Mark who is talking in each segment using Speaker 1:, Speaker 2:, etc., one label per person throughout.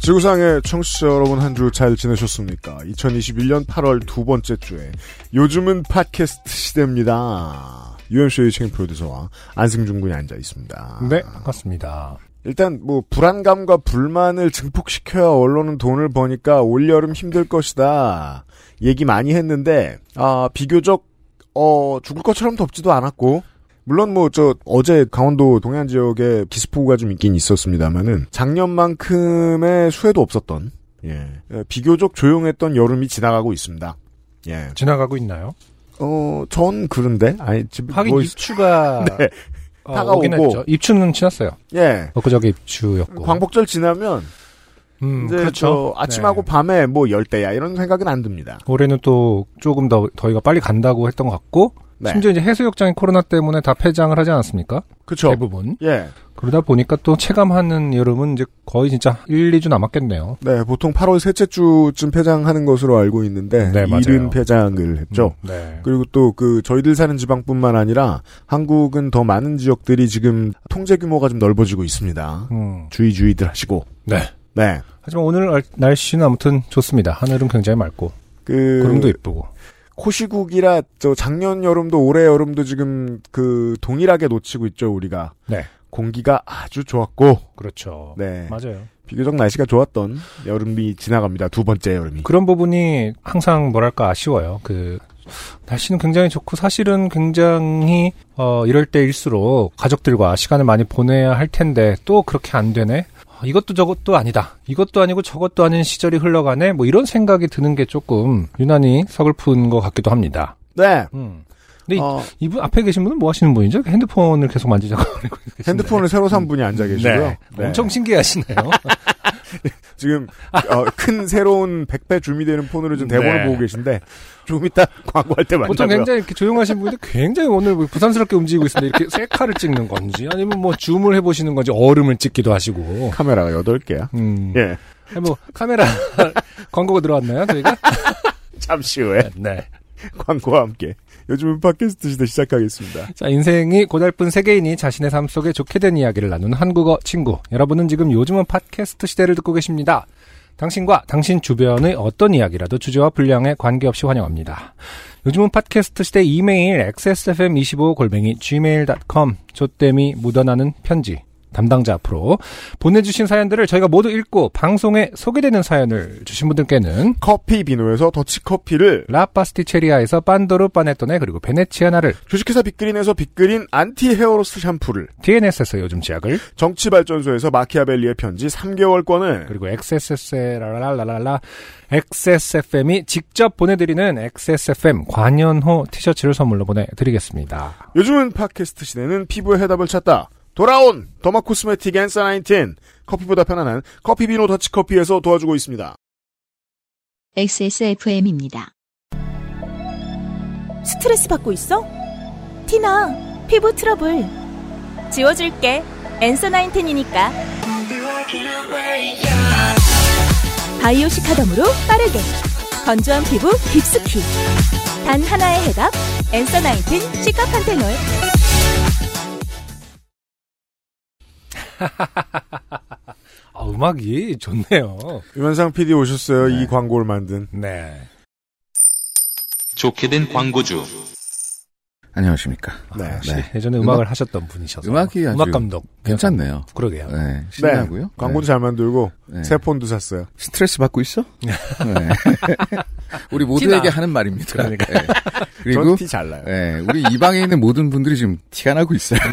Speaker 1: 지구상의 청취자 여러분 한 주 잘 지내셨습니까? 2021년 8월 두 번째 주에 요즘은 팟캐스트 시대입니다. UMC의 책임 프로듀서와 안승준 군이 앉아 있습니다.
Speaker 2: 네, 반갑습니다.
Speaker 1: 일단 뭐 불안감과 불만을 증폭시켜야 언론은 돈을 버니까 올여름 힘들 것이다. 얘기 많이 했는데 아, 비교적 어, 죽을 것처럼 덥지도 않았고 물론 뭐 저 어제 강원도 동해안 지역에 기습호우가 좀 있긴 있었습니다만은 작년만큼의 수해도 없었던 예 예, 비교적 조용했던 여름이 지나가고 있습니다. 예.
Speaker 2: 지나가고 있나요?
Speaker 1: 어, 전 그런데 아니 집
Speaker 2: 하긴
Speaker 1: 뭐,
Speaker 2: 입추가
Speaker 1: 네.
Speaker 2: 어,
Speaker 1: 다가오고.
Speaker 2: 오긴 했죠. 입추는 지났어요.
Speaker 1: 예.
Speaker 2: 엊그저께 입추였고.
Speaker 1: 광복절 지나면
Speaker 2: 음,
Speaker 1: 이제
Speaker 2: 그렇죠.
Speaker 1: 네, 저 아침하고
Speaker 2: 네.
Speaker 1: 밤에 뭐 열대야 이런 생각은 안 듭니다.
Speaker 2: 올해는 또 조금 더 더위가 빨리 간다고 했던 것 같고
Speaker 1: 네.
Speaker 2: 심지어 이제 해수욕장이 코로나 때문에 다 폐장을 하지 않았습니까?
Speaker 1: 그렇죠.
Speaker 2: 대부분.
Speaker 1: 예.
Speaker 2: 그러다 보니까 또 체감하는 여름은 이제 거의 진짜 1, 2주 남았겠네요. 음,
Speaker 1: 네, 보통 8월 셋째 주쯤 폐장하는 것으로 알고 있는데
Speaker 2: 네, 맞아요.
Speaker 1: 이른 폐장을 했죠.
Speaker 2: 음, 네.
Speaker 1: 그리고 또 그 저희들 사는 지방뿐만 아니라 한국은 더 많은 지역들이 지금 통제 규모가 좀 넓어지고 있습니다.
Speaker 2: 음.
Speaker 1: 주의 주의들 하시고.
Speaker 2: 네.
Speaker 1: 네.
Speaker 2: 하지만 오늘 알- 날씨는 아무튼 좋습니다. 하늘은 굉장히 맑고
Speaker 1: 그
Speaker 2: 구름도 예쁘고.
Speaker 1: 코시국이라 저 작년 여름도 올해 여름도 지금 그 동일하게 놓치고 있죠, 우리가.
Speaker 2: 네.
Speaker 1: 공기가 아주 좋았고
Speaker 2: 그렇죠.
Speaker 1: 네.
Speaker 2: 맞아요.
Speaker 1: 비교적 날씨가 좋았던 여름이 지나갑니다. 두 번째 여름이.
Speaker 2: 그런 부분이 항상 뭐랄까 아쉬워요. 그 날씨는 굉장히 좋고 사실은 굉장히 어 이럴 때일수록 가족들과 시간을 많이 보내야 할 텐데 또 그렇게 안 되네. 어, 이것도 저것도 아니다. 이것도 아니고 저것도 아닌 시절이 흘러가네. 뭐 이런 생각이 드는 게 조금 유난히 서글픈 것 같기도 합니다.
Speaker 1: 네.
Speaker 2: 음. 근데 이-
Speaker 1: 어,
Speaker 2: 이분 앞에 계신 분은 뭐 하시는 분이죠? 핸드폰을 계속 만지자고 그리고 계신데.
Speaker 1: 핸드폰을 새로 산 분이 앉아 계시고요.
Speaker 2: 네. 엄청 신기하시네요.
Speaker 1: 지금 어, 큰 새로운 100배 줌이되는 폰으로 지금 대본을
Speaker 2: 네.
Speaker 1: 보고 계신데 좀 이따 광고할 때
Speaker 2: 보통
Speaker 1: 만나고요.
Speaker 2: 굉장히 이렇게 조용하신 분인데 굉장히 오늘 뭐 부산스럽게 움직이고 있는데 이렇게 셀카를 찍는 건지 아니면 뭐 줌을 해보시는 건지 얼음을 찍기도 하시고.
Speaker 1: 카메라가 8개야.
Speaker 2: 음.
Speaker 1: 예.
Speaker 2: 아니, 뭐 카메라 광고가 들어왔나요 저희가?
Speaker 1: 잠시 후에
Speaker 2: 네.
Speaker 1: 광고와 함께 요즘은 팟캐스트 시대 시작하겠습니다.
Speaker 2: 자 인생이 고달픈 세계인이 자신의 삶 속에 좋게 된 이야기를 나누는 한국어 친구. 여러분은 지금 요즘은 팟캐스트 시대를 듣고 계십니다. 당신과 당신 주변의 어떤 이야기라도 주제와 분량에 관계없이 환영합니다. 요즘은 팟캐스트 시대 이메일 xsfm25골뱅이 gmail.com 조땜이 묻어나는 편지 담당자 앞으로 보내주신 사연들을 저희가 모두 읽고 방송에 소개되는 사연을 주신 분들께는
Speaker 1: 커피 비노에서 더치커피를
Speaker 2: 라파스티체리아에서 빤도르 빠네토네 그리고 베네치아나를
Speaker 1: 주식회사 빅그린에서 빅그린 안티 헤어로스 샴푸를
Speaker 2: DNS에서 요즘 제약을
Speaker 1: 정치발전소에서 마키아벨리의 편지 3개월권을
Speaker 2: 그리고 XSS라라라라라 XSFM이 직접 보내드리는 XSFM 관현호 티셔츠를 선물로 보내드리겠습니다.
Speaker 1: 요즘은 팟캐스트 시대는 피부의 해답을 찾다. 돌아온 더마코스메틱 앤사 나인틴 커피보다 편안한 커피 비노 더치커피에서 도와주고 있습니다.
Speaker 3: XSFM입니다.
Speaker 4: 스트레스 받고 있어? 티나, 피부 트러블. 지워줄게. 엔서 나인틴이니까. 바이오 시카덤으로 빠르게. 건조한 피부 깊숙이. 단 하나의 해답. 엔서 나인틴 시카판테놀.
Speaker 2: 아, 음악이 좋네요.
Speaker 1: 유면상 PD 오셨어요. 이 광고를 만든.
Speaker 2: 네.
Speaker 5: 좋게 된 광고주.
Speaker 6: 안녕하십니까.
Speaker 1: 네.
Speaker 2: 역시
Speaker 6: 네.
Speaker 2: 예전에 음악을 하셨던 분이셔서
Speaker 6: 음악이 아주
Speaker 2: 음악 감독
Speaker 6: 괜찮네요.
Speaker 2: 그러게요.
Speaker 6: 네. 신나고요. 네.
Speaker 1: 광고도 잘 만들고
Speaker 6: 네.
Speaker 1: 새 폰도 샀어요.
Speaker 6: 스트레스 받고 있어? 네. 우리 모두에게
Speaker 2: 티나.
Speaker 6: 하는 말입니다.
Speaker 2: 그러니까.
Speaker 6: 네. 그리고
Speaker 1: 전티잘 나요.
Speaker 6: 네. 우리 이 방에 있는 모든 분들이 지금 티가 나고 있어요.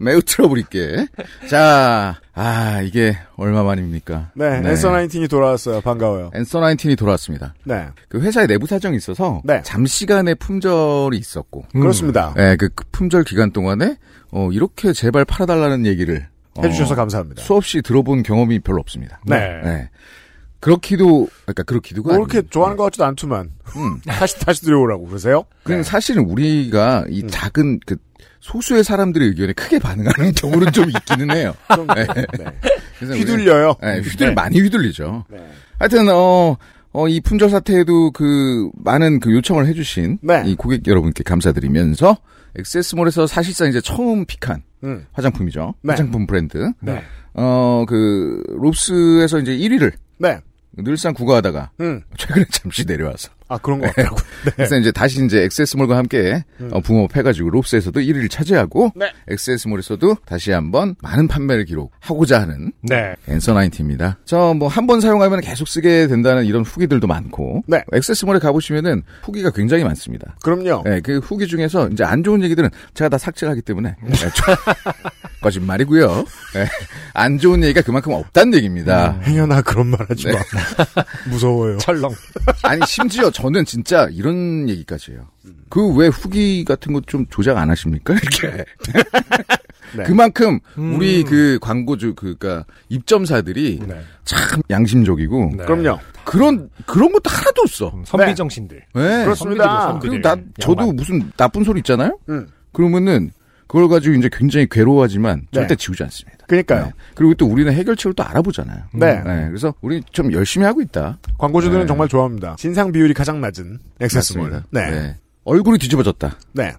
Speaker 6: 매우 트러블 있게. 자, 아 이게 얼마 만입니까?
Speaker 1: 네, 앤서 나인틴이 돌아왔어요. 반가워요.
Speaker 6: 앤서 나인틴이 돌아왔습니다.
Speaker 1: 네,
Speaker 6: 그 회사의 내부 사정이 있어서
Speaker 1: 네.
Speaker 6: 잠시간의 품절이 있었고,
Speaker 2: 음.
Speaker 1: 그렇습니다.
Speaker 6: 네, 그 품절 기간 동안에 어, 이렇게 제발 팔아달라는 얘기를
Speaker 1: 해주셔서 감사합니다.
Speaker 6: 수없이 들어본 경험이 별로 없습니다.
Speaker 1: 네.
Speaker 6: 네. 그렇기도, 그러니까 그렇기도가.
Speaker 1: 뭐 이렇게
Speaker 6: 아니고.
Speaker 1: 좋아하는 것 같지도 않지만
Speaker 6: 음.
Speaker 1: 다시 다시 들여오라고 그러세요?
Speaker 6: 그럼 사실은 우리가 이
Speaker 1: 음.
Speaker 6: 작은 그 소수의 사람들의 의견에 크게 반응하는 경우는 좀 있기는 해요.
Speaker 1: 좀,
Speaker 6: 네.
Speaker 1: 네.
Speaker 6: 그래서 우리가-
Speaker 1: 휘둘려요.
Speaker 6: 네, 휘둘
Speaker 1: 네.
Speaker 6: 많이 휘둘리죠.
Speaker 1: 네.
Speaker 6: 하여튼 어, 어, 이 품절 사태에도 그 많은 그 요청을 해주신
Speaker 1: 네.
Speaker 6: 이 고객 여러분께 감사드리면서 엑세스몰에서 사실상 이제 처음 픽한
Speaker 1: 음.
Speaker 6: 화장품이죠.
Speaker 1: 네.
Speaker 6: 화장품 브랜드.
Speaker 1: 네.
Speaker 6: 어 그 롭스에서 이제 1위를
Speaker 1: 네.
Speaker 6: 늘상 구가하다가
Speaker 1: 음.
Speaker 6: 최근에 잠시 내려와서
Speaker 1: 아 그런
Speaker 6: 네.
Speaker 1: 것 같더라고요.
Speaker 6: 그래서 이제 다시 이제 엑세스몰과 함께 어, 붕업해가지고 롭스에서도 1위를 차지하고 엑세스몰에서도 다시 한번 많은 판매를 기록하고자 하는
Speaker 2: 네.
Speaker 6: 앤서 나인티입니다. 저 뭐 한 번 사용하면 계속 쓰게 된다는 이런 후기들도 많고
Speaker 1: 네.
Speaker 6: 액세스몰에 가보시면은 후기가 굉장히 많습니다.
Speaker 1: 그럼요.
Speaker 6: 네, 그 후기 중에서 이제 안 좋은 얘기들은 제가 다 삭제를 하기 때문에 네, 저- 거짓말이고요. 네, 안 좋은 얘기가 그만큼 없다는 얘기입니다.
Speaker 1: 행여나 그런 말 하지
Speaker 6: 네.
Speaker 1: 마. 무서워요.
Speaker 2: 철렁.
Speaker 6: 아니 심지어 저는 진짜 이런 얘기까지예요. 그 왜 후기 같은 거 좀 조작 안 하십니까? 이렇게
Speaker 1: 네.
Speaker 6: 그만큼 우리 그 광고주 그니까 입점사들이
Speaker 2: 네.
Speaker 6: 참 양심적이고
Speaker 2: 네.
Speaker 1: 그럼요.
Speaker 6: 그런 그런 것도 하나도 없어.
Speaker 2: 선비 정신들.
Speaker 6: 네.
Speaker 1: 그렇습니다.
Speaker 6: 그리고 나 저도 무슨 나쁜 소리 있잖아요.
Speaker 1: 음.
Speaker 6: 그러면은 그걸 가지고 이제 굉장히 괴로워하지만
Speaker 1: 네.
Speaker 6: 절대 지우지 않습니다.
Speaker 1: 그러니까요.
Speaker 6: 네. 그리고 또 우리는 해결책을 또 알아보잖아요.
Speaker 1: 네.
Speaker 6: 네, 그래서 우리 좀 열심히 하고 있다.
Speaker 1: 광고주들은
Speaker 6: 네.
Speaker 1: 정말 좋아합니다. 진상 비율이 가장 낮은 액세스몰.
Speaker 6: 맞습니다.
Speaker 1: 네. 네.
Speaker 6: 네. 얼굴이 뒤집어졌다.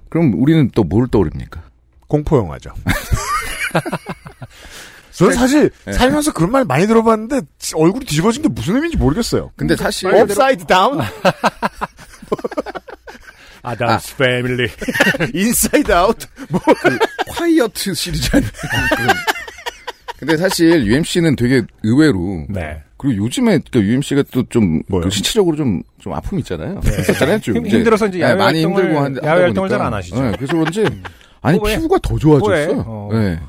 Speaker 6: 그럼 우리는 또 뭘 떠올립니까?
Speaker 1: 공포 영화죠. 저는 사실
Speaker 6: 네.
Speaker 1: 살면서 그런 말 많이 들어봤는데 지- 얼굴이 뒤집어진 게 무슨 의미인지 모르겠어요.
Speaker 6: 근데 사실
Speaker 1: 업사이드 다운,
Speaker 6: 아,
Speaker 2: 아담스 패밀리.
Speaker 6: 네.
Speaker 1: 인사이드 아웃.
Speaker 6: 콰이어트 시리즈 아니에요? 그런. 근데 사실 UMC는 되게 의외로
Speaker 2: 네.
Speaker 6: 그리고 요즘에 그 UMC가 또좀 그
Speaker 1: 뭐요?
Speaker 6: 신체적으로 좀 좀 아픔이 있잖아요. 있었잖아요. 좀
Speaker 2: 네. 힘- 힘들어서 이제 야외
Speaker 6: 많이
Speaker 2: 활동을-
Speaker 6: 힘들고 한, 네,
Speaker 2: 야외 활동을 잘안 하시죠.
Speaker 6: 그래서 그런지 아니
Speaker 2: 뭐해?
Speaker 6: 피부가 더 좋아졌어요.
Speaker 2: 뭐해? 어. 그러니까
Speaker 6: 네.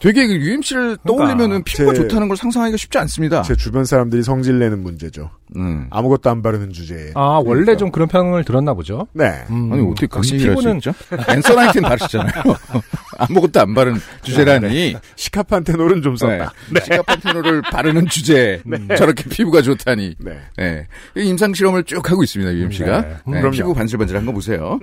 Speaker 6: 되게 그 UMC를 떠올리면은 피부가
Speaker 1: 제-
Speaker 6: 좋다는 걸 상상하기가 쉽지 않습니다.
Speaker 1: 제 주변 사람들이 성질 내는 문제죠.
Speaker 6: 음.
Speaker 1: 아무것도 안 바르는 주제에.
Speaker 2: 아, 원래 좀 그런 평을 들었나 보죠?
Speaker 1: 네.
Speaker 2: 음,
Speaker 6: 아니 어떻게 그런
Speaker 2: 역시
Speaker 6: 얘기를 할수
Speaker 2: 피부는
Speaker 6: 있죠? 앤서나이틴 바르시잖아요. 아무것도 안 바른
Speaker 2: 네.
Speaker 6: 주제라니.
Speaker 1: 시카판테놀은 좀
Speaker 6: 네.
Speaker 1: 썼다. 네.
Speaker 6: 시카판테놀을 바르는 주제 저렇게 피부가 좋다니.
Speaker 1: 네.
Speaker 6: 네. 이 임상 실험을 쭉 하고 있습니다. UMC가
Speaker 2: 네.
Speaker 1: 그럼요. 음.
Speaker 6: 피부 반질반질한 거 보세요.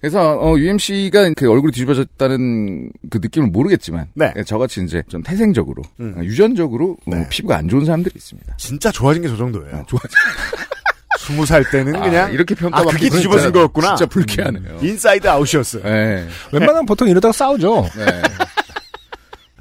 Speaker 6: 그래서 어, UMC가 그 얼굴이 뒤집어졌다는 그 느낌을 모르겠지만
Speaker 1: 네.
Speaker 6: 예, 저같이 이제 좀 태생적으로
Speaker 1: 음.
Speaker 6: 어, 유전적으로 어,
Speaker 1: 네.
Speaker 6: 피부가 안 좋은 사람들이 있습니다.
Speaker 1: 진짜 좋아진 게 저 정도예요.
Speaker 6: 어, 좋아
Speaker 1: 스무 살 때는
Speaker 6: 아,
Speaker 1: 그냥
Speaker 6: 이렇게 평가받고
Speaker 1: 그게
Speaker 6: 그러니까
Speaker 1: 뒤집어진 거였구나. 음.
Speaker 6: 진짜 불쾌하네요.
Speaker 1: 인사이드 아웃이었어요.
Speaker 6: 네.
Speaker 2: 웬만하면 보통 이러다가 싸우죠.
Speaker 6: 네.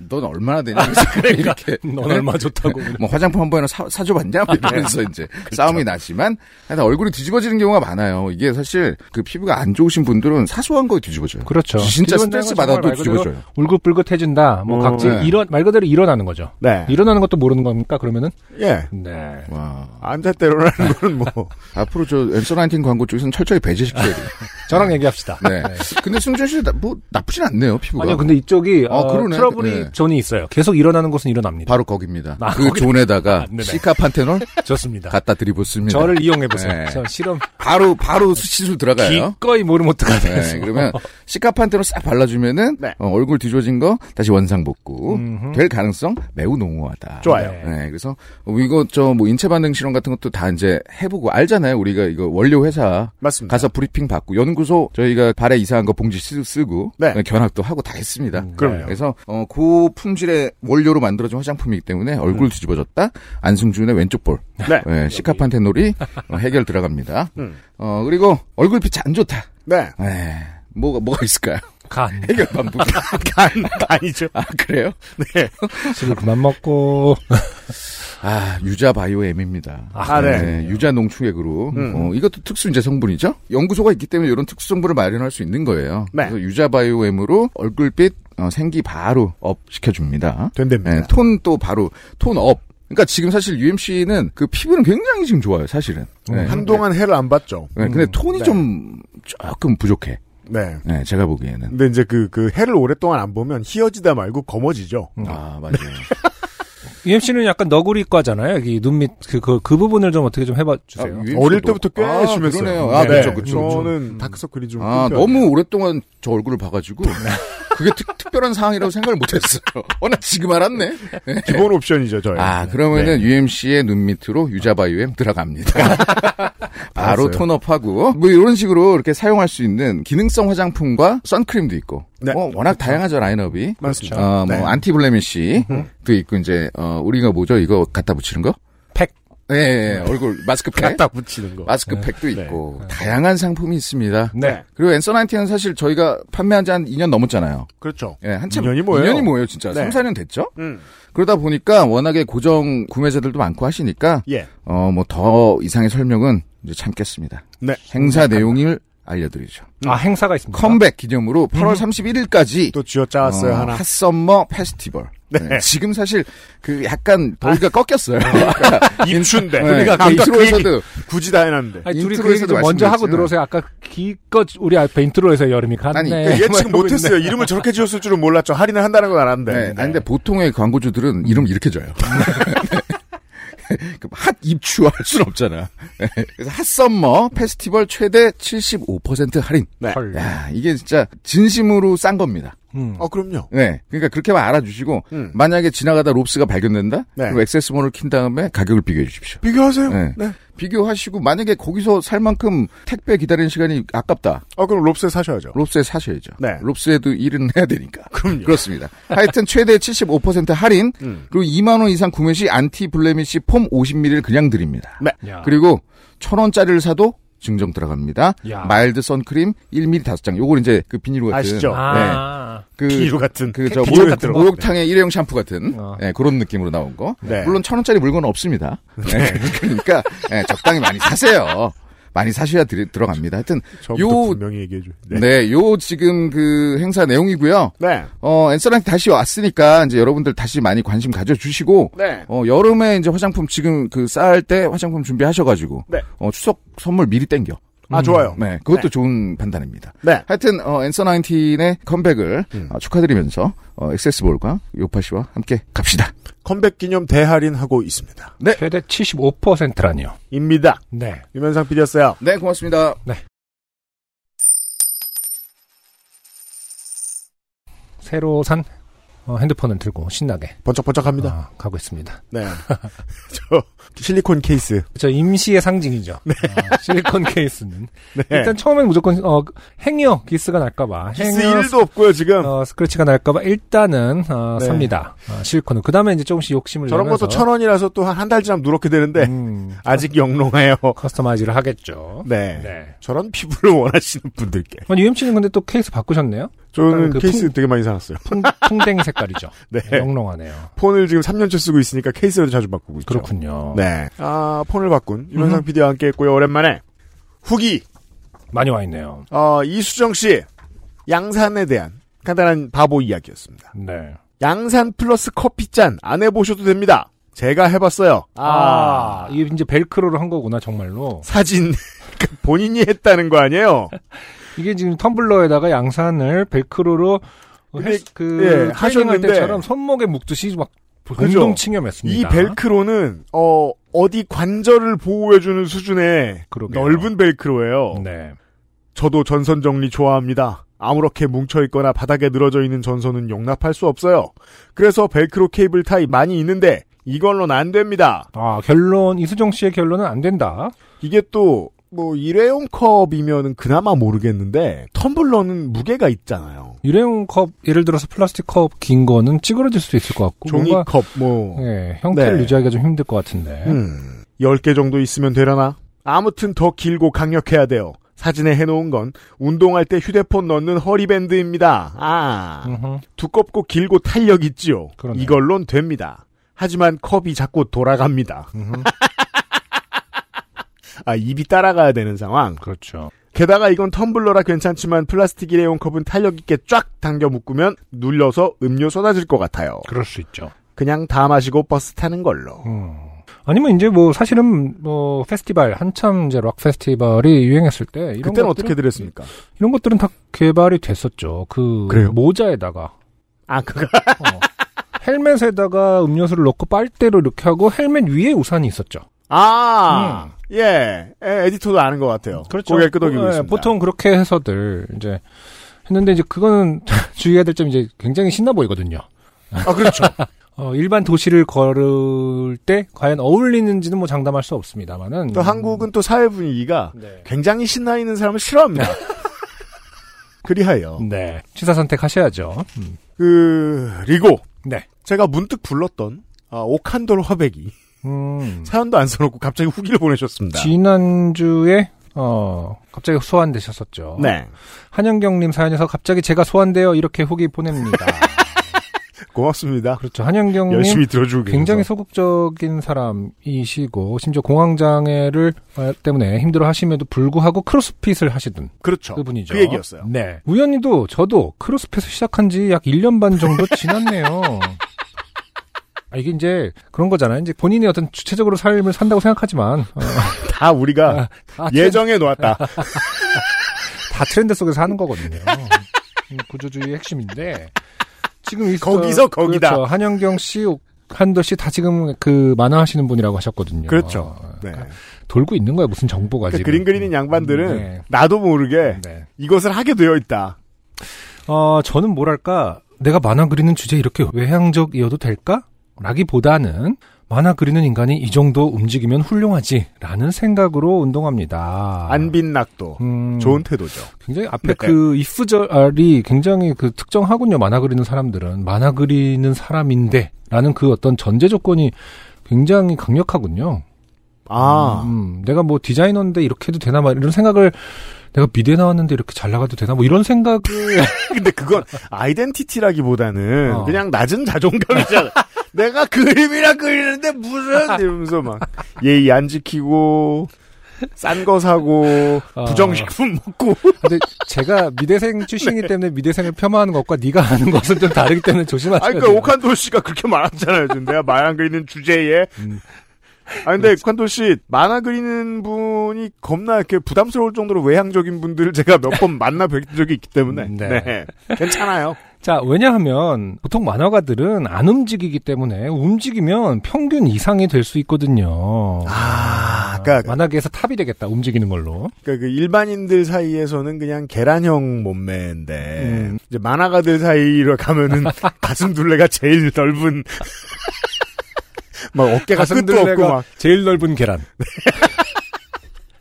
Speaker 6: 넌 얼마나 되냐?
Speaker 1: 그러니까.
Speaker 6: 이렇게
Speaker 2: 넌 얼마 좋다고.
Speaker 6: 뭐 화장품 한 번이나 사, 사줘봤냐?
Speaker 2: 아,
Speaker 6: 뭐 이러면서 이제
Speaker 2: 그렇죠.
Speaker 6: 싸움이 나지만 하여튼 얼굴이 뒤집어지는 경우가 많아요. 이게 사실 그 피부가 안 좋으신 분들은 사소한 거에 뒤집어져요.
Speaker 2: 그렇죠.
Speaker 6: 진짜
Speaker 2: 기존
Speaker 6: 스트레스
Speaker 2: 생활 정말
Speaker 6: 받아도
Speaker 2: 말 그대로
Speaker 6: 뒤집어져요.
Speaker 2: 울긋불긋해진다. 뭐
Speaker 1: 음,
Speaker 2: 각질
Speaker 6: 네.
Speaker 2: 일어 말 그대로 일어나는 거죠.
Speaker 1: 네.
Speaker 2: 일어나는 것도 모르는 겁니까? 그러면은
Speaker 1: 예.
Speaker 2: 네.
Speaker 6: 와.
Speaker 1: 앉아
Speaker 6: 네.
Speaker 1: 때로라는 거는 뭐.
Speaker 6: 앞으로 저 엔서 나인틴 광고 쪽에서는 철저히 배제시켜야 돼요.
Speaker 2: 저랑 얘기합시다.
Speaker 6: 네. 근데 승준 씨뭐 나쁘진 않네요, 피부가.
Speaker 2: 아니요, 근데 이쪽이
Speaker 6: 아,
Speaker 2: 어,
Speaker 6: 그러네.
Speaker 2: 트러블이
Speaker 6: 네.
Speaker 2: 존이 있어요. 계속 일어나는 곳은 일어납니다.
Speaker 6: 바로 거기입니다.
Speaker 2: 아,
Speaker 6: 그 존에다가
Speaker 2: 아, 네네.
Speaker 6: 시카판테놀
Speaker 2: 좋습니다.
Speaker 6: 갖다 드리보습니다.
Speaker 2: 저를 이용해 보세요.
Speaker 6: 네.
Speaker 2: 저 실험
Speaker 6: 바로 바로 시술 들어가요.
Speaker 2: 기꺼이 모르 못하게
Speaker 6: 네, 그러면 시카판테로 싹 발라주면은
Speaker 1: 네.
Speaker 6: 어, 얼굴 뒤집어진 거 다시 원상 복구
Speaker 2: 음흠.
Speaker 6: 될 가능성 매우 농후하다.
Speaker 1: 좋아요.
Speaker 2: 네.
Speaker 6: 네, 그래서 어, 이거 저 뭐 인체 반응 실험 같은 것도 다 이제 해보고 알잖아요. 우리가 이거 원료 회사
Speaker 1: 맞습니다.
Speaker 6: 가서 브리핑 받고 연구소 저희가 발에 이상한 거 봉지 쓰- 쓰고
Speaker 1: 네. 음,
Speaker 6: 어, 견학도 하고 다 했습니다.
Speaker 1: 그럼요.
Speaker 6: 그래서 어, 고 품질의 원료로 만들어진 화장품이기 때문에
Speaker 1: 음.
Speaker 6: 얼굴 뒤집어졌다. 안승준의 왼쪽 볼.
Speaker 1: 네.
Speaker 6: 네, 시카판테놀이 어, 해결 들어갑니다.
Speaker 1: 음.
Speaker 6: 어 그리고 얼굴 빛이 안 좋다.
Speaker 1: 네.
Speaker 6: 에 뭐가 뭐가 있을까요?
Speaker 2: 간
Speaker 6: 해결 방법.
Speaker 1: 간, 간이죠.
Speaker 6: 아 그래요?
Speaker 2: 술을 그만 먹고
Speaker 6: 아 유자 바이오 M입니다.
Speaker 1: 아, 음. 네.
Speaker 6: 유자 농축액으로 어, 이것도 특수 이제 성분이죠. 연구소가 있기 때문에 이런 특수 성분을 마련할 수 있는 거예요.
Speaker 1: 네.
Speaker 6: 그래서 유자 바이오 M으로 얼굴빛 어, 생기 바로 업 시켜줍니다. 네,
Speaker 1: 된답니다.
Speaker 6: 톤 또 바로 톤 업. 그러니까 지금 사실 UMC는 그 피부는 굉장히 지금 좋아요. 사실은. 네.
Speaker 1: 어, 한동안 해를 안 봤죠.
Speaker 6: 네, 근데 톤이
Speaker 1: 네.
Speaker 6: 좀 조금 부족해.
Speaker 1: 네.
Speaker 6: 네, 제가 보기에는.
Speaker 1: 근데 이제 그, 그 해를 오랫동안 안 보면 희어지다 말고 검어지죠.
Speaker 6: 아 맞아요.
Speaker 2: UMC는 약간 너구리과잖아요. 여기 눈밑그그 그, 그 부분을 좀 어떻게 네. 좀 해봐 주세요.
Speaker 6: 아,
Speaker 1: 어릴 때부터 꽤
Speaker 6: 아,
Speaker 1: 심했어요.
Speaker 6: 그러네요. 아,
Speaker 1: 네.
Speaker 6: 그렇죠, 그렇죠.
Speaker 1: 저는 다크서클이 좀.
Speaker 6: 아,
Speaker 1: 끊겨요.
Speaker 6: 너무 오랫동안 저 얼굴을 봐가지고. 그게 특, 특별한 상황이라고 생각을 못했어요. 어, 나 지금 알았네. 네.
Speaker 1: 기본 옵션이죠, 저희.
Speaker 6: 아, 그러면은
Speaker 1: 네.
Speaker 6: UMC의 눈 밑으로 유자바 UM 들어갑니다. 바로
Speaker 1: 알았어요.
Speaker 6: 톤업하고 뭐 이런 식으로 이렇게 사용할 수 있는 기능성 화장품과 선크림도 있고
Speaker 1: 네.
Speaker 6: 뭐 워낙 다양하죠 라인업이.
Speaker 1: 맞습니다.
Speaker 6: 어, 뭐
Speaker 1: 네.
Speaker 6: 안티블레미시도 있고 이제 어, 우리가 뭐죠 이거 갖다 붙이는 거?
Speaker 2: 팩.
Speaker 6: 예, 예, 예. 얼굴 마스크팩.
Speaker 1: 갖다 네. 붙이는 거.
Speaker 6: 마스크팩도 있고 다양한 상품이 있습니다.
Speaker 2: 네.
Speaker 6: 그리고 엔서 나인티는 사실 저희가 판매한 지 한 2년 넘었잖아요.
Speaker 1: 그렇죠.
Speaker 6: 예, 한참
Speaker 1: 2년이 뭐예요?
Speaker 6: 2년이 뭐예요, 진짜.
Speaker 1: 네.
Speaker 6: 3, 4년 됐죠?
Speaker 1: 음.
Speaker 6: 그러다 보니까 워낙에 고정 구매자들도 많고 하시니까
Speaker 1: 예.
Speaker 6: 어 뭐 더 이상의 설명은 이제 참겠습니다.
Speaker 1: 네.
Speaker 6: 행사 내용을 알려드리죠.
Speaker 2: 아, 행사가 있습니다.
Speaker 6: 컴백 기념으로 8월 31일까지
Speaker 1: 음. 또 쥐어 짜왔어요, 하나.
Speaker 6: 핫썸머 페스티벌. 네, 지금 사실 그 약간 더위가
Speaker 1: 아.
Speaker 6: 꺾였어요.
Speaker 1: 그러니까. 입춘데.
Speaker 6: 네,
Speaker 1: 그러니까 그
Speaker 6: 아까 그
Speaker 1: 인트로에서도
Speaker 6: 얘기
Speaker 1: 굳이 다 해놨는데.
Speaker 2: 아니, 둘이 그 얘기도
Speaker 6: 인트로에서도
Speaker 2: 먼저 하고
Speaker 6: 말씀드렸지만.
Speaker 2: 들어오세요. 아까 기껏 우리 앞에 인트로에서 여름이 갔네.
Speaker 6: 아니,
Speaker 1: 예, 예측
Speaker 2: 뭐 이러고
Speaker 1: 못했어요.
Speaker 2: 있네.
Speaker 1: 이름을 저렇게 지었을 줄은 몰랐죠. 할인을 한다는 건 알았는데.
Speaker 6: 네. 아니, 근데 보통의 광고주들은 이름 이렇게 줘요. 네. 그핫 입추 할 순 없잖아. 네. 그래서 핫썸머 페스티벌 최대 75% 할인.
Speaker 1: 네.
Speaker 2: 헐.
Speaker 6: 야, 이게 진짜 진심으로 싼 겁니다.
Speaker 2: 음.
Speaker 1: 어, 그럼요.
Speaker 6: 네. 그러니까 그렇게만 알아주시고,
Speaker 1: 음.
Speaker 6: 만약에 지나가다 롭스가 발견된다?
Speaker 1: 네.
Speaker 6: 그럼 액세스몰을 킨 다음에 가격을 비교해 주십시오.
Speaker 1: 비교하세요.
Speaker 6: 네.
Speaker 1: 네.
Speaker 6: 비교하시고, 만약에 거기서 살 만큼 택배 기다리는 시간이 아깝다.
Speaker 1: 어, 그럼 롭스에 사셔야죠.
Speaker 6: 롭스에 사셔야죠.
Speaker 1: 네.
Speaker 6: 롭스에도 일은 해야 되니까.
Speaker 1: 그럼요.
Speaker 6: 그렇습니다. 하여튼 최대 75% 할인,
Speaker 1: 음.
Speaker 6: 그리고 2만원 이상 구매 시 안티 블레미시 폼 50ml를 그냥 드립니다.
Speaker 2: 야.
Speaker 6: 네. 그리고 천원짜리를 사도 증정 들어갑니다.
Speaker 2: 야.
Speaker 6: 마일드 선크림 1ml 5장. 요걸 이제 그 비닐 같은.
Speaker 1: 아시죠?
Speaker 2: 아.
Speaker 6: 그
Speaker 1: 비유 같은.
Speaker 6: 그 저
Speaker 1: 비유
Speaker 6: 목욕,
Speaker 1: 같은 거.
Speaker 6: 목욕탕의 일회용 샴푸 같은
Speaker 2: 어.
Speaker 6: 예, 그런 느낌으로 나온 거.
Speaker 1: 네.
Speaker 6: 물론 천 원짜리 물건은 없습니다. 예, 그러니까 예, 적당히 많이 사세요. 많이 사셔야 들, 어갑니다 하여튼
Speaker 1: 네. 저부터
Speaker 6: 요
Speaker 1: 분명히 얘기해줘요. 네. 네.
Speaker 6: 네, 요 지금 그 행사 내용이고요. 어, 엔서랑 다시 왔으니까 이제 여러분들 다시 많이 관심 가져주시고
Speaker 1: 네.
Speaker 6: 어, 여름에 이제 화장품 지금 그 쌀 때 화장품 준비하셔가지고
Speaker 1: 네.
Speaker 6: 어, 추석 선물 미리 땡겨.
Speaker 1: 아, 좋아요.
Speaker 6: 네, 그것도
Speaker 1: 네.
Speaker 6: 좋은 판단입니다.
Speaker 1: 네.
Speaker 6: 하여튼 어, 엔서 나인틴의 컴백을 어, 축하드리면서 어, 엑세스볼과 요파 씨와 함께 갑시다.
Speaker 1: 컴백 기념 대할인하고 있습니다.
Speaker 6: 네.
Speaker 2: 최대 75%라니요.
Speaker 1: 입니다.
Speaker 2: 네.
Speaker 1: 유면상 PD였어요.
Speaker 6: 네, 고맙습니다.
Speaker 2: 새로 산 어, 핸드폰을 들고 신나게
Speaker 1: 번쩍번쩍합니다.
Speaker 2: 어, 가고 있습니다.
Speaker 1: 네. 저 실리콘 케이스.
Speaker 2: 저 임시의 상징이죠. 어, 실리콘 케이스는
Speaker 1: 네.
Speaker 2: 일단 처음엔 무조건 어, 행여 기스가 날까봐
Speaker 1: 케이스
Speaker 2: 행여
Speaker 1: 1도 없고요, 지금.
Speaker 2: 어, 스크래치가 날까봐 일단은 어,
Speaker 1: 네.
Speaker 2: 삽니다. 어, 실리콘은 그 다음에 이제 조금씩 욕심을
Speaker 1: 저런
Speaker 2: 내면서
Speaker 1: 것도 천 원이라서 네. 또 한 한 달 지나면 누렇게 되는데
Speaker 2: 음,
Speaker 1: 아직 영롱해요.
Speaker 2: 커스터마이즈를 하겠죠.
Speaker 1: 네.
Speaker 2: 네.
Speaker 1: 저런 피부를 원하시는 분들께.
Speaker 2: 아니 UMC는 근데 또 케이스 바꾸셨네요.
Speaker 1: 저는
Speaker 2: 그
Speaker 1: 케이스
Speaker 2: 품-
Speaker 1: 되게 많이 사놨어요.
Speaker 2: 풍, 풍뎅이 색깔이죠.
Speaker 1: 네.
Speaker 2: 영롱하네요.
Speaker 1: 폰을 지금 3년째 쓰고 있으니까 케이스를 자주 바꾸고 있죠.
Speaker 2: 그렇군요.
Speaker 1: 네. 아, 폰을 바꾼
Speaker 2: 음.
Speaker 1: 유면상 PD와 함께 했고요. 오랜만에. 후기.
Speaker 2: 많이 와 있네요.
Speaker 1: 어, 이수정 씨. 양산에 대한 간단한 바보 이야기였습니다.
Speaker 2: 네.
Speaker 1: 양산 플러스 커피잔 안 해보셔도 됩니다. 제가 해봤어요.
Speaker 2: 아, 이게 이제 벨크로를 한 거구나 정말로.
Speaker 1: 사진. 그러니까 본인이 했다는 거 아니에요?
Speaker 2: 이게 지금 텀블러에다가 양산을 벨크로로 어,
Speaker 1: 근데,
Speaker 2: 헬스- 그
Speaker 1: 예,
Speaker 2: 하셨할
Speaker 1: 하셨는데
Speaker 2: 때처럼 손목에 묶듯이 막
Speaker 1: 그죠?
Speaker 2: 공동 칭염했습니다.
Speaker 1: 이 벨크로는 어 어디 관절을 보호해주는 수준의
Speaker 2: 그러게요.
Speaker 1: 넓은 벨크로예요.
Speaker 2: 네.
Speaker 1: 저도 전선 정리 좋아합니다. 아무렇게 뭉쳐 있거나 바닥에 늘어져 있는 전선은 용납할 수 없어요. 그래서 벨크로 케이블 타입 많이 있는데 이걸로는 안 됩니다.
Speaker 2: 아 결론 이수정 씨의 결론은 안 된다.
Speaker 1: 이게 또 뭐 일회용 컵이면은 그나마 모르겠는데 텀블러는 무게가 있잖아요.
Speaker 2: 일회용 컵 예를 들어서 플라스틱 컵 긴 거는 찌그러질 수도 있을 것 같고 뭔가
Speaker 1: 종이컵 뭐
Speaker 2: 예, 형태를
Speaker 1: 네.
Speaker 2: 유지하기가 좀 힘들 것 같은데.
Speaker 1: 음, 10개 정도 있으면 되려나? 아무튼 더 길고 강력해야 돼요. 사진에 해놓은 건 운동할 때 휴대폰 넣는 허리밴드입니다. 아,
Speaker 2: 음흠.
Speaker 1: 두껍고 길고 탄력 있지요.
Speaker 2: 그러네요.
Speaker 1: 이걸론 됩니다. 하지만 컵이 자꾸 돌아갑니다.
Speaker 2: 음흠.
Speaker 1: 아, 입이 따라가야 되는 상황.
Speaker 2: 그렇죠.
Speaker 1: 게다가 이건 텀블러라 괜찮지만 플라스틱 일회용 컵은 탄력 있게 쫙 당겨 묶으면 눌려서 음료 쏟아질 것 같아요.
Speaker 2: 그럴 수 있죠.
Speaker 1: 그냥 다 마시고 버스 타는 걸로.
Speaker 2: 음. 아니면 이제 뭐 사실은 뭐 페스티벌 한참 이제 락 페스티벌이 유행했을 때 이런
Speaker 1: 그때는
Speaker 2: 것들은
Speaker 1: 어떻게 드렸습니까?
Speaker 2: 이런 것들은 다 개발이 됐었죠. 그
Speaker 1: 그래요?
Speaker 2: 모자에다가
Speaker 1: 아, 그거.
Speaker 2: 어, 헬멧에다가 음료수를 넣고 빨대로 이렇게 하고 헬멧 위에 우산이 있었죠.
Speaker 1: 아, 예. 에, 디터도 아는 것 같아요. 고개 끄덕이고
Speaker 2: 음. 예,
Speaker 1: 있습니다.
Speaker 2: 보통 그렇게 해서들 이제 했는데 이제 그거는 주의해야 될 점이 이제 굉장히 신나 보이거든요.
Speaker 1: 아 그렇죠.
Speaker 2: 어, 일반 도시를 걸을 때 과연 어울리는지는 뭐 장담할 수 없습니다만은
Speaker 1: 또 한국은 또 사회 분위기가
Speaker 2: 네.
Speaker 1: 굉장히 신나 있는 사람을 싫어합니다. 그리하여
Speaker 2: 네. 취사 선택하셔야죠. 음.
Speaker 1: 그리고
Speaker 2: 네.
Speaker 1: 제가 문득 불렀던 아, 오칸돌 화백이
Speaker 2: 음.
Speaker 1: 사연도 안 써놓고 갑자기 후기를 보내셨습니다.
Speaker 2: 지난주에 어, 갑자기 소환되셨었죠.
Speaker 1: 네,
Speaker 2: 한영경님 사연에서 갑자기 제가 소환되어 이렇게 후기 보냅니다.
Speaker 1: 고맙습니다.
Speaker 2: 그렇죠. 한영경님
Speaker 1: 열심히 들어주고 계셔서.
Speaker 2: 굉장히 소극적인 사람이시고 심지어 공황 장애를 어, 때문에 힘들어하심에도 불구하고 크로스핏을 하시던
Speaker 1: 그렇죠.
Speaker 2: 그분이죠.
Speaker 1: 그 얘기였어요.
Speaker 2: 네. 우연히도 저도 크로스핏을 시작한 지 약 1년 반 정도 지났네요. 아, 이게 이제 그런 거잖아요. 이제 본인이 어떤 주체적으로 삶을 산다고 생각하지만 어,
Speaker 1: 다 우리가
Speaker 2: 아, 다 아,
Speaker 1: 예정해 놓았다.
Speaker 2: 트렌드, 다 트렌드 속에서 하는 거거든요. 음, 구조주의의 핵심인데 지금 이
Speaker 1: 거기서 거기다.
Speaker 2: 그렇죠. 한영경 씨, 한도 씨 다 지금 그 만화 하시는 분이라고 하셨거든요.
Speaker 1: 그렇죠.
Speaker 2: 어,
Speaker 1: 네.
Speaker 2: 돌고 있는 거야 무슨 정보가
Speaker 1: 그러니까
Speaker 2: 지금.
Speaker 1: 그림 그리는 양반들은
Speaker 2: 네.
Speaker 1: 나도 모르게
Speaker 2: 네.
Speaker 1: 이것을 하게 되어 있다.
Speaker 2: 어, 저는 뭐랄까, 내가 만화 그리는 주제 이렇게 외향적이어도 될까? 라기보다는, 만화 그리는 인간이 이 정도 움직이면 훌륭하지. 라는 생각으로 운동합니다.
Speaker 1: 안빈 낙도
Speaker 2: 아. 음,
Speaker 1: 좋은 태도죠.
Speaker 2: 굉장히 앞에
Speaker 1: 네.
Speaker 2: 그 이프절이 굉장히 그 특정하군요. 만화 그리는 사람들은. 만화 그리는 사람인데. 라는 그 어떤 전제 조건이 굉장히 강력하군요.
Speaker 1: 아
Speaker 2: 음, 내가 뭐 디자이너인데 이렇게 해도 되나, 막 이런 생각을 내가 미대 나왔는데 이렇게 잘 나가도 되나, 뭐 이런 생각
Speaker 1: 근데 그건 아이덴티티라기보다는
Speaker 2: 어.
Speaker 1: 그냥 낮은 자존감이잖아. 내가 그림이라 그리는데 무슨 이러면서 막 예의 안 지키고 싼 거 사고
Speaker 2: 어.
Speaker 1: 부정식품 먹고
Speaker 2: 근데 제가 미대생
Speaker 1: 네.
Speaker 2: 출신이기 때문에 미대생을 폄하하는 것과 네가 아는 것은 좀 다르기 때문에
Speaker 1: 아니
Speaker 2: 조심하세요.
Speaker 1: 그러니까 오칸돌 씨가 그렇게 말았잖아요. 지금 내가 만화 그리는 주제에.
Speaker 2: 음.
Speaker 1: 아 근데 오칸돌 씨 만화 그리는 분이 겁나 이렇게 부담스러울 정도로 외향적인 분들을 제가 몇 번 만나 뵌 적이 있기 때문에
Speaker 2: 음,
Speaker 1: 네.
Speaker 2: 네.
Speaker 1: 괜찮아요.
Speaker 2: 자, 왜냐하면 보통 만화가들은 안 움직이기 때문에 움직이면 평균 이상이 될 수 있거든요.
Speaker 1: 아, 그러니까
Speaker 2: 만화계에서 탑이 되겠다 움직이는 걸로.
Speaker 1: 그러니까 그 일반인들 사이에서는 그냥 계란형 몸매인데
Speaker 2: 음.
Speaker 1: 이제 만화가들 사이로 가면은 가슴 둘레가 제일 넓은 막 어깨가
Speaker 2: 가슴
Speaker 1: 끝도 없고
Speaker 2: 둘레가
Speaker 1: 막 네.
Speaker 2: 제일 넓은 계란.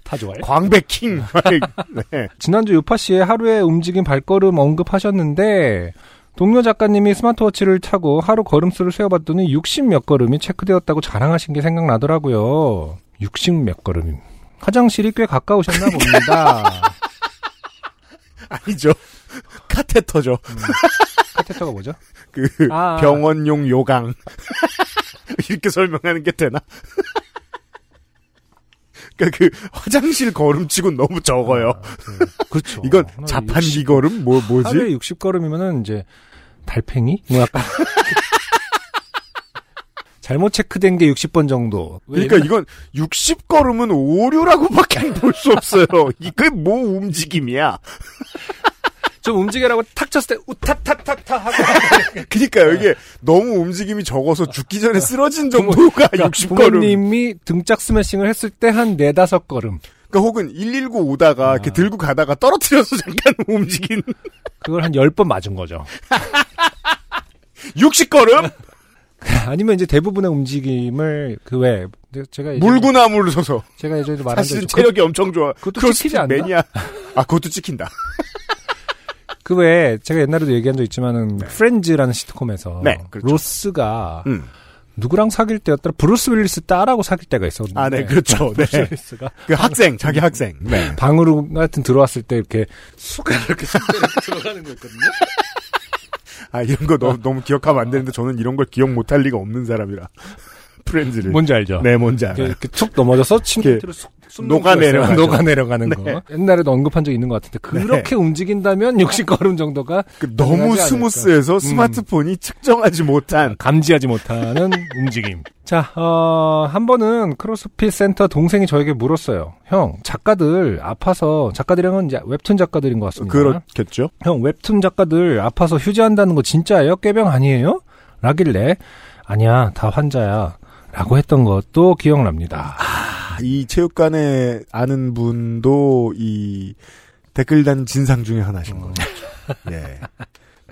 Speaker 2: 다 좋아해?
Speaker 1: 광배킹 막 이렇게. 네.
Speaker 2: 지난주 요파 씨의 하루의 움직임 발걸음 언급하셨는데 동료 작가님이 스마트워치를 차고 하루 걸음수를 세어봤더니 60 몇 걸음이 체크되었다고 자랑하신 게 생각나더라고요. 60 몇 걸음. 화장실이 꽤 가까우셨나 봅니다.
Speaker 1: 아니죠 카테터죠
Speaker 2: 카테터가 뭐죠?
Speaker 1: 그
Speaker 2: 아, 아.
Speaker 1: 병원용 요강 이렇게 설명하는 게 되나? 그러니까 그 화장실 걸음치곤 너무 적어요.
Speaker 2: 아, 그렇죠.
Speaker 1: 이건
Speaker 2: 하루에
Speaker 1: 자판기 걸음 뭐 뭐지?
Speaker 2: 하루에 60 걸음이면은 이제 달팽이? 뭐 약간 잘못 체크된 게 60번 정도.
Speaker 1: 그러니까 이건 60걸음은 오류라고밖에 볼 수 없어요. 이게 뭐 움직임이야.
Speaker 2: 좀 움직여라고 탁 쳤을 때 우타타타타 하고 네.
Speaker 1: 그러니까요. 이게 너무 움직임이 적어서 죽기 전에 쓰러진 정도가 60걸음.
Speaker 2: 그러니까 부모님이 등짝 스매싱을 했을 때 한 네다섯 걸음.
Speaker 1: 그러니까 혹은 119
Speaker 2: 아.
Speaker 1: 오다가 이렇게 들고 가다가 떨어뜨려서 잠깐 움직인
Speaker 2: 그걸 한 열 번 맞은 거죠. 아,
Speaker 1: 60걸음?
Speaker 2: 네. 아니면 이제 대부분의 움직임을 그 외 제가 예전에-
Speaker 1: 물구나무를 서서.
Speaker 2: 제가 예전에도 말한
Speaker 1: 사실은
Speaker 2: 적
Speaker 1: 체력이 엄청 좋아.
Speaker 2: 그것도
Speaker 1: 크로스핏
Speaker 2: 찍히지 않나?
Speaker 1: 매니아. 아, 그것도 찍힌다.
Speaker 2: 그외 제가 옛날에도 얘기한 적 있지만은 프렌즈라는 시트콤에서
Speaker 1: 네, 그렇죠.
Speaker 2: 로스가
Speaker 1: 음.
Speaker 2: 누구랑 사귈 때였더라 브루스 윌리스 딸하고 사귈 때가 있었는데
Speaker 1: 아, 네, 그렇죠.
Speaker 2: 브루스
Speaker 1: 네.
Speaker 2: 윌리스가
Speaker 1: 그 학생, 자기 학생. 네.
Speaker 2: 방으로 하여튼 들어왔을 때 이렇게
Speaker 1: 아, 이런 거 너무, 너무 기억하면 안 되는데 저는 이런 걸 기억 못할 리가 없는 사람이라. 프렌즈를.
Speaker 2: 뭔지 알죠?
Speaker 1: 네, 뭔지
Speaker 2: 이렇게,
Speaker 1: 알아요.
Speaker 2: 이렇게 그, 툭 넘어져서 침
Speaker 1: 이렇게
Speaker 2: 밑으로 쑥 숨는
Speaker 1: 녹아내려가죠.
Speaker 2: 거였어요. 녹아내려가는
Speaker 1: 네.
Speaker 2: 거. 옛날에도 언급한 적 있는 것 같은데 그렇게 움직인다면 60걸음 정도가
Speaker 1: 그 음. 너무
Speaker 2: 가능하지 않을까.
Speaker 1: 스무스해서 스마트폰이 측정하지 못한
Speaker 2: 감지하지 못하는 움직임. 자, 어, 한 번은 크로스핏 센터 동생이 저에게 물었어요. 형, 작가들 아파서 작가들이랑은 이제 웹툰 작가들인 것 같습니다.
Speaker 1: 그렇겠죠.
Speaker 2: 형, 웹툰 작가들 아파서 휴지한다는 거 진짜예요? 꾀병 아니에요? 라길래 아니야, 다 환자야. 라고 했던 것도 기억납니다.
Speaker 1: 아, 이 어. 체육관에 아는 분도 이 댓글 단 진상 중에 하나신 거죠. 네.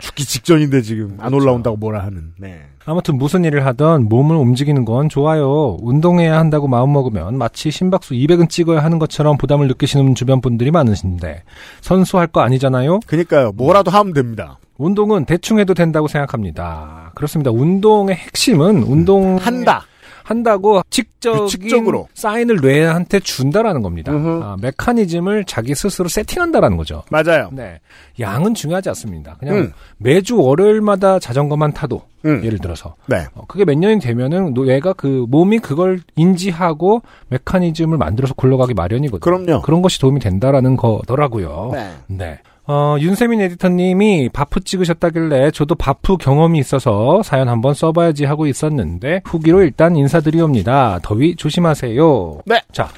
Speaker 1: 죽기 직전인데 지금 안 올라온다고 뭐라 하는. 그렇죠. 네.
Speaker 2: 아무튼 무슨 일을 하던 몸을 움직이는 건 좋아요. 운동해야 한다고 마음먹으면 마치 심박수 200은 찍어야 하는 것처럼 부담을 느끼시는 주변 분들이 많으신데 선수할 거 아니잖아요.
Speaker 1: 그니까요. 그러니까 뭐라도 하면 됩니다.
Speaker 2: 운동은 대충 해도 된다고 생각합니다. 그렇습니다. 운동의 핵심은 운동
Speaker 1: 음. 한다.
Speaker 2: 한다고 직적인
Speaker 1: 규칙적으로.
Speaker 2: 사인을 뇌한테 준다라는 겁니다.
Speaker 1: 음흠.
Speaker 2: 아, 메커니즘을 자기 스스로 세팅한다라는 거죠.
Speaker 1: 맞아요.
Speaker 2: 네. 양은 중요하지 않습니다. 그냥
Speaker 1: 음.
Speaker 2: 매주 월요일마다 자전거만 타도
Speaker 1: 음.
Speaker 2: 예를 들어서
Speaker 1: 네.
Speaker 2: 어, 그게 몇 년이 되면은 뇌가 그 몸이 그걸 인지하고 메커니즘을 만들어서 굴러가기 마련이거든요.
Speaker 1: 그럼요.
Speaker 2: 런 것이 도움이 된다라는 거더라고요.
Speaker 1: 네.
Speaker 2: 네. 어, 윤세민 에디터님이 바프 찍으셨다길래 저도 바프 경험이 있어서 사연 한번 써봐야지 하고 있었는데 후기로 일단 인사드리옵니다. 더위 조심하세요.
Speaker 1: 네.
Speaker 2: 자,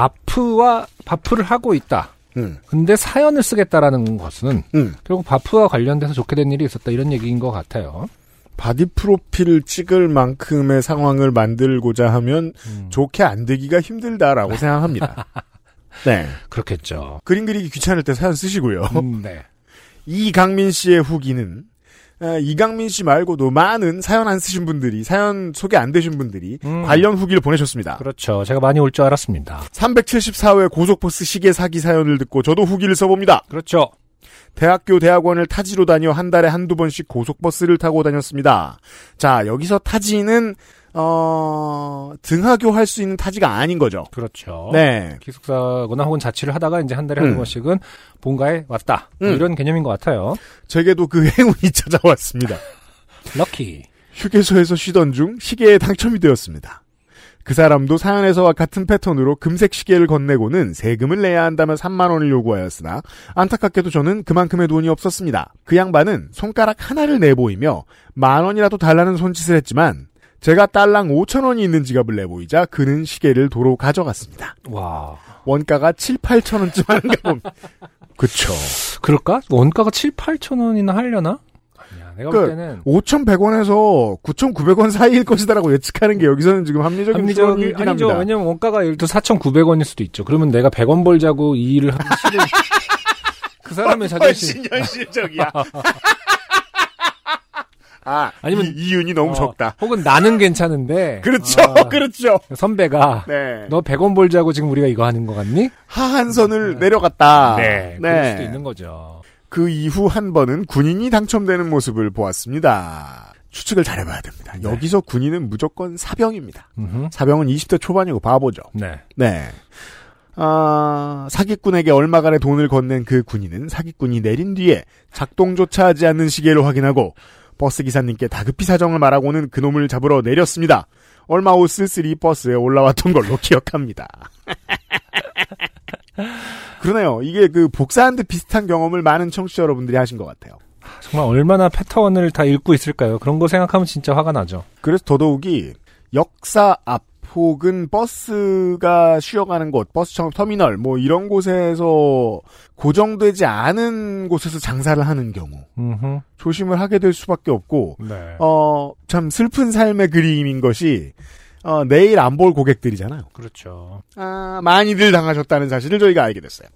Speaker 2: 바프와 바프를 하고 있다.
Speaker 1: 음.
Speaker 2: 근데 사연을 쓰겠다라는 것은
Speaker 1: 음.
Speaker 2: 결국 바프와 관련돼서 좋게 된 일이 있었다 이런 얘기인 것 같아요.
Speaker 1: 바디 프로필을 찍을 만큼의 상황을 만들고자 하면 좋게 안 되기가 힘들다라고 생각합니다. 네.
Speaker 2: 그렇겠죠.
Speaker 1: 그림 그리기 귀찮을 때 사연 쓰시고요.
Speaker 2: 음, 네.
Speaker 1: 이강민 씨의 후기는 아, 이강민 씨 말고도 많은 사연 안 쓰신 분들이 사연 소개 안 되신 분들이
Speaker 2: 음.
Speaker 1: 관련 후기를 보내셨습니다.
Speaker 2: 그렇죠. 제가 많이 올 줄 알았습니다.
Speaker 1: 374회 고속버스 시계 사기 사연을 듣고 저도 후기를 써봅니다.
Speaker 2: 그렇죠.
Speaker 1: 대학교 대학원을 타지로 다녀 한 달에 한두 번씩 고속버스를 타고 다녔습니다. 자 여기서 타지는 어, 등하교 할 수 있는 타지가 아닌 거죠.
Speaker 2: 그렇죠.
Speaker 1: 네.
Speaker 2: 기숙사거나 혹은 자취를 하다가 이제 한 달에
Speaker 1: 음.
Speaker 2: 한 번씩은 본가에 왔다. 뭐
Speaker 1: 음.
Speaker 2: 이런 개념인 것 같아요.
Speaker 1: 제게도 그 행운이 찾아왔습니다.
Speaker 2: 럭키.
Speaker 1: 휴게소에서 쉬던 중 시계에 당첨이 되었습니다. 그 사람도 사연에서와 같은 패턴으로 금색 시계를 건네고는 세금을 내야 한다며 3만 원을 요구하였으나 안타깝게도 저는 그만큼의 돈이 없었습니다. 그 양반은 손가락 하나를 내보이며 만 원이라도 달라는 손짓을 했지만 제가 딸랑 5천 원이 있는 지갑을 내보이자 그는 시계를 도로 가져갔습니다.
Speaker 2: 와.
Speaker 1: 원가가 7, 8천 원쯤 하는가 봅니다. 그쵸.
Speaker 2: 그럴까? 원가가 7, 8천 원이나 하려나? 아니야. 내가 볼
Speaker 1: 그-
Speaker 2: 때는
Speaker 1: 5,100원에서 9,900원 사이일 것이다라고 예측하는 게 여기서는 지금 합리적인
Speaker 2: 합리적인
Speaker 1: 추론이긴
Speaker 2: 아니죠.
Speaker 1: 합니다.
Speaker 2: 왜냐면 원가가 예를 들어 4,900원일 수도 있죠. 그러면 내가 100원 벌자고 이 일을 하기 싫은 그 사람의
Speaker 1: 아,
Speaker 2: 자존심.
Speaker 1: 현실적이야. 아,
Speaker 2: 아니면-
Speaker 1: 아니면 이, 윤이 너무
Speaker 2: 어,
Speaker 1: 적다.
Speaker 2: 혹은 나는 괜찮은데.
Speaker 1: 그렇죠,
Speaker 2: 아,
Speaker 1: 그렇죠.
Speaker 2: 선배가
Speaker 1: 네.
Speaker 2: 너 100원 벌자고 지금 우리가 이거 하는 것 같니?
Speaker 1: 하한선을 내려갔다.
Speaker 2: 네.
Speaker 1: 네.
Speaker 2: 그럴 수도 있는 거죠.
Speaker 1: 그 이후 한 번은 군인이 당첨되는 모습을 보았습니다. 추측을 잘해봐야 됩니다.
Speaker 2: 네.
Speaker 1: 여기서 군인은 무조건 사병입니다.
Speaker 2: 음흠.
Speaker 1: 사병은 20대 초반이고 바보죠.
Speaker 2: 네.
Speaker 1: 네. 아, 사기꾼에게 얼마간의 돈을 건넨 그 군인은 사기꾼이 내린 뒤에 작동조차 하지 않는 시계를 확인하고 버스 기사님께 다급히 사정을 말하고는 그놈을 잡으러 내렸습니다. 얼마 후 쓸쓸히 버스에 올라왔던 걸로 기억합니다. 그러네요. 이게 그 복사한 듯 비슷한 경험을 많은 청취자 여러분들이 하신 것 같아요.
Speaker 2: 정말 얼마나 패턴을 다 읽고 있을까요? 그런 거 생각하면 진짜 화가 나죠.
Speaker 1: 그래서 더더욱이 역사 앞 혹은 버스가 쉬어가는 곳, 버스 청- 터미널 뭐 이런 곳에서 고정되지 않은 곳에서 장사를 하는 경우
Speaker 2: 음흠.
Speaker 1: 조심을 하게 될 수밖에 없고
Speaker 2: 네.
Speaker 1: 어 참 슬픈 삶의 그림인 것이 어, 내일 안 볼 고객들이잖아요.
Speaker 2: 그렇죠.
Speaker 1: 아, 많이들 당하셨다는 사실을 저희가 알게 됐어요.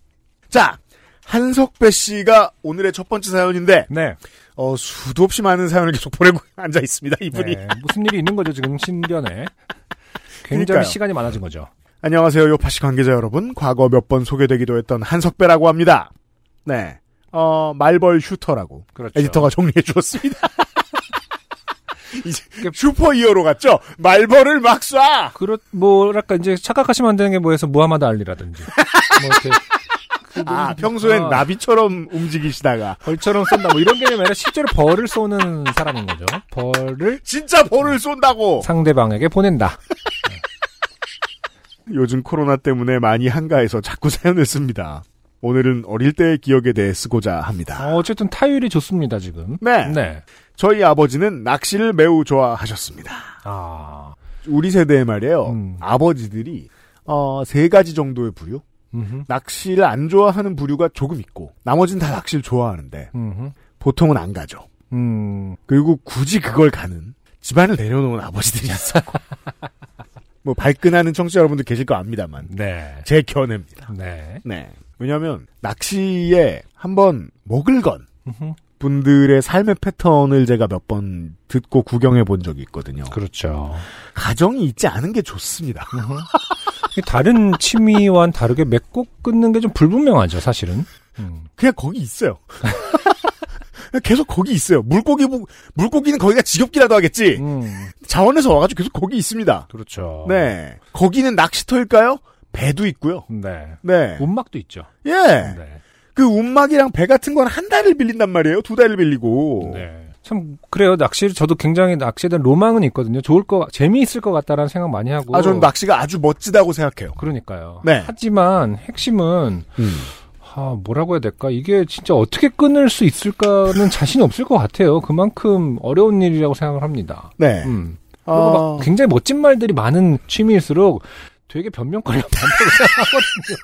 Speaker 1: 자, 한석배 씨가 오늘의 첫 번째 사연인데
Speaker 2: 네.
Speaker 1: 어, 수도 없이 많은 사연을 계속 보내고 앉아 있습니다. 이분이.
Speaker 2: 네. 무슨 일이 있는 거죠, 지금 신변에. 굉장히
Speaker 1: 그러니까요.
Speaker 2: 시간이 많아진 거죠.
Speaker 1: 안녕하세요. 요파시 관계자 여러분. 과거 몇 번 소개되기도 했던 한석배라고 합니다. 네. 어, 말벌 슈터라고
Speaker 2: 그렇죠.
Speaker 1: 에디터가 정리해 주었습니다. 이제 슈퍼 히어로 같죠? 말벌을 막 쏴!
Speaker 2: 그렇, 뭐랄까, 이제 착각하시면 안 되는 게 뭐해서 무하마드 알리라든지. 뭐 이렇게.
Speaker 1: 아, 평소엔
Speaker 2: 아.
Speaker 1: 나비처럼 움직이시다가.
Speaker 2: 벌처럼 쏜다, 뭐 이런 개념이 아니라 실제로 벌을 쏘는 사람인 거죠. 벌을
Speaker 1: 진짜 벌을 쏜다고!
Speaker 2: 상대방에게 보낸다.
Speaker 1: 요즘 코로나 때문에 많이 한가해서 자꾸 사연을 씁니다. 오늘은 어릴 때의 기억에 대해 쓰고자 합니다.
Speaker 2: 어, 어쨌든 타율이 좋습니다, 지금.
Speaker 1: 네.
Speaker 2: 네.
Speaker 1: 저희 아버지는 낚시를 매우 좋아하셨습니다.
Speaker 2: 아.
Speaker 1: 우리 세대에 말이에요.
Speaker 2: 음.
Speaker 1: 아버지들이 어, 세 가지 정도의 부류.
Speaker 2: 음흠.
Speaker 1: 낚시를 안 좋아하는 부류가 조금 있고 나머지는 다 낚시를 좋아하는데
Speaker 2: 음흠.
Speaker 1: 보통은 안 가죠.
Speaker 2: 음.
Speaker 1: 그리고 굳이 그걸 가는 집안을 내려놓은 아버지들이 있었고 뭐 발끈하는 청취자 여러분들 계실 거 압니다만
Speaker 2: 네.
Speaker 1: 제 견해입니다.
Speaker 2: 네.
Speaker 1: 네. 왜냐하면 낚시에 한번 목을 건 분들의 삶의 패턴을 제가 몇 번 듣고 구경해 본 적이 있거든요.
Speaker 2: 그렇죠.
Speaker 1: 가정이 있지 않은 게 좋습니다.
Speaker 2: 이 다른 취미와는 다르게 맺고 끊는 게 좀 불분명하죠, 사실은. 음.
Speaker 1: 그냥 거기 있어요. 그냥 계속 거기 있어요. 물고기 보- 물고기는 거기가 지겹기라도 하겠지.
Speaker 2: 음,
Speaker 1: 자원에서 와가지고 계속 거기 있습니다.
Speaker 2: 그렇죠.
Speaker 1: 네, 거기는 낚시터일까요? 배도 있고요.
Speaker 2: 네.
Speaker 1: 네,
Speaker 2: 운막도 있죠.
Speaker 1: 예,
Speaker 2: 네.
Speaker 1: 그 운막이랑 배 같은 건 한 달을 빌린단 말이에요. 두 달을 빌리고.
Speaker 2: 네. 참 그래요. 낚시 저도 굉장히 낚시에 대한 로망은 있거든요. 좋을 거 재미있을 것 같다라는 생각 많이 하고.
Speaker 1: 아, 저는 낚시가 아주 멋지다고 생각해요.
Speaker 2: 그러니까요.
Speaker 1: 네.
Speaker 2: 하지만 핵심은 아, 뭐라고 해야 될까? 이게 진짜 어떻게 끊을 수 있을까는 자신이 없을 것 같아요. 그만큼 어려운 일이라고 생각을 합니다.
Speaker 1: 네.
Speaker 2: 음. 그리고
Speaker 1: 어,
Speaker 2: 막 굉장히 멋진 말들이 많은 취미일수록 되게 변명거리가 많다고 생각하거든요.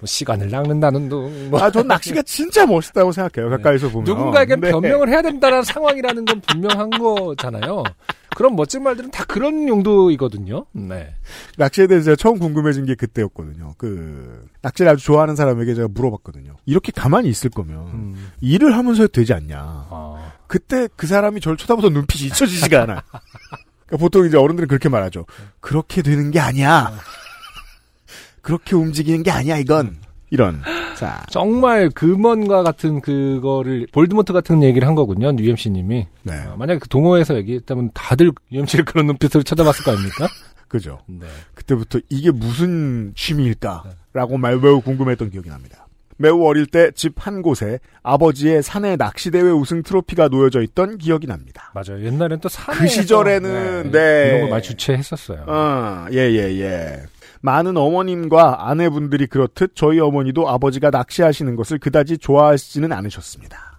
Speaker 2: 뭐 시간을 낚는다는 둥. 뭐
Speaker 1: 아, 전 낚시가 진짜 멋있다고 생각해요. 가까이서 보면.
Speaker 2: 누군가에게
Speaker 1: 네.
Speaker 2: 변명을 해야 된다는 상황이라는 건 분명한 거잖아요. 그런 멋진 말들은 다 그런 용도이거든요. 네.
Speaker 1: 낚시에 대해서 제가 처음 궁금해진 게 그때였거든요. 그 낚시를 아주 좋아하는 사람에게 제가 물어봤거든요. 이렇게 가만히 있을 거면
Speaker 2: 음.
Speaker 1: 일을 하면서 해도 되지 않냐.
Speaker 2: 아,
Speaker 1: 그때 그 사람이 저를 쳐다보던 눈빛이 잊혀지지가 않아. 그러니까 보통 이제 어른들은 그렇게 말하죠. 그렇게 되는 게 아니야. 그렇게 움직이는 게 아니야 이건. 이런. 자,
Speaker 2: 정말 금언과 같은 그거를 볼드모트 같은 얘기를 한 거군요. UMC님이.
Speaker 1: 네,
Speaker 2: 만약에 그 동호회에서 얘기했다면 다들 UMC를 그런 눈빛으로 쳐다봤을 거 아닙니까?
Speaker 1: 그죠.
Speaker 2: 네.
Speaker 1: 그때부터 이게 무슨 취미일까라고
Speaker 2: 네.
Speaker 1: 말 매우 궁금했던 기억이 납니다. 매우 어릴 때 집 한 곳에 아버지의 사내 낚시대회 우승 트로피가 놓여져 있던 기억이 납니다.
Speaker 2: 맞아요. 옛날엔 또 산에
Speaker 1: 그 시절에는, 네.
Speaker 2: 이런 걸 많이 주최했었어요.
Speaker 1: 어,
Speaker 2: 아.
Speaker 1: 예, 예, 예. 많은 어머님과 아내분들이 그렇듯 저희 어머니도 아버지가 낚시하시는 것을 그다지 좋아하시지는 않으셨습니다.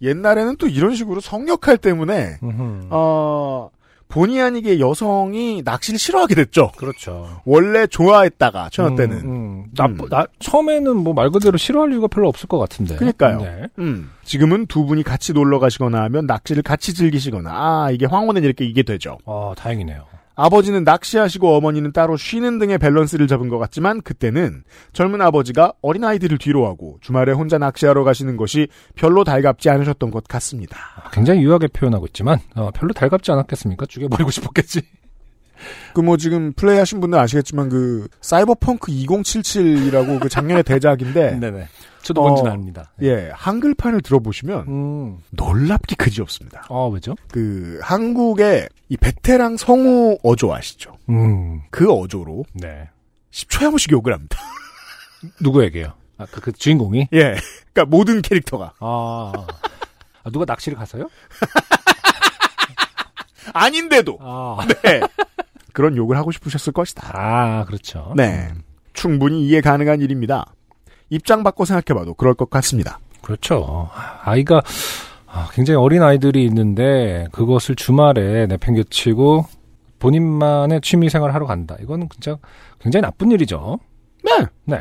Speaker 1: 옛날에는 또 이런 식으로 성역할 때문에,
Speaker 2: 음흠.
Speaker 1: 어, 본의 아니게 여성이 낚시를 싫어하게 됐죠.
Speaker 2: 그렇죠.
Speaker 1: 원래 좋아했다가, 처녀 때는.
Speaker 2: 음, 음. 나, 나 처음에는 뭐 말 그대로 싫어할 이유가 별로 없을 것 같은데.
Speaker 1: 그러니까요.
Speaker 2: 네.
Speaker 1: 음, 지금은 두 분이 같이 놀러 가시거나 하면 낚시를 같이 즐기시거나, 아, 이게 황혼은 이렇게 이게 되죠.
Speaker 2: 아 다행이네요.
Speaker 1: 아버지는 낚시하시고 어머니는 따로 쉬는 등의 밸런스를 잡은 것 같지만 그때는 젊은 아버지가 어린아이들을 뒤로하고 주말에 혼자 낚시하러 가시는 것이 별로 달갑지 않으셨던 것 같습니다.
Speaker 2: 굉장히 유하게 표현하고 있지만 어, 별로 달갑지 않았겠습니까? 죽여버리고 싶었겠지.
Speaker 1: 그 뭐 지금 플레이하신 분들 아시겠지만 그 사이버펑크 2077이라고 그 작년의 대작인데
Speaker 2: 네네. 저도
Speaker 1: 어,
Speaker 2: 뭔지는 압니다.
Speaker 1: 예, 한글판을 들어보시면
Speaker 2: 음.
Speaker 1: 놀랍게 그지없습니다.
Speaker 2: 아 왜죠?
Speaker 1: 그 한국의 이 베테랑 성우 어조 아시죠?
Speaker 2: 음.
Speaker 1: 그 어조로
Speaker 2: 네.
Speaker 1: 10초에 한 번씩 욕을 합니다.
Speaker 2: 누구에게요? 아그 그 주인공이?
Speaker 1: 예. 그러니까 모든 캐릭터가
Speaker 2: 아. 아, 누가 낚시를 가서요?
Speaker 1: 아닌데도
Speaker 2: 아.
Speaker 1: 네. 그런 욕을 하고 싶으셨을 것이다.
Speaker 2: 아, 그렇죠.
Speaker 1: 네. 충분히 이해 가능한 일입니다. 입장 바꿔 생각해봐도 그럴 것 같습니다.
Speaker 2: 그렇죠. 아이가 아, 굉장히 어린 아이들이 있는데 그것을 주말에 내팽개치고 본인만의 취미 생활을 하러 간다. 이건 진짜 굉장히 나쁜 일이죠.
Speaker 1: 네.
Speaker 2: 네.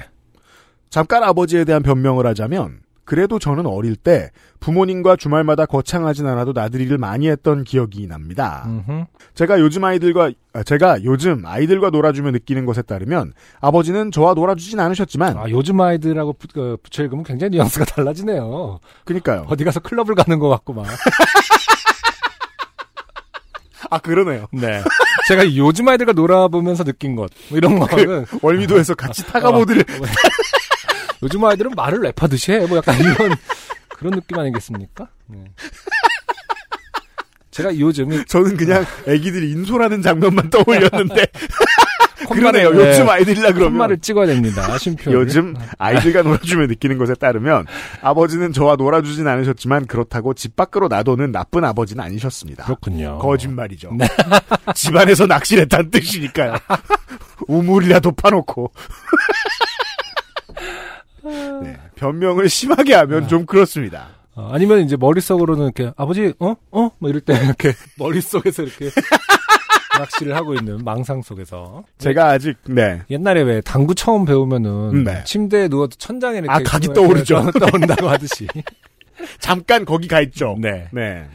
Speaker 1: 잠깐 아버지에 대한 변명을 하자면, 그래도 저는 어릴 때 부모님과 주말마다 거창하진 않아도 나들이를 많이 했던 기억이 납니다.
Speaker 2: 음흠.
Speaker 1: 제가 요즘 아이들과, 아, 제가 요즘 아이들과 놀아주며 느끼는 것에 따르면 아버지는 저와 놀아주진 않으셨지만,
Speaker 2: 아, 요즘 아이들하고 부, 어, 부처 읽으면 굉장히 뉘앙스가 달라지네요.
Speaker 1: 그니까요.
Speaker 2: 어디 가서 클럽을 가는 것 같고 막.
Speaker 1: 아, 그러네요.
Speaker 2: 네. 제가 요즘 아이들과 놀아보면서 느낀 것. 뭐 이런 거는
Speaker 1: 월미도에서 같이 타가보드를,
Speaker 2: 뭐. 요즘 아이들은 말을 랩하듯이 해. 뭐 약간 이런 그런 느낌 아니겠습니까? 네. 제가 요즘 이
Speaker 1: 저는 그냥
Speaker 2: 아.
Speaker 1: 애기들이 인솔하는 장면만 떠올렸는데,
Speaker 2: 네. 콧말을-
Speaker 1: 그러네요. 요즘 아이들이라 그러면.
Speaker 2: 콧말을 찍어야 됩니다. 심표.
Speaker 1: 요즘 아이들과 놀아주며 느끼는 것에 따르면 아버지는 저와 놀아주진 않으셨지만 그렇다고 집 밖으로 놔두는 나쁜 아버지는 아니셨습니다.
Speaker 2: 그렇군요. 네.
Speaker 1: 거짓말이죠. 집안에서 낚시를 했다는 뜻이니까요. 우물이라도 파놓고. 네, 변명을 심하게
Speaker 2: 아.
Speaker 1: 하면 좀 그렇습니다.
Speaker 2: 어, 아니면 이제 머릿속으로는 이렇게 아버지 어? 어? 뭐 이럴 때 이렇게 머릿속에서 이렇게 낚시를 하고 있는 망상 속에서
Speaker 1: 제가 아직 네
Speaker 2: 옛날에 왜 당구 처음 배우면은
Speaker 1: 네.
Speaker 2: 침대에 누워도 천장에 이렇게
Speaker 1: 아, 각이
Speaker 2: 손을
Speaker 1: 떠오르죠.
Speaker 2: 이렇게 떠오른다고 하듯이.
Speaker 1: 잠깐 거기 가 있죠.
Speaker 2: 네.
Speaker 1: 네.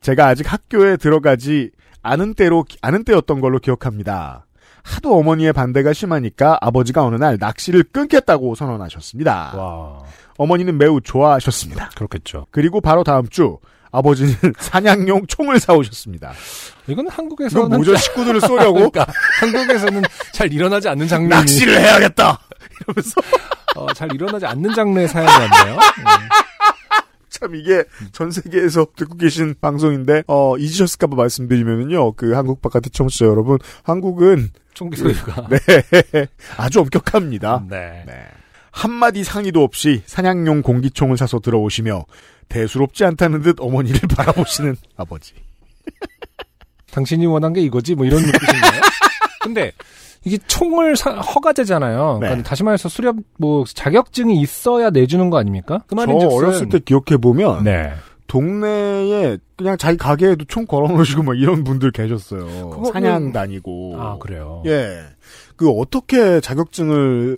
Speaker 1: 제가 아직 학교에 들어가지 않은 때로, 않은 때였던 걸로 기억합니다. 하도 어머니의 반대가 심하니까 아버지가 어느 날 낚시를 끊겠다고 선언하셨습니다.
Speaker 2: 와,
Speaker 1: 어머니는 매우 좋아하셨습니다.
Speaker 2: 그렇겠죠.
Speaker 1: 그리고 바로 다음 주 아버지는 사냥용 총을 사오셨습니다.
Speaker 2: 이건
Speaker 1: 이거
Speaker 2: 한국에서는 그러니까.
Speaker 1: 뭐죠? 식구들을 쏘려고?
Speaker 2: 한국에서는 잘 일어나지 않는 장면이
Speaker 1: 낚시를 해야겠다!
Speaker 2: 어, 잘 일어나지 않는 장르의 사연이었네요. 음,
Speaker 1: 참 이게 전 세계에서 듣고 계신 방송인데 어 잊으셨을까봐 말씀드리면은요 그 한국 바깥의 청취자 여러분 한국은
Speaker 2: 총기 소리가.
Speaker 1: 네 아주 엄격합니다
Speaker 2: 네.
Speaker 1: 네. 한마디 상의도 없이 사냥용 공기총을 사서 들어오시며 대수롭지 않다는 듯 어머니를 바라보시는 아버지
Speaker 2: 당신이 원한 게 이거지 뭐 이런 느낌인가요? 근데 이게 총을 사- 허가제잖아요.
Speaker 1: 네.
Speaker 2: 그러니까 다시 말해서 수렵 뭐 자격증이 있어야 내주는 거 아닙니까? 그
Speaker 1: 저
Speaker 2: 말인즉슨
Speaker 1: 어렸을 때 기억해 보면
Speaker 2: 네.
Speaker 1: 동네에 그냥 자기 가게에도 총 걸어놓으시고 막 이런 분들 계셨어요
Speaker 2: 그거는-
Speaker 1: 사냥 다니고
Speaker 2: 아 그래요.
Speaker 1: 예. 그 어떻게 자격증을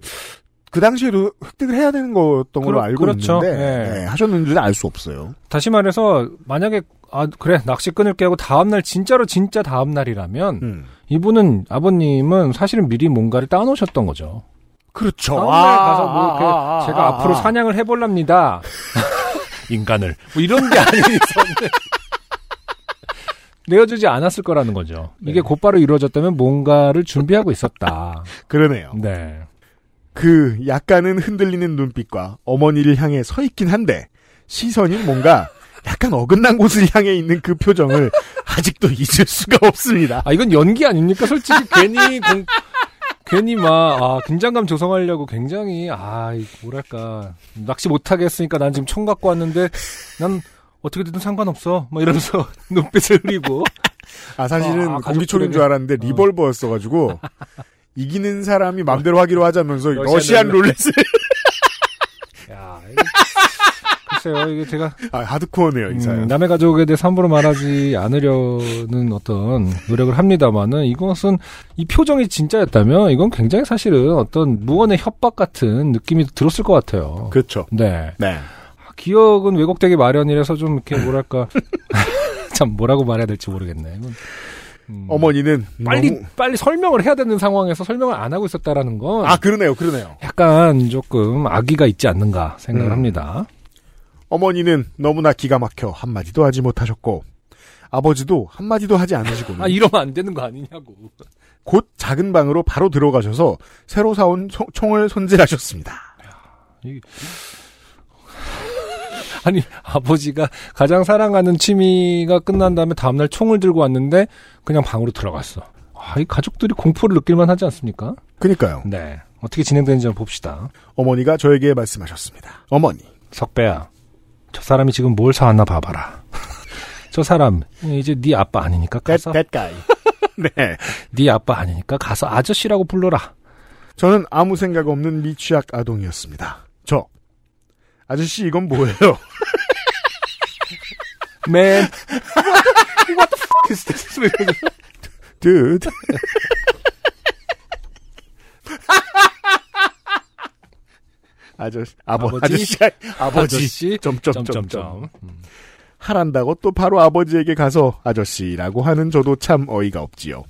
Speaker 1: 그 당시에도 획득을 해야 되는 거였던 걸로
Speaker 2: 그렇-
Speaker 1: 알고
Speaker 2: 그렇죠.
Speaker 1: 있는데
Speaker 2: 예.
Speaker 1: 예, 하셨는지는 알 수 없어요.
Speaker 2: 다시 말해서 만약에 아 그래 낚시 끊을게 하고 다음 날 진짜로 진짜 다음 날이라면
Speaker 1: 음.
Speaker 2: 이분은 아버님은 사실은 미리 뭔가를 따놓으셨던 거죠.
Speaker 1: 그렇죠. 아,
Speaker 2: 다음 날 가서 뭐 이렇게 제가 앞으로 사냥을 해볼랍니다. 아. 인간을 뭐 이런 게 아니었는데 내어주지 않았을 거라는 거죠. 이게 곧바로 이루어졌다면 뭔가를 준비하고 있었다.
Speaker 1: 그러네요.
Speaker 2: 네.
Speaker 1: 그 약간은 흔들리는 눈빛과 어머니를 향해 서 있긴 한데 시선이 뭔가 약간 어긋난 곳을 향해 있는 그 표정을 아직도 잊을 수가 없습니다.
Speaker 2: 아 이건 연기 아닙니까? 솔직히 괜히 공- 괜히 막 아, 긴장감 조성하려고 굉장히 아 이, 뭐랄까 낚시 못하게 했으니까 난 지금 총 갖고 왔는데 난 어떻게든 상관없어. 막 이러면서 눈빛을 흘리고
Speaker 1: 아 사실은
Speaker 2: 아, 아,
Speaker 1: 공기총인
Speaker 2: 가족들에게-
Speaker 1: 줄 알았는데 리볼버였어가지고 이기는 사람이 맘대로 하기로 하자면서
Speaker 2: 러시안
Speaker 1: 러시안 룰렛을
Speaker 2: 야, 이거- 글쎄요, 이게 제가
Speaker 1: 아, 하드코어네요, 이 사연.
Speaker 2: 음, 남의 가족에 대해 함부로 말하지 않으려는 어떤 노력을 합니다만은 이것은 이 표정이 진짜였다면 이건 굉장히 사실은 어떤 무언의 협박 같은 느낌이 들었을 것 같아요.
Speaker 1: 그렇죠.
Speaker 2: 네.
Speaker 1: 네.
Speaker 2: 아, 기억은 왜곡되기 마련이라서 좀 이렇게 뭐랄까. 참 뭐라고 말해야 될지 모르겠네. 이건, 음,
Speaker 1: 어머니는
Speaker 2: 빨리
Speaker 1: 너무-
Speaker 2: 빨리 설명을 해야 되는 상황에서 설명을 안 하고 있었다라는 건
Speaker 1: 아 그러네요, 그러네요.
Speaker 2: 약간 조금 악의가 있지 않는가 생각을
Speaker 1: 음.
Speaker 2: 합니다.
Speaker 1: 어머니는 너무나 기가 막혀 한 마디도 하지 못하셨고 아버지도 한 마디도 하지 않으시고는
Speaker 2: 아 이러면 안 되는 거 아니냐고.
Speaker 1: 곧 작은 방으로 바로 들어가셔서 새로 사온 소- 총을 손질하셨습니다.
Speaker 2: 아니 아버지가 가장 사랑하는 취미가 끝난 다음에 다음날 총을 들고 왔는데 그냥 방으로 들어갔어. 아, 이 가족들이 공포를 느낄만 하지 않습니까?
Speaker 1: 그니까요.
Speaker 2: 네. 어떻게 진행되는지 한번 봅시다.
Speaker 1: 어머니가 저에게 말씀하셨습니다. 어머니,
Speaker 2: 석배야, 저 사람이 지금 뭘 사왔나 봐봐라. 저 사람 이제 네 아빠 아니니까 가서
Speaker 1: guy. 네.
Speaker 2: 네 아빠 아니니까 가서 아저씨라고 불러라.
Speaker 1: 저는 아무 생각 없는 미취학 아동이었습니다. 저 아저씨 이건 뭐예요?
Speaker 2: 맨
Speaker 1: 듯. 아저 아버
Speaker 2: 아버지?
Speaker 1: 아저씨 아버지,
Speaker 2: 아저씨
Speaker 1: 점점점점 하란다고 또 바로 아버지에게 가서 아저씨라고 하는 저도 참 어이가 없지요.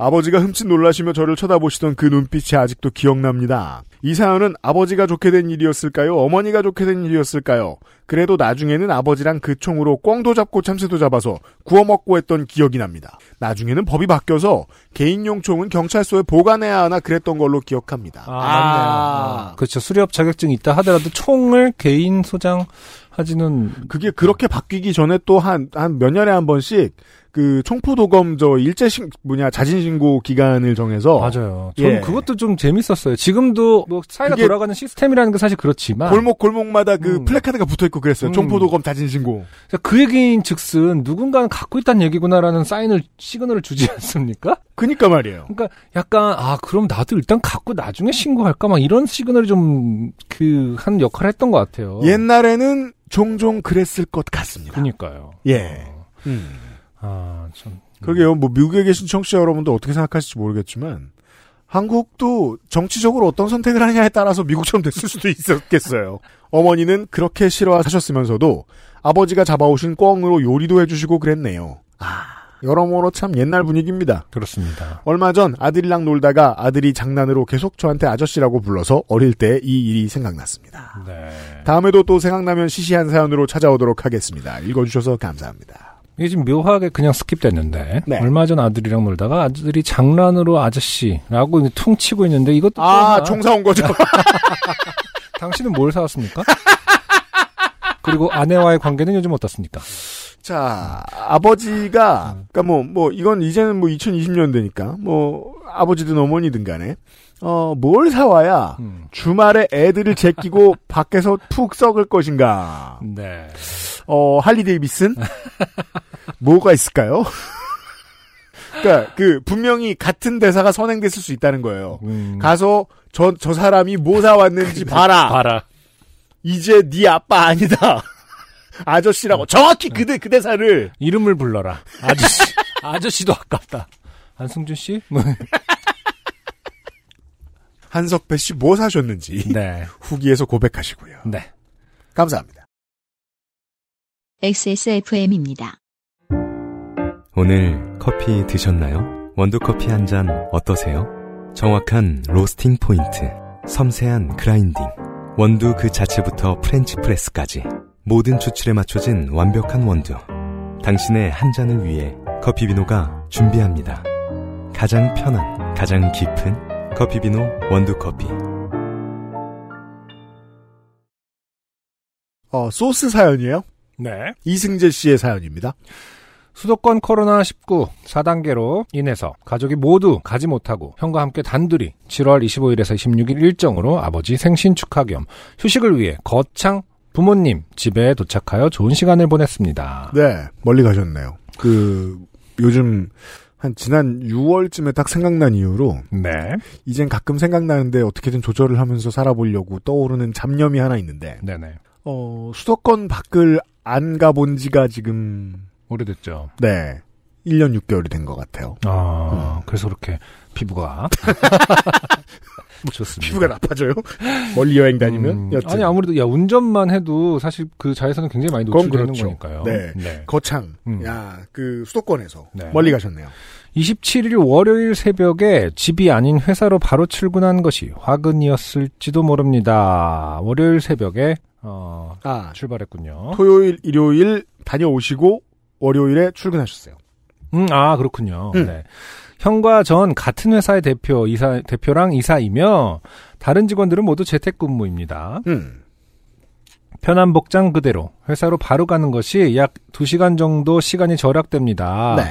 Speaker 1: 아버지가 흠칫 놀라시며 저를 쳐다보시던 그 눈빛이 아직도 기억납니다. 이 사연은 아버지가 좋게 된 일이었을까요? 어머니가 좋게 된 일이었을까요? 그래도 나중에는 아버지랑 그 총으로 꿩도 잡고 참새도 잡아서 구워 먹고 했던 기억이 납니다. 나중에는 법이 바뀌어서 개인용 총은 경찰서에 보관해야 하나 그랬던 걸로 기억합니다.
Speaker 2: 아, 맞네요. 그렇죠. 수리업 자격증이 있다 하더라도 총을 개인 소장하지는
Speaker 1: 그게 그렇게 바뀌기 전에 또 한 한 몇 년에 한 번씩 그 총포도검 저 일제 신 뭐냐 자진 신고 기간을 정해서
Speaker 2: 맞아요. 저는
Speaker 1: 예.
Speaker 2: 그것도 좀 재밌었어요. 지금도 뭐 사회가
Speaker 1: 그게-
Speaker 2: 돌아가는 시스템이라는 게 사실 그렇지만
Speaker 1: 골목 골목마다 그
Speaker 2: 음.
Speaker 1: 플래카드가 붙어 있고 그랬어요.
Speaker 2: 음.
Speaker 1: 총포도검 자진 신고.
Speaker 2: 그 얘기인 즉슨 누군가는 갖고 있다는 얘기구나라는 사인을 시그널을 주지 않습니까?
Speaker 1: 그니까 말이에요.
Speaker 2: 그러니까 약간 아 그럼 나도 일단 갖고 나중에 신고할까 막 이런 시그널이 좀 그 한 역할을 했던 것 같아요.
Speaker 1: 옛날에는 종종 그랬을 것
Speaker 2: 어.
Speaker 1: 같습니다.
Speaker 2: 그러니까요. 어. 음.
Speaker 1: 예.
Speaker 2: 아 참.
Speaker 1: 그러게요. 뭐 미국에 계신 청취자 여러분도 어떻게 생각하실지 모르겠지만 한국도 정치적으로 어떤 선택을 하느냐에 따라서 미국처럼 됐을 수도 있었겠어요. 어머니는 그렇게 싫어하셨으면서도 아버지가 잡아오신 꿩으로 요리도 해주시고 그랬네요. 아, 여러모로 참 옛날 분위기입니다.
Speaker 2: 그렇습니다.
Speaker 1: 얼마 전 아들이랑 놀다가 아들이 장난으로 계속 저한테 아저씨라고 불러서 어릴 때 이 일이 생각났습니다.
Speaker 2: 네.
Speaker 1: 다음에도 또 생각나면 시시한 사연으로 찾아오도록 하겠습니다. 읽어주셔서 감사합니다.
Speaker 2: 이게 지금 묘하게 그냥 스킵됐는데
Speaker 1: 네.
Speaker 2: 얼마 전 아들이랑 놀다가 아들이 장난으로 아저씨라고 이제 퉁 치고 있는데 이것도
Speaker 1: 아,
Speaker 2: 또나
Speaker 1: 총사 온 거죠?
Speaker 2: 당신은 뭘 사왔습니까? 그리고 아내와의 관계는 요즘 어떻습니까?
Speaker 1: 자, 아버지가, 그니까 뭐, 뭐, 이건 이제는 뭐 2020년대니까, 뭐, 아버지든 어머니든 간에, 어, 뭘 사와야
Speaker 2: 음.
Speaker 1: 주말에 애들을 제끼고 밖에서 푹 썩을 것인가.
Speaker 2: 네.
Speaker 1: 어, 할리 데이비슨? 뭐가 있을까요? 그니까, 그, 분명히 같은 대사가 선행됐을 수 있다는 거예요.
Speaker 2: 음,
Speaker 1: 가서, 저, 저 사람이 뭐 사왔는지 봐라.
Speaker 2: 봐라.
Speaker 1: 이제 네 아빠 아니다. 아저씨라고. 정확히 그, 대- 그 대사를.
Speaker 2: 이름을 불러라. 아저씨. 아저씨도 아깝다. 안승준 씨? 뭐,
Speaker 1: 한석배 씨 뭐 사셨는지
Speaker 2: 네.
Speaker 1: 후기에서 고백하시고요.
Speaker 2: 네.
Speaker 1: 감사합니다.
Speaker 3: XSFM입니다.
Speaker 5: 오늘 커피 드셨나요? 원두커피 한 잔 어떠세요? 정확한 로스팅 포인트, 섬세한 그라인딩, 원두 그 자체부터 프렌치 프레스까지 모든 추출에 맞춰진 완벽한 원두. 당신의 한 잔을 위해 커피비노가 준비합니다. 가장 편한, 가장 깊은 커피비노 원두커피.
Speaker 1: 어, 소스 사연이에요?
Speaker 2: 네.
Speaker 1: 이승재 씨의 사연입니다.
Speaker 2: 수도권 코로나19 4단계로 인해서 가족이 모두 가지 못하고 형과 함께 단둘이 7월 25일에서 26일 일정으로 아버지 생신 축하 겸 휴식을 위해 거창 부모님 집에 도착하여 좋은 시간을 보냈습니다.
Speaker 1: 네, 멀리 가셨네요. 그 요즘 한 지난 6월쯤에 딱 생각난 이후로
Speaker 2: 네.
Speaker 1: 이젠 가끔 생각나는데 어떻게든 조절을 하면서 살아보려고 떠오르는 잡념이 하나 있는데
Speaker 2: 네네.
Speaker 1: 어, 수도권 밖을 안 가본 지가 지금
Speaker 2: 오래됐죠.
Speaker 1: 네 1년 6개월이 된 것 같아요.
Speaker 2: 아, 그래서 그렇게 피부가. 좋습니다.
Speaker 1: 피부가 나빠져요? 멀리 여행 다니면?
Speaker 2: 음,
Speaker 1: 여튼.
Speaker 2: 아니 아무래도 야 운전만 해도 사실 그 자외선은 굉장히 많이
Speaker 1: 그건
Speaker 2: 노출되는
Speaker 1: 그렇죠.
Speaker 2: 거니까요.
Speaker 1: 네. 거창.
Speaker 2: 음.
Speaker 1: 야, 그 수도권에서
Speaker 2: 네.
Speaker 1: 멀리 가셨네요.
Speaker 2: 27일 월요일 새벽에 집이 아닌 회사로 바로 출근한 것이 화근이었을지도 모릅니다. 월요일 새벽에 어,
Speaker 1: 아,
Speaker 2: 출발했군요.
Speaker 1: 토요일, 일요일 다녀오시고 월요일에 출근하셨어요.
Speaker 2: 음, 아 그렇군요.
Speaker 1: 음.
Speaker 2: 네. 형과 전 같은 회사의 대표 이사 대표랑 이사이며 다른 직원들은 모두 재택근무입니다.
Speaker 1: 음.
Speaker 2: 편한 복장 그대로 회사로 바로 가는 것이 약 2시간 정도 시간이 절약됩니다.
Speaker 1: 네.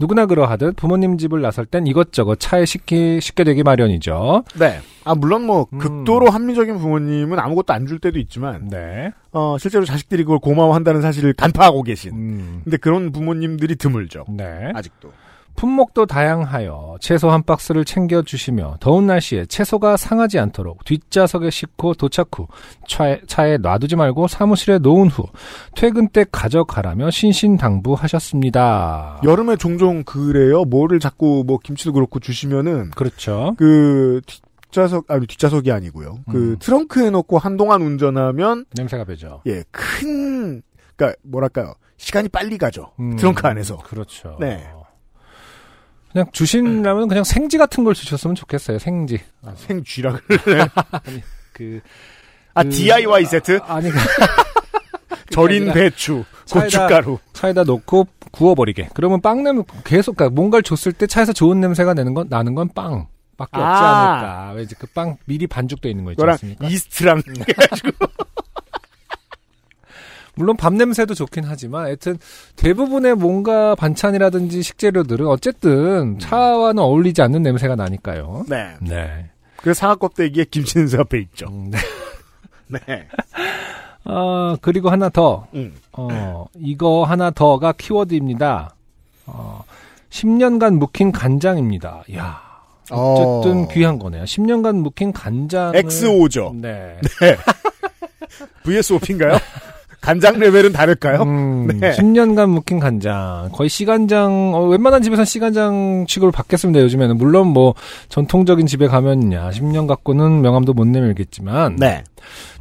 Speaker 2: 누구나 그러하듯 부모님 집을 나설 땐 이것저것 차에 식기, 식게 되기 마련이죠.
Speaker 1: 네. 아, 물론 뭐
Speaker 2: 음.
Speaker 1: 극도로 합리적인 부모님은 아무것도 안 줄 때도 있지만
Speaker 2: 네.
Speaker 1: 어, 실제로 자식들이 그걸 고마워한다는 사실을 간파하고 계신.
Speaker 2: 음,
Speaker 1: 근데 그런 부모님들이 드물죠.
Speaker 2: 네.
Speaker 1: 아직도.
Speaker 2: 품목도 다양하여 채소 한 박스를 챙겨주시며 더운 날씨에 채소가 상하지 않도록 뒷좌석에 싣고 도착 후 차에, 차에 놔두지 말고 사무실에 놓은 후 퇴근 때 가져가라며 신신당부하셨습니다.
Speaker 1: 여름에 종종 그래요. 뭐를 자꾸 뭐 김치도 그렇고 주시면은
Speaker 2: 그렇죠.
Speaker 1: 그 뒷좌석 아니 뒷좌석이 아니고요. 그
Speaker 2: 음.
Speaker 1: 트렁크에 넣고 한동안 운전하면
Speaker 2: 냄새가 배죠.
Speaker 1: 예, 큰, 그니까, 뭐랄까요. 시간이 빨리 가죠.
Speaker 2: 음,
Speaker 1: 트렁크 안에서.
Speaker 2: 그렇죠.
Speaker 1: 네.
Speaker 2: 그냥 주신다면 그냥 생지 같은 걸 주셨으면 좋겠어요. 생지.
Speaker 1: 생쥐라.
Speaker 2: 그
Speaker 1: 아,
Speaker 2: 그-
Speaker 1: DIY 세트?
Speaker 2: 아, 아니
Speaker 1: 절인
Speaker 2: 아니라
Speaker 1: 배추,
Speaker 2: 차에다-
Speaker 1: 고춧가루.
Speaker 2: 차에다 놓고 구워버리게. 그러면 빵 냄새 계속 그러니까 뭔가를 줬을 때 차에서 좋은 냄새가 내는 건 나는 건 빵밖에 없지
Speaker 1: 아.
Speaker 2: 않을까. 왜 이제 그 빵 미리 반죽돼 있는 거 있지
Speaker 1: 너랑
Speaker 2: 않습니까?
Speaker 1: 이스트랑.
Speaker 2: 음, 네. 물론 밥 냄새도 좋긴 하지만 하여튼 대부분의 뭔가 반찬이라든지 식재료들은 어쨌든 차와는 어울리지 않는 냄새가 나니까요.
Speaker 1: 네.
Speaker 2: 네.
Speaker 1: 그 사과 껍데기에 김치 냄새 앞에 있죠.
Speaker 2: 음,
Speaker 1: 네.
Speaker 2: 아, 그리고 하나 더.
Speaker 1: 음.
Speaker 2: 어, 이거 하나 더가 키워드입니다. 어, 10년간 묵힌 간장입니다. 야 어쨌든 귀한 거네요. 10년간 묵힌 간장.
Speaker 1: XO죠.
Speaker 2: 네.
Speaker 1: VSOP인가요? 간장 레벨은 다를까요?
Speaker 2: 음,
Speaker 1: 네.
Speaker 2: 10년간 묵힌 간장. 거의 시간장, 어, 웬만한 집에선 시간장 취급을 받겠습니다, 요즘에는. 물론 뭐, 전통적인 집에 가면, 야, 10년 갖고는 명함도 못 내밀겠지만.
Speaker 1: 네.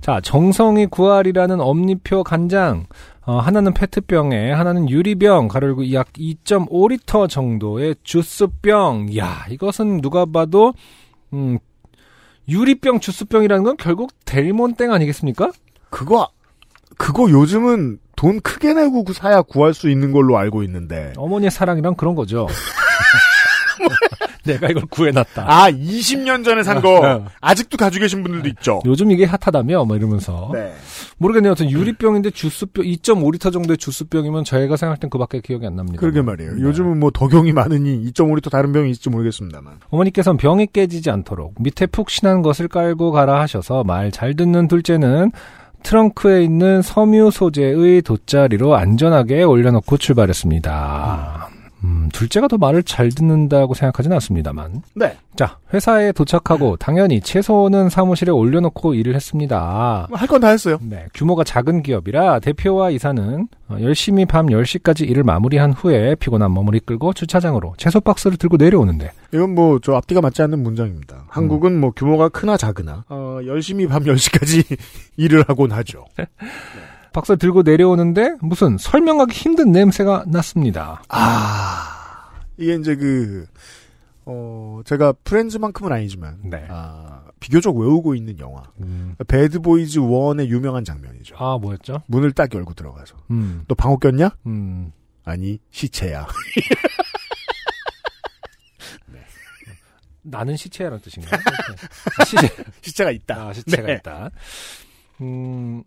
Speaker 2: 자, 정성이 구할이라는 엄니표 간장. 어, 하나는 페트병에 하나는 유리병 가로고 약 2.5리터 정도의 주스병. 야, 이것은 누가 봐도 음, 유리병 주스병이라는 건 결국 델몬땡 아니겠습니까?
Speaker 1: 그거 그거 요즘은 돈 크게 내고 구- 사야 구할 수 있는 걸로 알고 있는데.
Speaker 2: 어머니의 사랑이란 그런 거죠. 내가 이걸 구해놨다.
Speaker 1: 아, 20년 전에 산 거. 아직도 가지고 계신 분들도 있죠.
Speaker 2: 어. 요즘 이게 핫하다며? 막 이러면서.
Speaker 1: 네.
Speaker 2: 모르겠네요. 하여튼 유리병인데 주스병, 2.5리터 정도의 주스병이면 저희가 생각할 땐 그 밖에 기억이 안 납니다.
Speaker 1: 그러게 말이에요.
Speaker 2: 네.
Speaker 1: 요즘은 뭐 덕용이 많으니 2.5리터 다른 병이 있을지 모르겠습니다만.
Speaker 2: 어머니께서는 병이 깨지지 않도록 밑에 푹신한 것을 깔고 가라 하셔서 말 잘 듣는 둘째는 트렁크에 있는 섬유 소재의 돗자리로 안전하게 올려놓고 출발했습니다. 음, 둘째가 더 말을 잘 듣는다고 생각하진 않습니다만.
Speaker 1: 네.
Speaker 2: 자, 회사에 도착하고 당연히 채소는 사무실에 올려놓고 일을 했습니다.
Speaker 1: 뭐 할 건 다 했어요.
Speaker 2: 네, 규모가 작은 기업이라 대표와 이사는 어, 열심히 밤 10시까지 일을 마무리한 후에 피곤한 머물이 끌고 주차장으로 채소 박스를 들고 내려오는데
Speaker 1: 이건 뭐 저 앞뒤가 맞지 않는 문장입니다. 한국은 뭐 규모가 크나 작으나 어, 열심히 밤 10시까지 일을 하곤 하죠.
Speaker 2: 박스를 들고 내려오는데 무슨 설명하기 힘든 냄새가 났습니다.
Speaker 1: 아. 이게 이제 그 어, 제가 프렌즈만큼은 아니지만
Speaker 2: 네.
Speaker 1: 아, 비교적 외우고 있는 영화 배드보이즈 1의 유명한 장면이죠.
Speaker 2: 음. 아, 뭐였죠?
Speaker 1: 문을 딱 열고 들어가서
Speaker 2: 음.
Speaker 1: 너 방어 꼈냐?
Speaker 2: 음.
Speaker 1: 아니 시체야.
Speaker 2: 나는 시체라는 뜻인가요? 아, 시체.
Speaker 1: 시체가 있다.
Speaker 2: 아,
Speaker 1: 네.
Speaker 2: 시체가 있다. 음,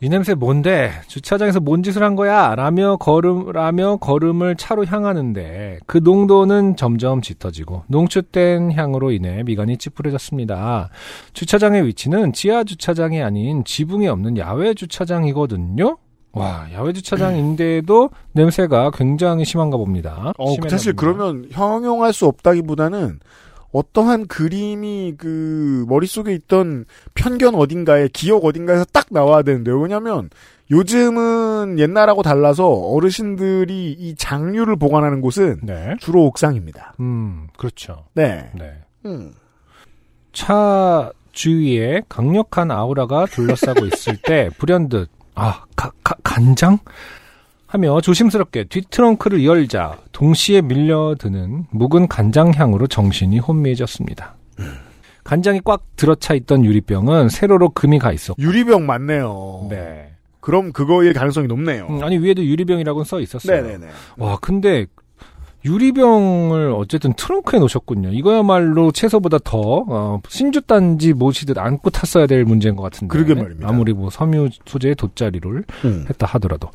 Speaker 2: 이 냄새 뭔데? 주차장에서 뭔 짓을 한 거야? 라며 걸음, 라며 걸음을 차로 향하는데 그 농도는 점점 짙어지고 농축된 향으로 인해 미간이 찌푸려졌습니다. 주차장의 위치는 지하 주차장이 아닌 지붕이 없는 야외 주차장이거든요? 와, 야외 주차장인데도 냄새가 굉장히 심한가 봅니다.
Speaker 1: 어,
Speaker 2: 심했나
Speaker 1: 사실
Speaker 2: 봅니다.
Speaker 1: 그러면 형용할 수 없다기보다는 어떠한 그림이 그 머릿속에 있던 편견 어딘가에 기억 어딘가에서 딱 나와야 되는데요. 왜냐면 요즘은 옛날하고 달라서 어르신들이 이 장류를 보관하는 곳은
Speaker 2: 네.
Speaker 1: 주로 옥상입니다.
Speaker 2: 음, 그렇죠.
Speaker 1: 네.
Speaker 2: 네.
Speaker 1: 음.
Speaker 2: 차 주위에 강력한 아우라가 둘러싸고 있을 때 불현듯 아 가, 가, 간장 하며 조심스럽게 뒷트렁크를 열자 동시에 밀려드는 묵은 간장 향으로 정신이 혼미해졌습니다. 간장이 꽉 들어차 있던 유리병은 세로로 금이 가 있었고,
Speaker 1: 유리병 맞네요.
Speaker 2: 네.
Speaker 1: 그럼 그거일 가능성이 높네요.
Speaker 2: 음, 아니 위에도 유리병이라고는 써 있었어요.
Speaker 1: 네네네.
Speaker 2: 와, 근데 유리병을 어쨌든 트렁크에 놓으셨군요. 이거야말로 채소보다 더 어, 신주단지 모시듯 안고 탔어야 될 문제인 것 같은데.
Speaker 1: 그러게 말입니다.
Speaker 2: 아무리 뭐 섬유 소재의 돗자리를
Speaker 1: 음.
Speaker 2: 했다 하더라도.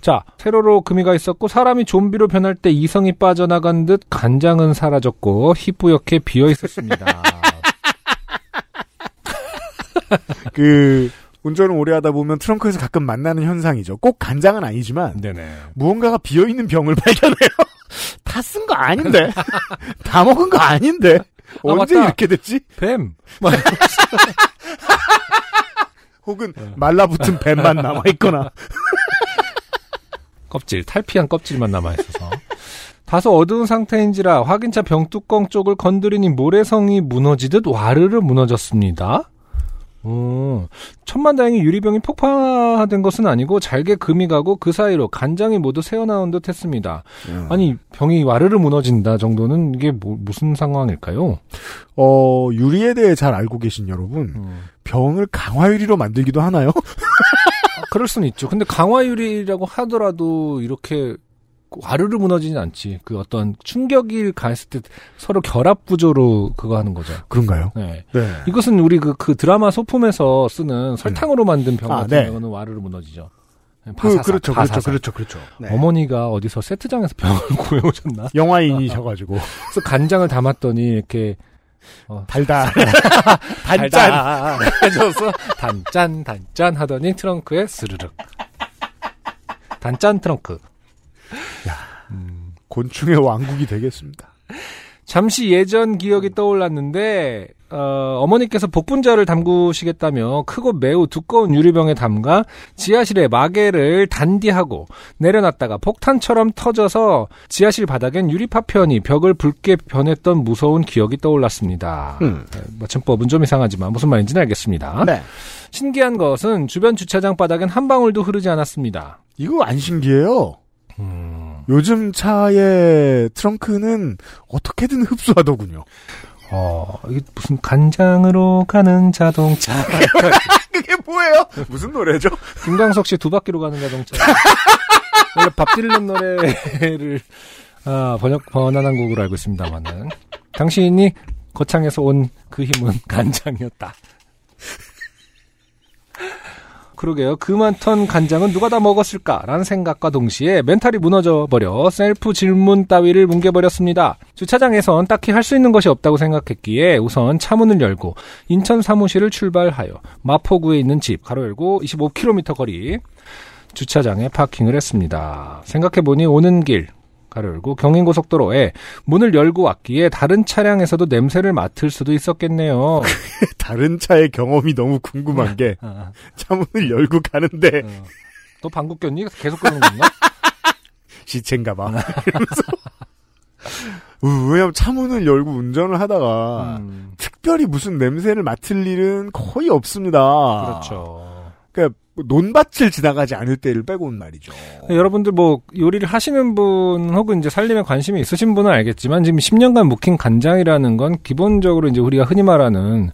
Speaker 2: 자, 세로로 금이가 있었고 사람이 좀비로 변할 때 이성이 빠져나간 듯 간장은 사라졌고 희뿌옇게 비어 있었습니다.
Speaker 1: 그 운전을 오래 하다 보면 트렁크에서 가끔 만나는 현상이죠. 꼭 간장은 아니지만
Speaker 2: 네네.
Speaker 1: 무언가가 비어 있는 병을 발견해요. 다 쓴 거 아닌데, 다 먹은 거 아닌데 언제
Speaker 2: 맞다.
Speaker 1: 이렇게 됐지?
Speaker 2: 뱀.
Speaker 1: 혹은
Speaker 2: 네.
Speaker 1: 말라붙은 뱀만 남아 있거나
Speaker 2: 껍질, 탈피한 껍질만 남아있어서. 다소 어두운 상태인지라 확인차 병뚜껑 쪽을 건드리니 모래성이 무너지듯 와르르 무너졌습니다. 음, 천만다행히 유리병이 폭파된 것은 아니고 잘게 금이 가고 그 사이로 간장이 모두 새어나온 듯 했습니다. 아니, 병이 와르르 무너진다 정도는 이게 뭐- 무슨 상황일까요?
Speaker 1: 어 유리에 대해 잘 알고 계신 여러분
Speaker 2: 음,
Speaker 1: 병을 강화유리로 만들기도 하나요?
Speaker 2: 아, 그럴 수는 있죠. 근데 강화유리라고 하더라도 이렇게 와르르 무너지진 않지. 그 어떤 충격이 갔을 때 서로 결합 구조로 그거 하는 거죠.
Speaker 1: 그런가요?
Speaker 2: 네.
Speaker 1: 네.
Speaker 2: 이것은 우리 그, 그 드라마 소품에서 쓰는 설탕으로 만든 병
Speaker 1: 아,
Speaker 2: 같은
Speaker 1: 네.
Speaker 2: 경우는 와르르 무너지죠. 네,
Speaker 1: 그,
Speaker 2: 바사삭,
Speaker 1: 그렇죠, 그렇죠,
Speaker 2: 바사삭.
Speaker 1: 그렇죠, 그렇죠. 네.
Speaker 2: 어머니가 어디서 세트장에서 병을 구해오셨나?
Speaker 1: 영화인이셔가지고
Speaker 2: 그래서 간장을 담았더니 이렇게
Speaker 1: 달달 단짠
Speaker 2: 달다 해줘서 단짠 단짠 하더니 트렁크에 스르륵 단짠 트렁크.
Speaker 1: 곤충의 왕국이 되겠습니다.
Speaker 2: 잠시 예전 기억이 떠올랐는데 어, 머니께서 복분자를 담그시겠다며 크고 매우 두꺼운 유리병에 담가 지하실에 마개를 단디하고 내려놨다가 폭탄처럼 터져서 지하실 바닥엔 유리 파편이 벽을 붉게 변했던 무서운 기억이 떠올랐습니다.
Speaker 1: 음.
Speaker 2: 네, 맞춤법은 좀 이상하지만 무슨 말인지는 알겠습니다.
Speaker 1: 네.
Speaker 2: 신기한 것은 주변 주차장 바닥엔 한 방울도 흐르지 않았습니다.
Speaker 1: 이거 안 신기해요.
Speaker 2: 음.
Speaker 1: 요즘 차의 트렁크는 어떻게든 흡수하더군요.
Speaker 2: 어, 이게 무슨 간장으로 가는 자동차.
Speaker 1: 그게 뭐예요? 무슨 노래죠?
Speaker 2: 김광석 씨 두 바퀴로 가는 자동차. 원래 밥 딜런 노래를 아, 번역 번안한 곡으로 알고 있습니다만은 당신이 거창에서 온 그 힘은 간장이었다. 그러게요. 그 많던 간장은 누가 다 먹었을까라는 생각과 동시에 멘탈이 무너져 버려 셀프 질문 따위를 뭉개버렸습니다. 주차장에선 딱히 할 수 있는 것이 없다고 생각했기에 우선 차문을 열고 인천 사무실을 출발하여 마포구에 있는 집 가로 열고 25km 거리 주차장에 파킹을 했습니다. 생각해보니 오는 길 가로 열고 경인고속도로에 문을 열고 왔기에 다른 차량에서도 냄새를 맡을 수도 있었겠네요.
Speaker 1: 다른 차의 경험이 너무 궁금한 게
Speaker 2: 아,
Speaker 1: 차문을 열고 가는데
Speaker 2: 어. 너 방구 꼈니? 계속 그러는 건가?
Speaker 1: 시체인가
Speaker 2: 어.
Speaker 1: 봐. 이러면서. 우, 왜냐면 차문을 열고 운전을 하다가
Speaker 2: 음,
Speaker 1: 특별히 무슨 냄새를 맡을 일은 거의 없습니다.
Speaker 2: 그렇죠.
Speaker 1: 그러니까 뭐 논밭을 지나가지 않을 때를 빼고는 말이죠.
Speaker 2: 여러분들 뭐 요리를 하시는 분 혹은 이제 살림에 관심이 있으신 분은 알겠지만 지금 10년간 묵힌 간장이라는 건 기본적으로 이제 우리가 흔히 말하는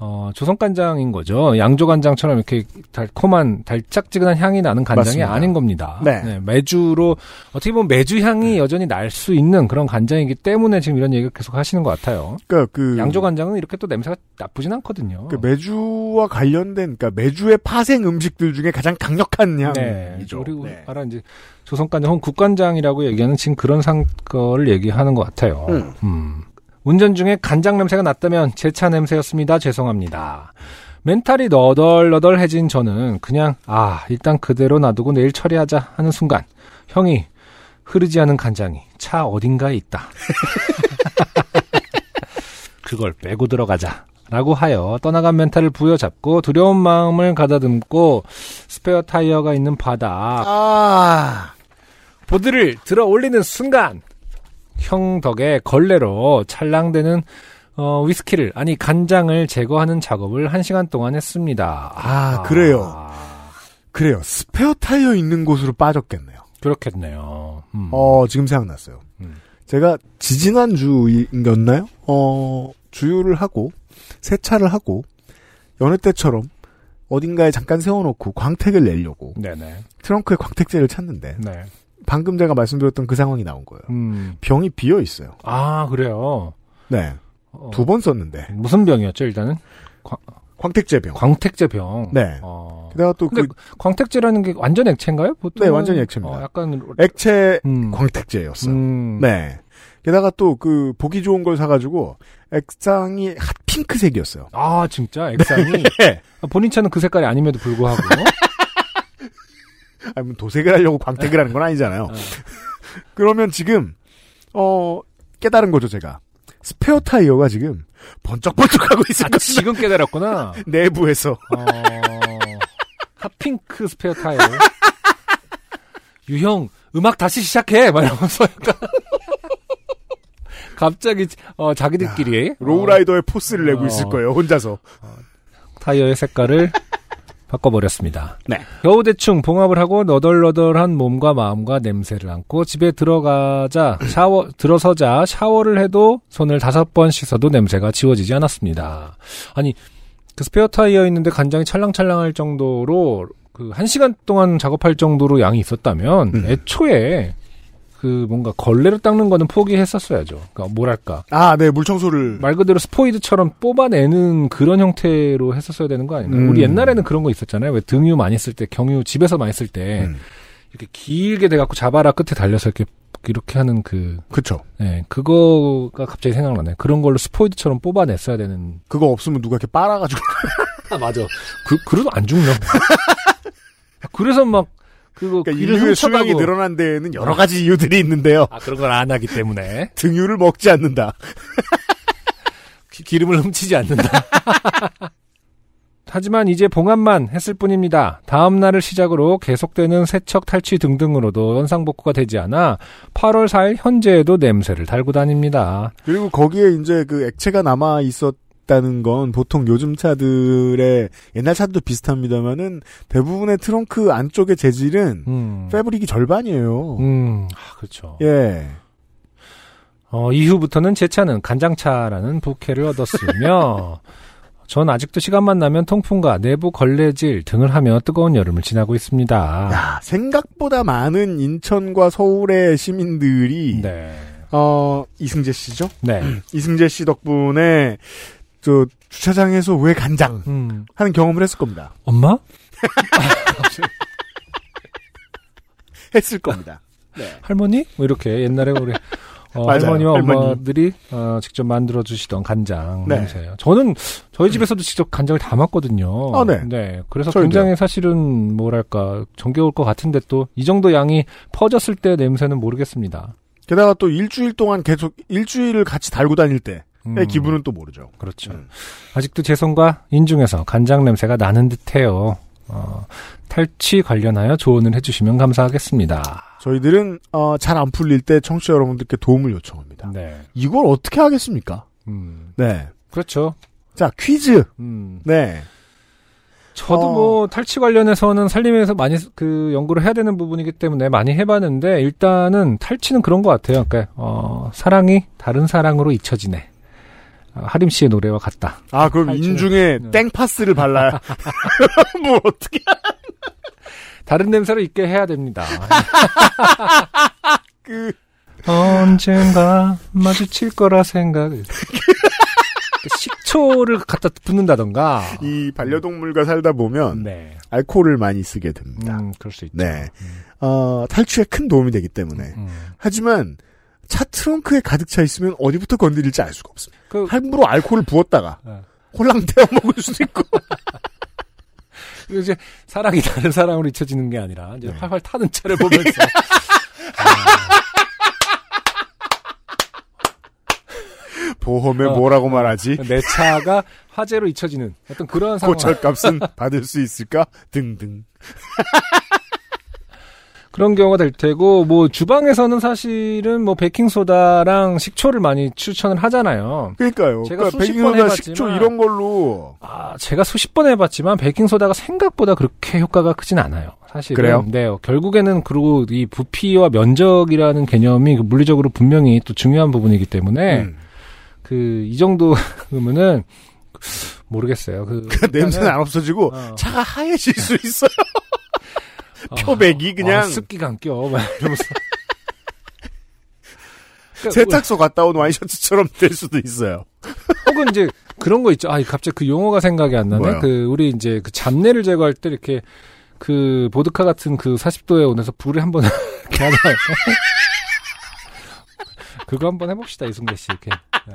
Speaker 2: 어, 조선 간장인 거죠. 양조 간장처럼 이렇게 달콤한 달짝지근한 향이 나는 간장이
Speaker 1: 맞습니다.
Speaker 2: 아닌 겁니다.
Speaker 1: 네.
Speaker 2: 매주로 어떻게 보면 매주 향이 여전히 날 수 있는 그런 간장이기 때문에 지금 이런 얘기를 계속 하시는 것 같아요.
Speaker 1: 그러니까 그
Speaker 2: 양조 간장은 이렇게 또 냄새가 나쁘진 않거든요.
Speaker 1: 그 매주와 관련된 그러니까 매주의 파생 음식들 중에 가장 강력한
Speaker 2: 네.
Speaker 1: 향이죠.
Speaker 2: 그리고
Speaker 1: 네.
Speaker 2: 알아 이제 조선간장 혹은 국간장이라고 얘기하는 지금 그런 상 거를 얘기하는 것 같아요.
Speaker 1: 음.
Speaker 2: 음. 운전 중에 간장 냄새가 났다면 제 차 냄새였습니다. 죄송합니다. 멘탈이 너덜너덜해진 저는 그냥 아 일단 그대로 놔두고 내일 처리하자 하는 순간 형이 흐르지 않은 간장이 차 어딘가에 있다. 그걸 빼고 들어가자. 라고 하여 떠나간 멘탈을 부여잡고 두려운 마음을 가다듬고 스페어 타이어가 있는 바다
Speaker 1: 아,
Speaker 2: 보드를 들어 올리는 순간 형 덕에 걸레로 찰랑대는 어, 위스키를 아니 간장을 제거하는 작업을 한 시간 동안 했습니다.
Speaker 1: 아, 그래요. 그래요. 스페어 타이어 있는 곳으로 빠졌겠네요.
Speaker 2: 그렇겠네요. 음.
Speaker 1: 어, 지금 생각났어요.
Speaker 2: 음.
Speaker 1: 제가 지지난 주였나요? 어, 주유를 하고, 세차를 하고, 여느 때처럼 어딘가에 잠깐 세워놓고 광택을 내려고
Speaker 2: 네네.
Speaker 1: 트렁크에 광택제를 찾는데,
Speaker 2: 네.
Speaker 1: 방금 제가 말씀드렸던 그 상황이 나온 거예요.
Speaker 2: 음.
Speaker 1: 병이 비어 있어요.
Speaker 2: 아 그래요.
Speaker 1: 네.
Speaker 2: 어,
Speaker 1: 두 번 썼는데.
Speaker 2: 무슨 병이었죠 일단은
Speaker 1: 광택제 병.
Speaker 2: 광택제 병.
Speaker 1: 네.
Speaker 2: 어.
Speaker 1: 게다가 또 그
Speaker 2: 근데 광택제라는 게 완전 액체인가요? 보통
Speaker 1: 네, 완전 액체입니다.
Speaker 2: 약간
Speaker 1: 액체
Speaker 2: 음.
Speaker 1: 광택제였어요.
Speaker 2: 음.
Speaker 1: 네. 게다가 또 그 보기 좋은 걸 사가지고 액상이 핫핑크색이었어요.
Speaker 2: 아 진짜 액상이
Speaker 1: 네.
Speaker 2: 아, 본인 차는 그 색깔이 아님에도 불구하고
Speaker 1: 아니, 뭐 도색을 하려고 광택을 하는 건 아니잖아요.
Speaker 2: 네.
Speaker 1: 그러면 지금, 어, 깨달은 거죠, 제가. 스페어 타이어가 지금 번쩍번쩍하고 있을
Speaker 2: 아,
Speaker 1: 것이다.
Speaker 2: 지금 깨달았구나.
Speaker 1: 내부에서.
Speaker 2: 어, 핫핑크 스페어 타이어. 유형 음악 다시 시작해 막 이러면서 약간 갑자기 어, 자기들끼리
Speaker 1: 로우라이더의 포스를 내고
Speaker 2: 어.
Speaker 1: 있을 거예요, 혼자서.
Speaker 2: 어, 타이어의 색깔을 바꿔버렸습니다.
Speaker 1: 네.
Speaker 2: 겨우 대충 봉합을 하고 너덜너덜한 몸과 마음과 냄새를 안고 집에 들어가자 샤워 들어서자 샤워를 해도 손을 다섯 번 씻어도 냄새가 지워지지 않았습니다. 아니 그 스페어 타이어 있는데 간장이 찰랑찰랑할 정도로 그 한 시간 동안 작업할 정도로 양이 있었다면
Speaker 1: 음.
Speaker 2: 애초에 그 뭔가 걸레로 닦는 거는 포기했었어야죠. 그러니까 뭐랄까
Speaker 1: 아, 네, 물청소를.
Speaker 2: 말 그대로 스포이드처럼 뽑아내는 그런 형태로 했었어야 되는 거 아닌가요?
Speaker 1: 음.
Speaker 2: 우리 옛날에는 그런 거 있었잖아요. 왜 등유 많이 쓸 때, 경유 집에서 많이 쓸 때,
Speaker 1: 음.
Speaker 2: 이렇게 길게 돼갖고 잡아라 끝에 달려서 이렇게, 이렇게 하는 그,
Speaker 1: 그쵸.
Speaker 2: 예, 그거가 갑자기 생각나네. 그런 걸로 스포이드처럼 뽑아냈어야 되는.
Speaker 1: 그거 없으면 누가 이렇게
Speaker 2: 그러니까
Speaker 1: 빨아가지고.
Speaker 2: 아, 맞아. 그, 그래도 안 죽나? 그래서 막, 그거
Speaker 1: 그러니까
Speaker 2: 귀를
Speaker 1: 인류의 수명이
Speaker 2: 훔쳐가고.
Speaker 1: 늘어난 데에는 여러 가지 이유들이 있는데요.
Speaker 2: 아 그런 걸 안 하기 때문에
Speaker 1: 등유를 먹지 않는다.
Speaker 2: 기- 기름을 훔치지 않는다. 하지만 이제 봉합만 했을 뿐입니다. 다음 날을 시작으로 계속되는 세척 탈취 등등으로도 현상 복구가 되지 않아 8월 4일 현재에도 냄새를 달고 다닙니다.
Speaker 1: 그리고 거기에 이제 그 액체가 남아 있었다는 건 보통 요즘 차들의 옛날 차들도 비슷합니다만은 대부분의 트렁크 안쪽의 재질은
Speaker 2: 음.
Speaker 1: 패브릭이 절반이에요.
Speaker 2: 음, 아, 그렇죠.
Speaker 1: 예.
Speaker 2: 어, 이후부터는 제 차는 간장차라는 부캐를 얻었으며 전 아직도 시간만 나면 통풍과 내부 걸레질 등을 하며 뜨거운 여름을 지나고 있습니다.
Speaker 1: 야, 생각보다 많은 인천과 서울의 시민들이
Speaker 2: 네.
Speaker 1: 어, 이승재 씨죠?
Speaker 2: 네.
Speaker 1: 이승재 씨 덕분에 저 주차장에서 왜 간장
Speaker 2: 음.
Speaker 1: 하는 경험을 했을 겁니다.
Speaker 2: 엄마?
Speaker 1: 했을 겁니다.
Speaker 2: 할머니? 뭐 이렇게 옛날에 우리 어,
Speaker 1: 맞아요.
Speaker 2: 할머니와
Speaker 1: 할머니.
Speaker 2: 엄마들이 어, 직접 만들어 주시던 간장
Speaker 1: 네.
Speaker 2: 냄새예요. 저는 저희 집에서도 직접 간장을 담았거든요.
Speaker 1: 아, 네.
Speaker 2: 그래서
Speaker 1: 저희도요.
Speaker 2: 굉장히 사실은 뭐랄까 정겨울 것 같은데 또 이 정도 양이 퍼졌을 때 냄새는 모르겠습니다.
Speaker 1: 게다가 또 일주일 동안 계속 일주일을 같이 달고 다닐 때의
Speaker 2: 음,
Speaker 1: 네, 기분은 또 모르죠.
Speaker 2: 그렇죠.
Speaker 1: 음.
Speaker 2: 아직도 제 손과 인중에서 간장 냄새가 나는 듯해요. 어, 탈취 관련하여 조언을 해주시면 감사하겠습니다.
Speaker 1: 저희들은 어, 잘 안 풀릴 때 청취자 여러분들께 도움을 요청합니다.
Speaker 2: 네.
Speaker 1: 이걸 어떻게 하겠습니까?
Speaker 2: 음,
Speaker 1: 네.
Speaker 2: 그렇죠.
Speaker 1: 자, 퀴즈.
Speaker 2: 음.
Speaker 1: 네.
Speaker 2: 저도
Speaker 1: 어.
Speaker 2: 뭐 탈취 관련해서는 살림에서 많이 그 연구를 해야 되는 부분이기 때문에 많이 해봤는데 일단은 탈취는 그런 것 같아요. 그러니까 어, 사랑이 다른 사랑으로 잊혀지네. 어, 하림 씨의 노래와 같다.
Speaker 1: 아, 그럼
Speaker 2: 탈출을-
Speaker 1: 인중에
Speaker 2: 네.
Speaker 1: 땡파스를 발라요. 뭐 어떻게
Speaker 2: 다른 냄새로 잊게 해야 됩니다.
Speaker 1: 그
Speaker 2: 언젠가 마주칠 거라 생각. 그 식초를 갖다 붓는다던가.
Speaker 1: 이 반려동물과 살다 보면
Speaker 2: 아, 네.
Speaker 1: 알코올을 많이 쓰게 됩니다.
Speaker 2: 음, 그럴 수 있죠.
Speaker 1: 네. 어, 탈취에 큰 도움이 되기 때문에.
Speaker 2: 음.
Speaker 1: 하지만 차 트렁크에 가득 차 있으면 어디부터 건드릴지 알 수가 없습니다.
Speaker 2: 그,
Speaker 1: 함부로 알코올을 부었다가
Speaker 2: 네.
Speaker 1: 홀랑 데워 먹을 수도 있고.
Speaker 2: 그리고 이제 사랑이 다른 사랑으로 잊혀지는 게 아니라 이제
Speaker 1: 네.
Speaker 2: 활활 타는 차를 보면서
Speaker 1: 보험에
Speaker 2: 어,
Speaker 1: 뭐라고 말하지?
Speaker 2: 내 차가 화재로 잊혀지는 어떤 그런 상황.
Speaker 1: 네. 고철값은 받을 수 있을까? 등등.
Speaker 2: 그런 경우가 될 테고 뭐 주방에서는 사실은 뭐 베킹 소다랑 식초를 많이 추천을 하잖아요.
Speaker 1: 그러니까요.
Speaker 2: 제가
Speaker 1: 그러니까
Speaker 2: 수십
Speaker 1: 백인어나
Speaker 2: 번
Speaker 1: 식초
Speaker 2: 해봤지만-
Speaker 1: 이런 걸로
Speaker 2: 아, 제가 수십 번 해봤지만 베킹 소다가 생각보다 그렇게 효과가 크진 않아요. 사실은.
Speaker 1: 그래요?
Speaker 2: 네. 결국에는 그리고 이 부피와 면적이라는 개념이 그 물리적으로 분명히 또 중요한 부분이기 때문에
Speaker 1: 음.
Speaker 2: 그 이 정도 그러면은 모르겠어요. 그
Speaker 1: 그 냄새는 안 없어지고
Speaker 2: 어. 네.
Speaker 1: 차가 하얘질 수 있어요.
Speaker 2: 아,
Speaker 1: 표백이 그냥
Speaker 2: 아, 습기가 안 껴. 막 이러면서. 그러니까
Speaker 1: 세탁소 갔다 온 와이셔츠처럼 될 수도 있어요.
Speaker 2: 뭐, 혹은 이제 그런 거 있죠. 아, 갑자기 그 용어가 생각이 안 나네.
Speaker 1: 뭐요?
Speaker 2: 그 우리 이제 그 잡내를 제거할 때 이렇게 그 보드카 같은 그 40도에 온에서 불을 한번 이렇게 하잖아요. 그거 한번 해봅시다 이승배 씨 이렇게 네.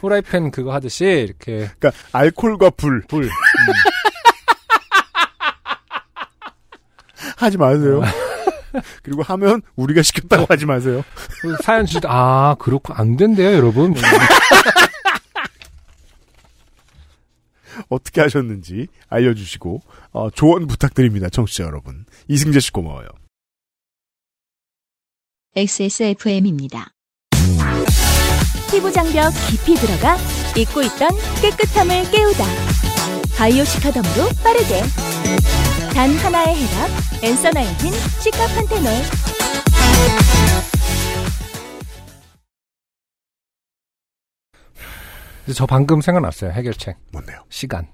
Speaker 2: 후라이팬 그거 하듯이 이렇게
Speaker 1: 그러니까 알코올과 불. 음. 불. 하지 마세요. 그리고 하면 우리가 시켰다고 하지 마세요.
Speaker 2: 그 사연 주실 때아 그렇고 안 된대요 여러분
Speaker 1: 어떻게 하셨는지 알려주시고 어, 조언 부탁드립니다, 청취자 여러분. 이승재 씨 고마워요.
Speaker 3: XSFM입니다.
Speaker 4: 피부 장벽 깊이 들어가 잊고 있던 깨끗함을 깨우다. 바이오 시카덤으로 빠르게. 단 하나의 해답. 엔서 나인틴 시카판테놀.
Speaker 2: 근데 저 방금 생각났어요 해결책
Speaker 1: 뭔데요?
Speaker 2: 시간.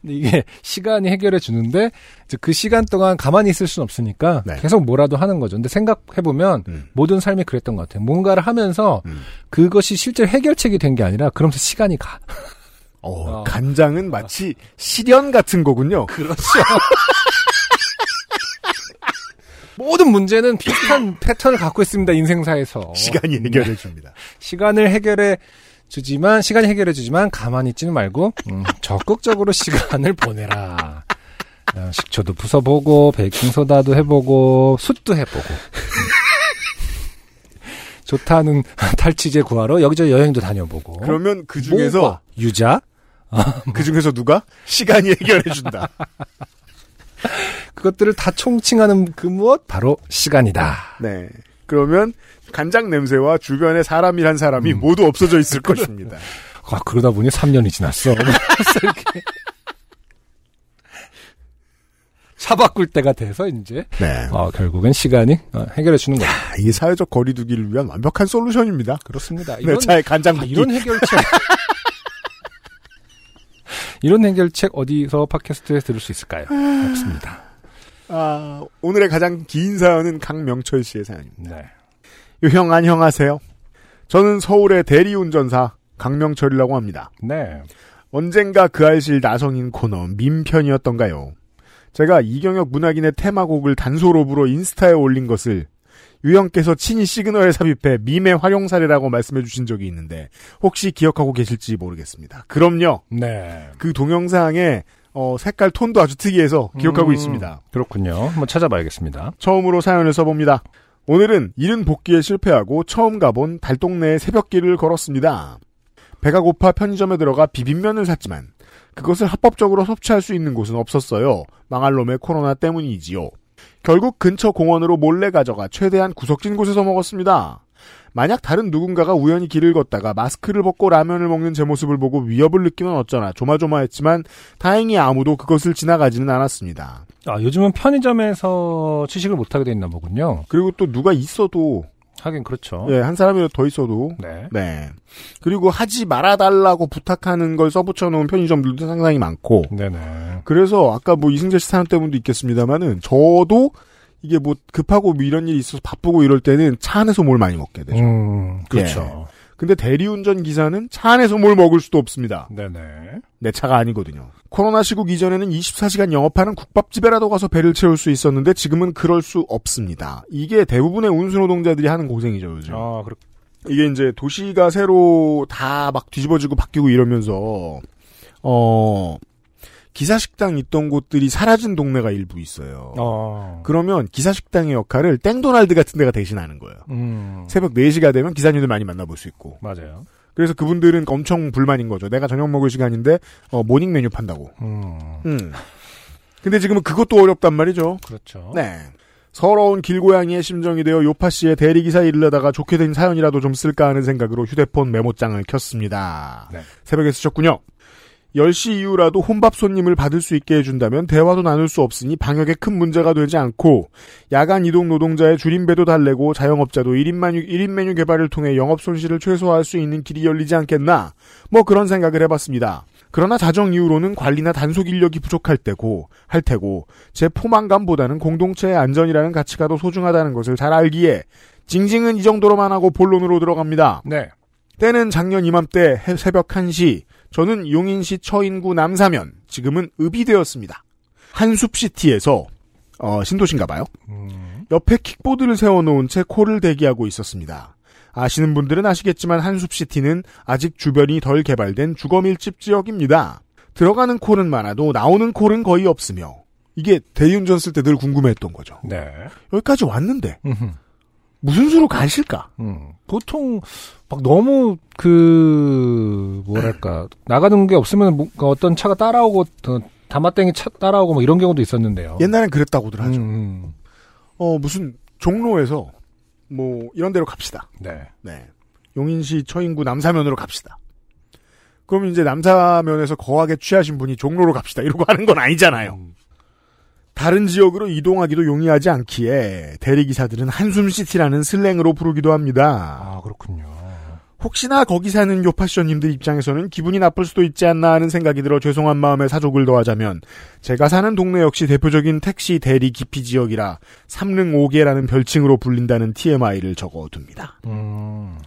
Speaker 2: 근데 이게 시간이 해결해 주는데 이제 그 시간 동안 가만히 있을 수는 없으니까
Speaker 1: 네.
Speaker 2: 계속 뭐라도 하는 거죠. 근데 생각해 보면
Speaker 1: 음.
Speaker 2: 모든 삶이 그랬던 것 같아요. 뭔가를 하면서
Speaker 1: 음.
Speaker 2: 그것이 실제 해결책이 된 게 아니라 그러면서 시간이 가.
Speaker 1: 어,
Speaker 2: 어.
Speaker 1: 간장은 마치 시련 같은 거군요.
Speaker 2: 그렇죠. 모든 문제는 비슷한 패턴을 갖고 있습니다. 인생사에서
Speaker 1: 어, 시간이 해결해 줍니다.
Speaker 2: 시간을 해결해 주지만 시간이 해결해 주지만 가만히 있지는 말고 음, 적극적으로 시간을 보내라. 어, 식초도 부숴보고 베이킹소다도 해보고 숯도 해보고 음. 좋다는 탈취제 구하러 여기저기 여행도 다녀보고
Speaker 1: 그러면 그 중에서
Speaker 2: 어? 뭐가? 유자
Speaker 1: 그 중에서 누가 시간이 해결해 준다.
Speaker 2: 그것들을 다 총칭하는 그 무엇 바로 시간이다.
Speaker 1: 네. 그러면 간장 냄새와 주변의 사람이란 사람이
Speaker 2: 음.
Speaker 1: 모두 없어져 있을 것입니다.
Speaker 2: 아, 그러다 보니 3년이 지났어. 이렇게. 차 바꿀 때가 돼서 이제
Speaker 1: 네. 아,
Speaker 2: 어, 결국엔 시간이 어, 해결해 주는 거야.
Speaker 1: 이게 사회적 거리두기를 위한 완벽한 솔루션입니다.
Speaker 2: 그렇습니다.
Speaker 1: 내
Speaker 2: 아, 이런
Speaker 1: 차에 간장
Speaker 2: 아,
Speaker 1: 붓기.
Speaker 2: 이런 해결책. 이런 해결책 어디서 팟캐스트에 들을 수 있을까요? 없습니다.
Speaker 1: 아, 오늘의 가장 긴 사연은 강명철 씨의 사연입니다.
Speaker 2: 네.
Speaker 1: 유형 안녕하세요. 저는 서울의 대리운전사 강명철이라고 합니다.
Speaker 2: 네.
Speaker 1: 언젠가 그 알실 나성인 코너 민편이었던가요. 제가 이경혁 문학인의 테마곡을 단소로 불어 인스타에 올린 것을 유형께서 친히 시그널에 삽입해 밈의 활용 사례라고 말씀해 주신 적이 있는데 혹시 기억하고 계실지 모르겠습니다. 그럼요.
Speaker 2: 네.
Speaker 1: 그 동영상의 어, 색깔 톤도 아주 특이해서 기억하고
Speaker 2: 음,
Speaker 1: 있습니다.
Speaker 2: 그렇군요. 한번 찾아봐야겠습니다.
Speaker 1: 처음으로 사연을 써봅니다. 오늘은 이른 복귀에 실패하고 처음 가본 달동네의 새벽길을 걸었습니다. 배가 고파 편의점에 들어가 비빔면을 샀지만 그것을 합법적으로 섭취할 수 있는 곳은 없었어요. 망할 놈의 코로나 때문이지요. 결국 근처 공원으로 몰래 가져가 최대한 구석진 곳에서 먹었습니다. 만약 다른 누군가가 우연히 길을 걷다가 마스크를 벗고 라면을 먹는 제 모습을 보고 위협을 느끼면 어쩌나 조마조마했지만 다행히 아무도 그것을 지나가지는 않았습니다.
Speaker 2: 아, 요즘은 편의점에서 취식을 못하게 돼 있나 보군요.
Speaker 1: 그리고 또 누가 있어도
Speaker 2: 하긴 그렇죠.
Speaker 1: 예, 한 사람이라도 더 있어도.
Speaker 2: 네.
Speaker 1: 네. 그리고 하지 말아달라고 부탁하는 걸 써붙여 놓은 편의점들도 상당히 많고.
Speaker 2: 네네.
Speaker 1: 그래서 아까 뭐 이승재 씨 사연 때문도 있겠습니다만은 저도 이게 뭐 급하고 뭐 이런 일이 있어서 바쁘고 이럴 때는 차 안에서 뭘 많이 먹게 되죠.
Speaker 2: 음, 그렇죠.
Speaker 1: 근데 대리운전 기사는 차 안에서 뭘 먹을 수도 없습니다.
Speaker 2: 네네.
Speaker 1: 내 차가 아니거든요. 코로나 시국 이전에는 24시간 영업하는 국밥집에라도 가서 배를 채울 수 있었는데 지금은 그럴 수 없습니다. 이게 대부분의 운수노동자들이 하는 고생이죠, 요즘.
Speaker 2: 아, 그렇,
Speaker 1: 이게 이제 도시가 새로 다 막 뒤집어지고 바뀌고 이러면서 어 기사 식당 있던 곳들이 사라진 동네가 일부 있어요.
Speaker 2: 어.
Speaker 1: 그러면 기사 식당의 역할을 땡도날드 같은 데가 대신하는 거예요.
Speaker 2: 음,
Speaker 1: 새벽 4시가 되면 기사님들 많이 만나볼 수 있고.
Speaker 2: 맞아요.
Speaker 1: 그래서 그분들은 엄청 불만인 거죠. 내가 저녁 먹을 시간인데 어, 모닝 메뉴 판다고.
Speaker 2: 음,
Speaker 1: 음. 근데 지금은 그것도 어렵단 말이죠.
Speaker 2: 그렇죠.
Speaker 1: 네. 서러운 길고양이의 심정이 되어 요파 씨의 대리기사 일을 하다가 좋게 된 사연이라도 좀 쓸까 하는 생각으로 휴대폰 메모장을 켰습니다.
Speaker 2: 네.
Speaker 1: 새벽에 쓰셨군요. 10시 이후라도 혼밥 손님을 받을 수 있게 해준다면 대화도 나눌 수 없으니 방역에 큰 문제가 되지 않고 야간 이동 노동자의 줄임배도 달래고 자영업자도 1인 메뉴, 1인 메뉴 개발을 통해 영업 손실을 최소화할 수 있는 길이 열리지 않겠나 뭐 그런 생각을 해봤습니다. 그러나 자정 이후로는 관리나 단속 인력이 부족할 때고 할 테고 제 포만감보다는 공동체의 안전이라는 가치가 더 소중하다는 것을 잘 알기에 징징은 이 정도로만 하고 본론으로 들어갑니다.
Speaker 2: 네.
Speaker 1: 때는 작년 이맘때 해- 새벽 1시 저는 용인시 처인구 남사면 지금은 읍이되었습니다. 한숲시티에서 어, 신도신가 봐요.
Speaker 2: 음,
Speaker 1: 옆에 킥보드를 세워놓은 채 코를 대기하고 있었습니다. 아시는 분들은 아시겠지만 한숲시티는 아직 주변이 덜 개발된 주거밀집 지역입니다. 들어가는 콜은 많아도 나오는 콜은 거의 없으며 이게 대리운전 쓸 때 늘 궁금해했던 거죠.
Speaker 2: 네.
Speaker 1: 여기까지 왔는데
Speaker 2: 음흠.
Speaker 1: 무슨 수로 가실까?
Speaker 2: 음, 보통 막 너무 그 뭐랄까 나가는 게 없으면 뭐- 그 어떤 차가 따라오고 더 다마땡이 차 따라오고 뭐 이런 경우도 있었는데요.
Speaker 1: 옛날엔 그랬다고들 하죠.
Speaker 2: 음, 음.
Speaker 1: 어 무슨 종로에서 뭐 이런 데로 갑시다.
Speaker 2: 네.
Speaker 1: 네. 용인시 처인구 남사면으로 갑시다. 그럼 이제 남사면에서 거하게 취하신 분이 종로로 갑시다. 이러고 하는 건 아니잖아요. 다른 지역으로 이동하기도 용이하지 않기에 대리기사들은 한숨시티라는 슬랭으로 부르기도 합니다.
Speaker 2: 아 그렇군요.
Speaker 1: 혹시나 거기 사는 요파션님들 입장에서는 기분이 나쁠 수도 있지 않나 하는 생각이 들어 죄송한 마음에 사족을 더하자면 제가 사는 동네 역시 대표적인 택시 대리 기피 지역이라 삼릉 5개라는 별칭으로 불린다는 TMI를 적어둡니다.
Speaker 2: 음,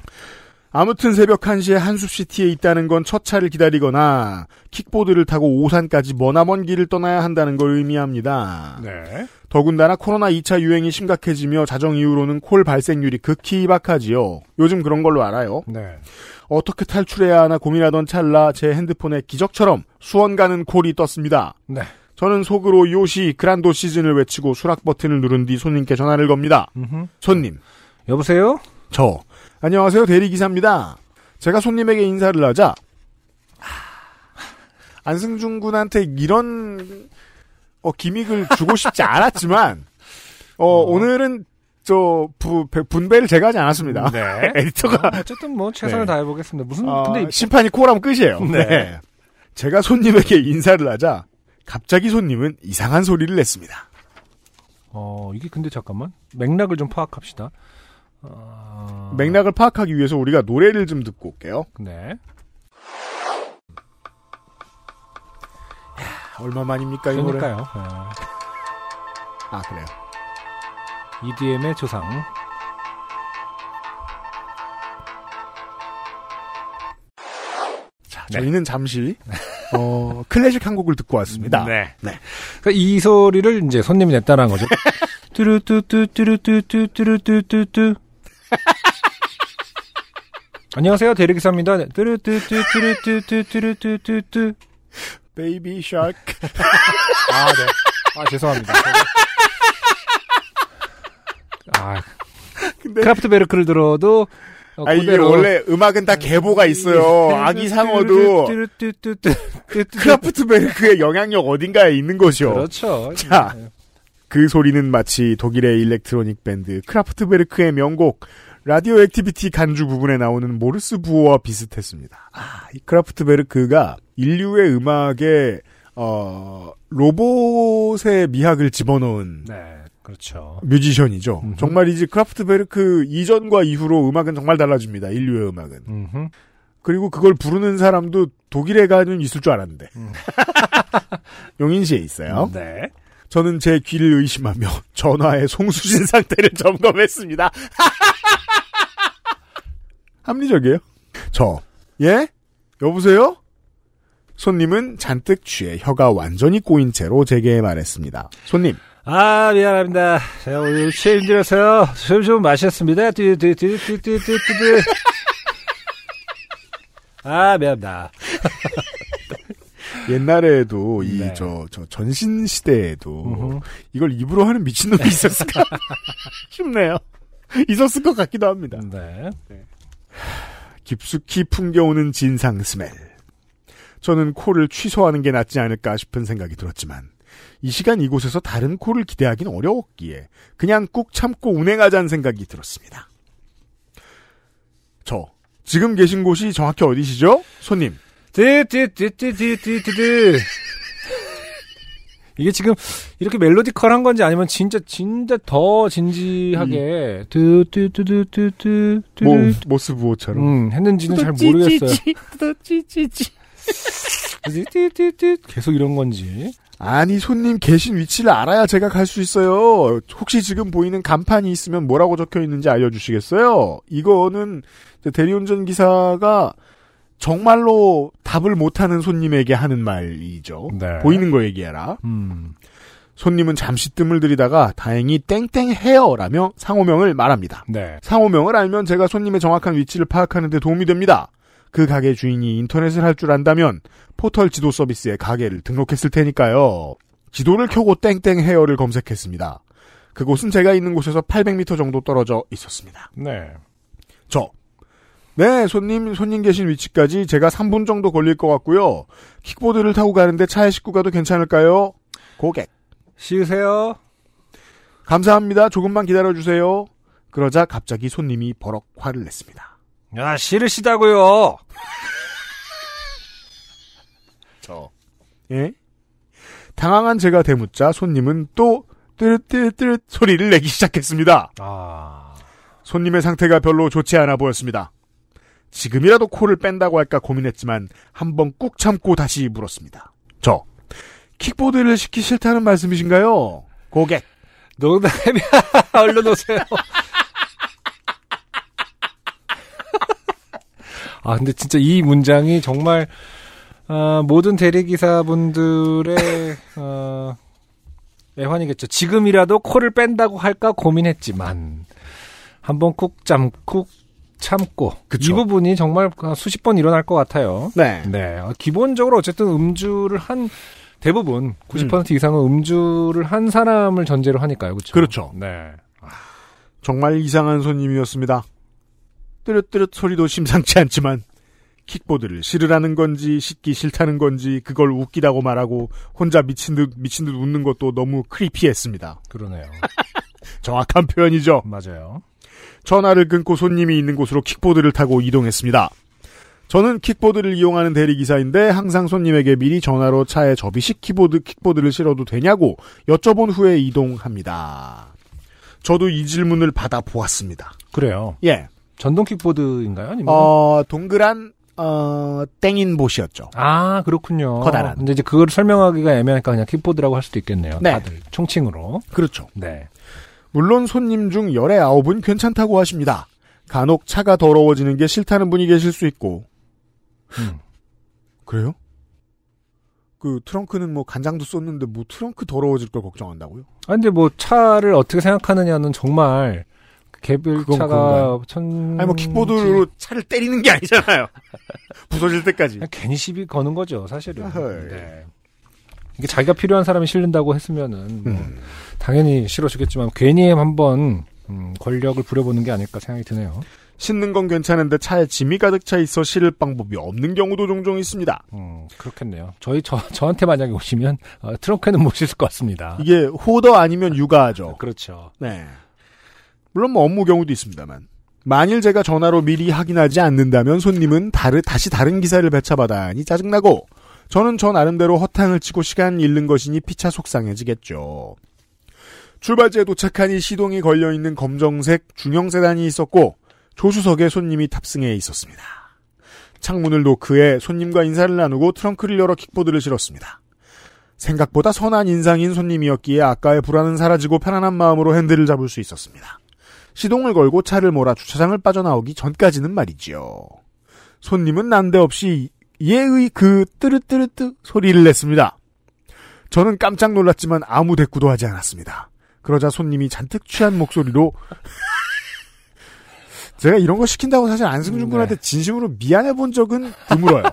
Speaker 1: 아무튼 새벽 1시에 한숲시티에 있다는 건 첫 차를 기다리거나 킥보드를 타고 오산까지 머나먼 길을 떠나야 한다는 걸 의미합니다.
Speaker 2: 네.
Speaker 1: 더군다나 코로나 2차 유행이 심각해지며 자정 이후로는 콜 발생률이 극히 희박하지요. 요즘 그런 걸로 알아요.
Speaker 2: 네.
Speaker 1: 어떻게 탈출해야 하나 고민하던 찰나 제 핸드폰에 기적처럼 수원 가는 콜이 떴습니다.
Speaker 2: 네.
Speaker 1: 저는 속으로 요시 그란도 시즌을 외치고 수락 버튼을 누른 뒤 손님께 전화를 겁니다.
Speaker 2: 음흠.
Speaker 1: 손님,
Speaker 2: 여보세요?
Speaker 1: 저. 안녕하세요, 대리기사입니다. 제가 손님에게 인사를 하자. 안승준 군한테 이런, 어, 기믹을 주고 싶지 않았지만, 어, 오늘은, 저, 부- 배- 분배를 제가 하지 않았습니다.
Speaker 2: 네.
Speaker 1: 에디터가
Speaker 2: 어, 어쨌든 뭐 최선을
Speaker 1: 네.
Speaker 2: 다해보겠습니다. 무슨
Speaker 1: 아,
Speaker 2: 근데
Speaker 1: 심판이 코라면 끝이에요.
Speaker 2: 네.
Speaker 1: 네. 제가 손님에게 인사를 하자 갑자기 손님은 이상한 소리를 냈습니다.
Speaker 2: 어 이게 근데 잠깐만 맥락을 좀 파악합시다. 어,
Speaker 1: 맥락을 파악하기 위해서 우리가 노래를 좀 듣고 올게요.
Speaker 2: 네.
Speaker 1: 얼마만입니까 이 노래?
Speaker 2: 그러니까요. 네.
Speaker 1: 아 그래요.
Speaker 2: EDM의 조상.
Speaker 1: 자,
Speaker 2: 네.
Speaker 1: 저희는 잠시 어, 클래식 한 곡을 듣고 왔습니다.
Speaker 2: 네.
Speaker 1: 네.
Speaker 2: 그러니까 이 소리를 이제 손님이 냈다는 거죠. 뚜루뚜뚜뚜루뚜뚜뚜루뚜뚜뚜. 안녕하세요 대리기사입니다. 뚜루뚜뚜뚜루뚜뚜뚜뚜뚜.
Speaker 1: 베이비 샤크.
Speaker 2: 아 네. 아 죄송합니다. 아
Speaker 1: 근데
Speaker 2: 크라프트베르크를 들어도 어,
Speaker 1: 아 이게
Speaker 2: 그대로-
Speaker 1: 원래 음악은 다 계보가 있어요. 아기 상어도 크라프트베르크의 영향력 어딘가에 있는 거죠.
Speaker 2: 그렇죠.
Speaker 1: 자, 그 소리는 마치 독일의 일렉트로닉 밴드 크라프트베르크의 명곡 라디오 액티비티 간주 부분에 나오는 모르스 부호와 비슷했습니다. 아, 이 크라프트베르크가 인류의 음악에 어, 로봇의 미학을 집어넣은
Speaker 2: 네, 그렇죠.
Speaker 1: 뮤지션이죠.
Speaker 2: 음흠.
Speaker 1: 정말이지 크라프트베르크 이전과 이후로 음악은 정말 달라집니다. 인류의 음악은.
Speaker 2: 음흠.
Speaker 1: 그리고 그걸 부르는 사람도 독일에 가는 있을 줄 알았는데.
Speaker 2: 음.
Speaker 1: 용인시에 있어요.
Speaker 2: 네.
Speaker 1: 저는 제 귀를 의심하며 전화의 송수신 상태를 점검했습니다. 합리적이에요. 저, 예? 여보세요? 손님은 잔뜩 취해 혀가 완전히 꼬인 채로 제게 말했습니다. 손님,
Speaker 2: 아, 미안합니다. 제가 오늘 체인지라서요. 술 좀 마셨습니다. 띠띠띠띠띠띠띠. 아, 미안합니다.
Speaker 1: 옛날에도 이,
Speaker 2: 네.
Speaker 1: 저, 저 전신시대에도
Speaker 2: 음흠.
Speaker 1: 이걸 입으로 하는 미친놈이 있었을까 싶네요. 있었을 것 같기도 합니다.
Speaker 2: 네.
Speaker 1: 깊숙이 풍겨오는 진상 스멜. 저는 콜을 취소하는 게 낫지 않을까 싶은 생각이 들었지만 이 시간 이곳에서 다른 콜을 기대하긴 어려웠기에 그냥 꾹 참고 운행하자는 생각이 들었습니다. 저 지금 계신 곳이 정확히 어디시죠? 손님.
Speaker 2: 띠띠띠띠띠띠띠. 이게 지금 이렇게 멜로디컬한 건지 아니면 진짜 진짜 더
Speaker 1: 음.
Speaker 2: 진지하게 뚜뚜뚜뚜뚜뚜
Speaker 1: 모, 모스 부호처럼.
Speaker 2: 음, 했는지는 잘 모르겠어요. 띠띠띠 계속 이런 건지.
Speaker 1: 아니 손님 계신 위치를 알아야 제가 갈 수 있어요. 혹시 지금 보이는 간판이 있으면 뭐라고 적혀 있는지 알려주시겠어요? 이거는 이제 대리운전 기사가 정말로 답을 못하는 손님에게 하는 말이죠.
Speaker 2: 네.
Speaker 1: 어, 보이는 거 얘기해라.
Speaker 2: 음.
Speaker 1: 손님은 잠시 뜸을 들이다가 다행히 땡땡 헤어라며 상호명을 말합니다.
Speaker 2: 네.
Speaker 1: 상호명을 알면 제가 손님의 정확한 위치를 파악하는 데 도움이 됩니다. 그 가게 주인이 인터넷을 할 줄 안다면 포털 지도 서비스에 가게를 등록했을 테니까요. 지도를 켜고 땡땡 헤어를 검색했습니다. 그곳은 제가 있는 곳에서 800m 정도 떨어져 있었습니다.
Speaker 2: 네.
Speaker 1: 저. 네, 손님, 손님 계신 위치까지 제가 3분 정도 걸릴 것 같고요. 킥보드를 타고 가는데 차에 싣고 가도 괜찮을까요? 고객.
Speaker 2: 쉬세요.
Speaker 1: 감사합니다. 조금만 기다려주세요. 그러자 갑자기 손님이 버럭 화를 냈습니다.
Speaker 2: 야, 싫으시다고요.
Speaker 1: 저. 예? 당황한 제가 대묻자 손님은 또 뚜르뚜르뚜르 소리를 내기 시작했습니다.
Speaker 2: 아.
Speaker 1: 손님의 상태가 별로 좋지 않아 보였습니다. 지금이라도 코를 뺀다고 할까 고민했지만 한번 꾹 참고 다시 물었습니다. 저 킥보드를 시키 싫다는 말씀이신가요? 고객
Speaker 2: 농담이야. 얼른 오세요. 아, 근데 진짜 이 문장이 정말, 어, 모든 대리기사분들의, 어, 애환이겠죠. 지금이라도 코를 뺀다고 할까 고민했지만, 한번 꾹 참, 꾹 참고.
Speaker 1: 그쵸.
Speaker 2: 이 부분이 아, 정말 수십 번 일어날 것 같아요.
Speaker 1: 네
Speaker 2: 네. 아, 기본적으로 어쨌든 음주를 한 대부분 90% 이상은 음주를 한 사람을 전제로 하니까요. 그렇죠.
Speaker 1: 음. 그렇죠.
Speaker 2: 네.
Speaker 1: 정말 이상한 손님이었습니다. 뚜렷뚜렷 소리도 심상치 않지만 킥보드를 싫으라는 건지 씻기 싫다는 건지 그걸 웃기다고 말하고 혼자 미친 듯 미친 듯 웃는 것도 너무 크리피했습니다.
Speaker 2: 그러네요.
Speaker 1: 정확한 표현이죠.
Speaker 2: 맞아요.
Speaker 1: 전화를 끊고 손님이 있는 곳으로 킥보드를 타고 이동했습니다. 저는 킥보드를 이용하는 대리기사인데 항상 손님에게 미리 전화로 차에 접이식 키보드 킥보드를 실어도 되냐고 여쭤본 후에 이동합니다. 저도 이 질문을 받아보았습니다.
Speaker 2: 그래요.
Speaker 1: 예.
Speaker 2: 전동 킥보드인가요? 아니면
Speaker 1: 어, 동그란, 어, 땡인봇이었죠.
Speaker 2: 아, 그렇군요.
Speaker 1: 커다란.
Speaker 2: 근데 이제 그걸 설명하기가 애매하니까 그냥 킥보드라고 할 수도 있겠네요.
Speaker 1: 네.
Speaker 2: 다들 총칭으로.
Speaker 1: 그렇죠.
Speaker 2: 네.
Speaker 1: 물론 손님 중 열의 아홉은 괜찮다고 하십니다. 간혹 차가 더러워지는 게 싫다는 분이 계실 수 있고.
Speaker 2: 음.
Speaker 1: 그래요? 그 트렁크는 뭐 간장도 쏟는데 뭐 트렁크 더러워질 걸 걱정한다고요?
Speaker 2: 아, 근데 뭐 차를 어떻게 생각하느냐는 정말 개별
Speaker 1: 그건
Speaker 2: 차가
Speaker 1: 그런가요?
Speaker 2: 천.
Speaker 1: 아니 뭐 킥보드로 차를 때리는 게 아니잖아요. 부서질 때까지.
Speaker 2: 그냥 괜히 시비 거는 거죠, 사실은.
Speaker 1: 헐.
Speaker 2: 네. 이게 자기가 필요한 사람이 실린다고 했으면은 뭐
Speaker 1: 음.
Speaker 2: 당연히 싫어주겠지만 괜히 한번 음, 권력을 부려보는 게 아닐까 생각이 드네요.
Speaker 1: 씻는 건 괜찮은데 차에 짐이 가득 차 있어 실을 방법이 없는 경우도 종종 있습니다.
Speaker 2: 음, 그렇겠네요. 저희 저 저한테 만약에 오시면 어, 트렁크는 못 실을 것 같습니다.
Speaker 1: 이게 호더 아니면 육아죠.
Speaker 2: 그렇죠.
Speaker 1: 네. 물론 뭐 업무 경우도 있습니다만. 만일 제가 전화로 미리 확인하지 않는다면 손님은 다르, 다시 다른 기사를 배차받아 하니 짜증나고 저는 저 나름대로 허탕을 치고 시간 잃는 것이니 피차 속상해지겠죠. 출발지에 도착하니 시동이 걸려있는 검정색 중형 세단이 있었고 조수석에 손님이 탑승해 있었습니다. 창문을 노크해 손님과 인사를 나누고 트렁크를 열어 킥보드를 실었습니다. 생각보다 선한 인상인 손님이었기에 아까의 불안은 사라지고 편안한 마음으로 핸들을 잡을 수 있었습니다. 시동을 걸고 차를 몰아 주차장을 빠져나오기 전까지는 말이지요. 손님은 난데없이 예의 그 뜨르뜨르뜨 소리를 냈습니다. 저는 깜짝 놀랐지만 아무 대꾸도 하지 않았습니다. 그러자 손님이 잔뜩 취한 목소리로 제가 이런 거 시킨다고 사실
Speaker 2: 네.
Speaker 1: 안승준 군한테 진심으로 미안해 본 적은 드물어요.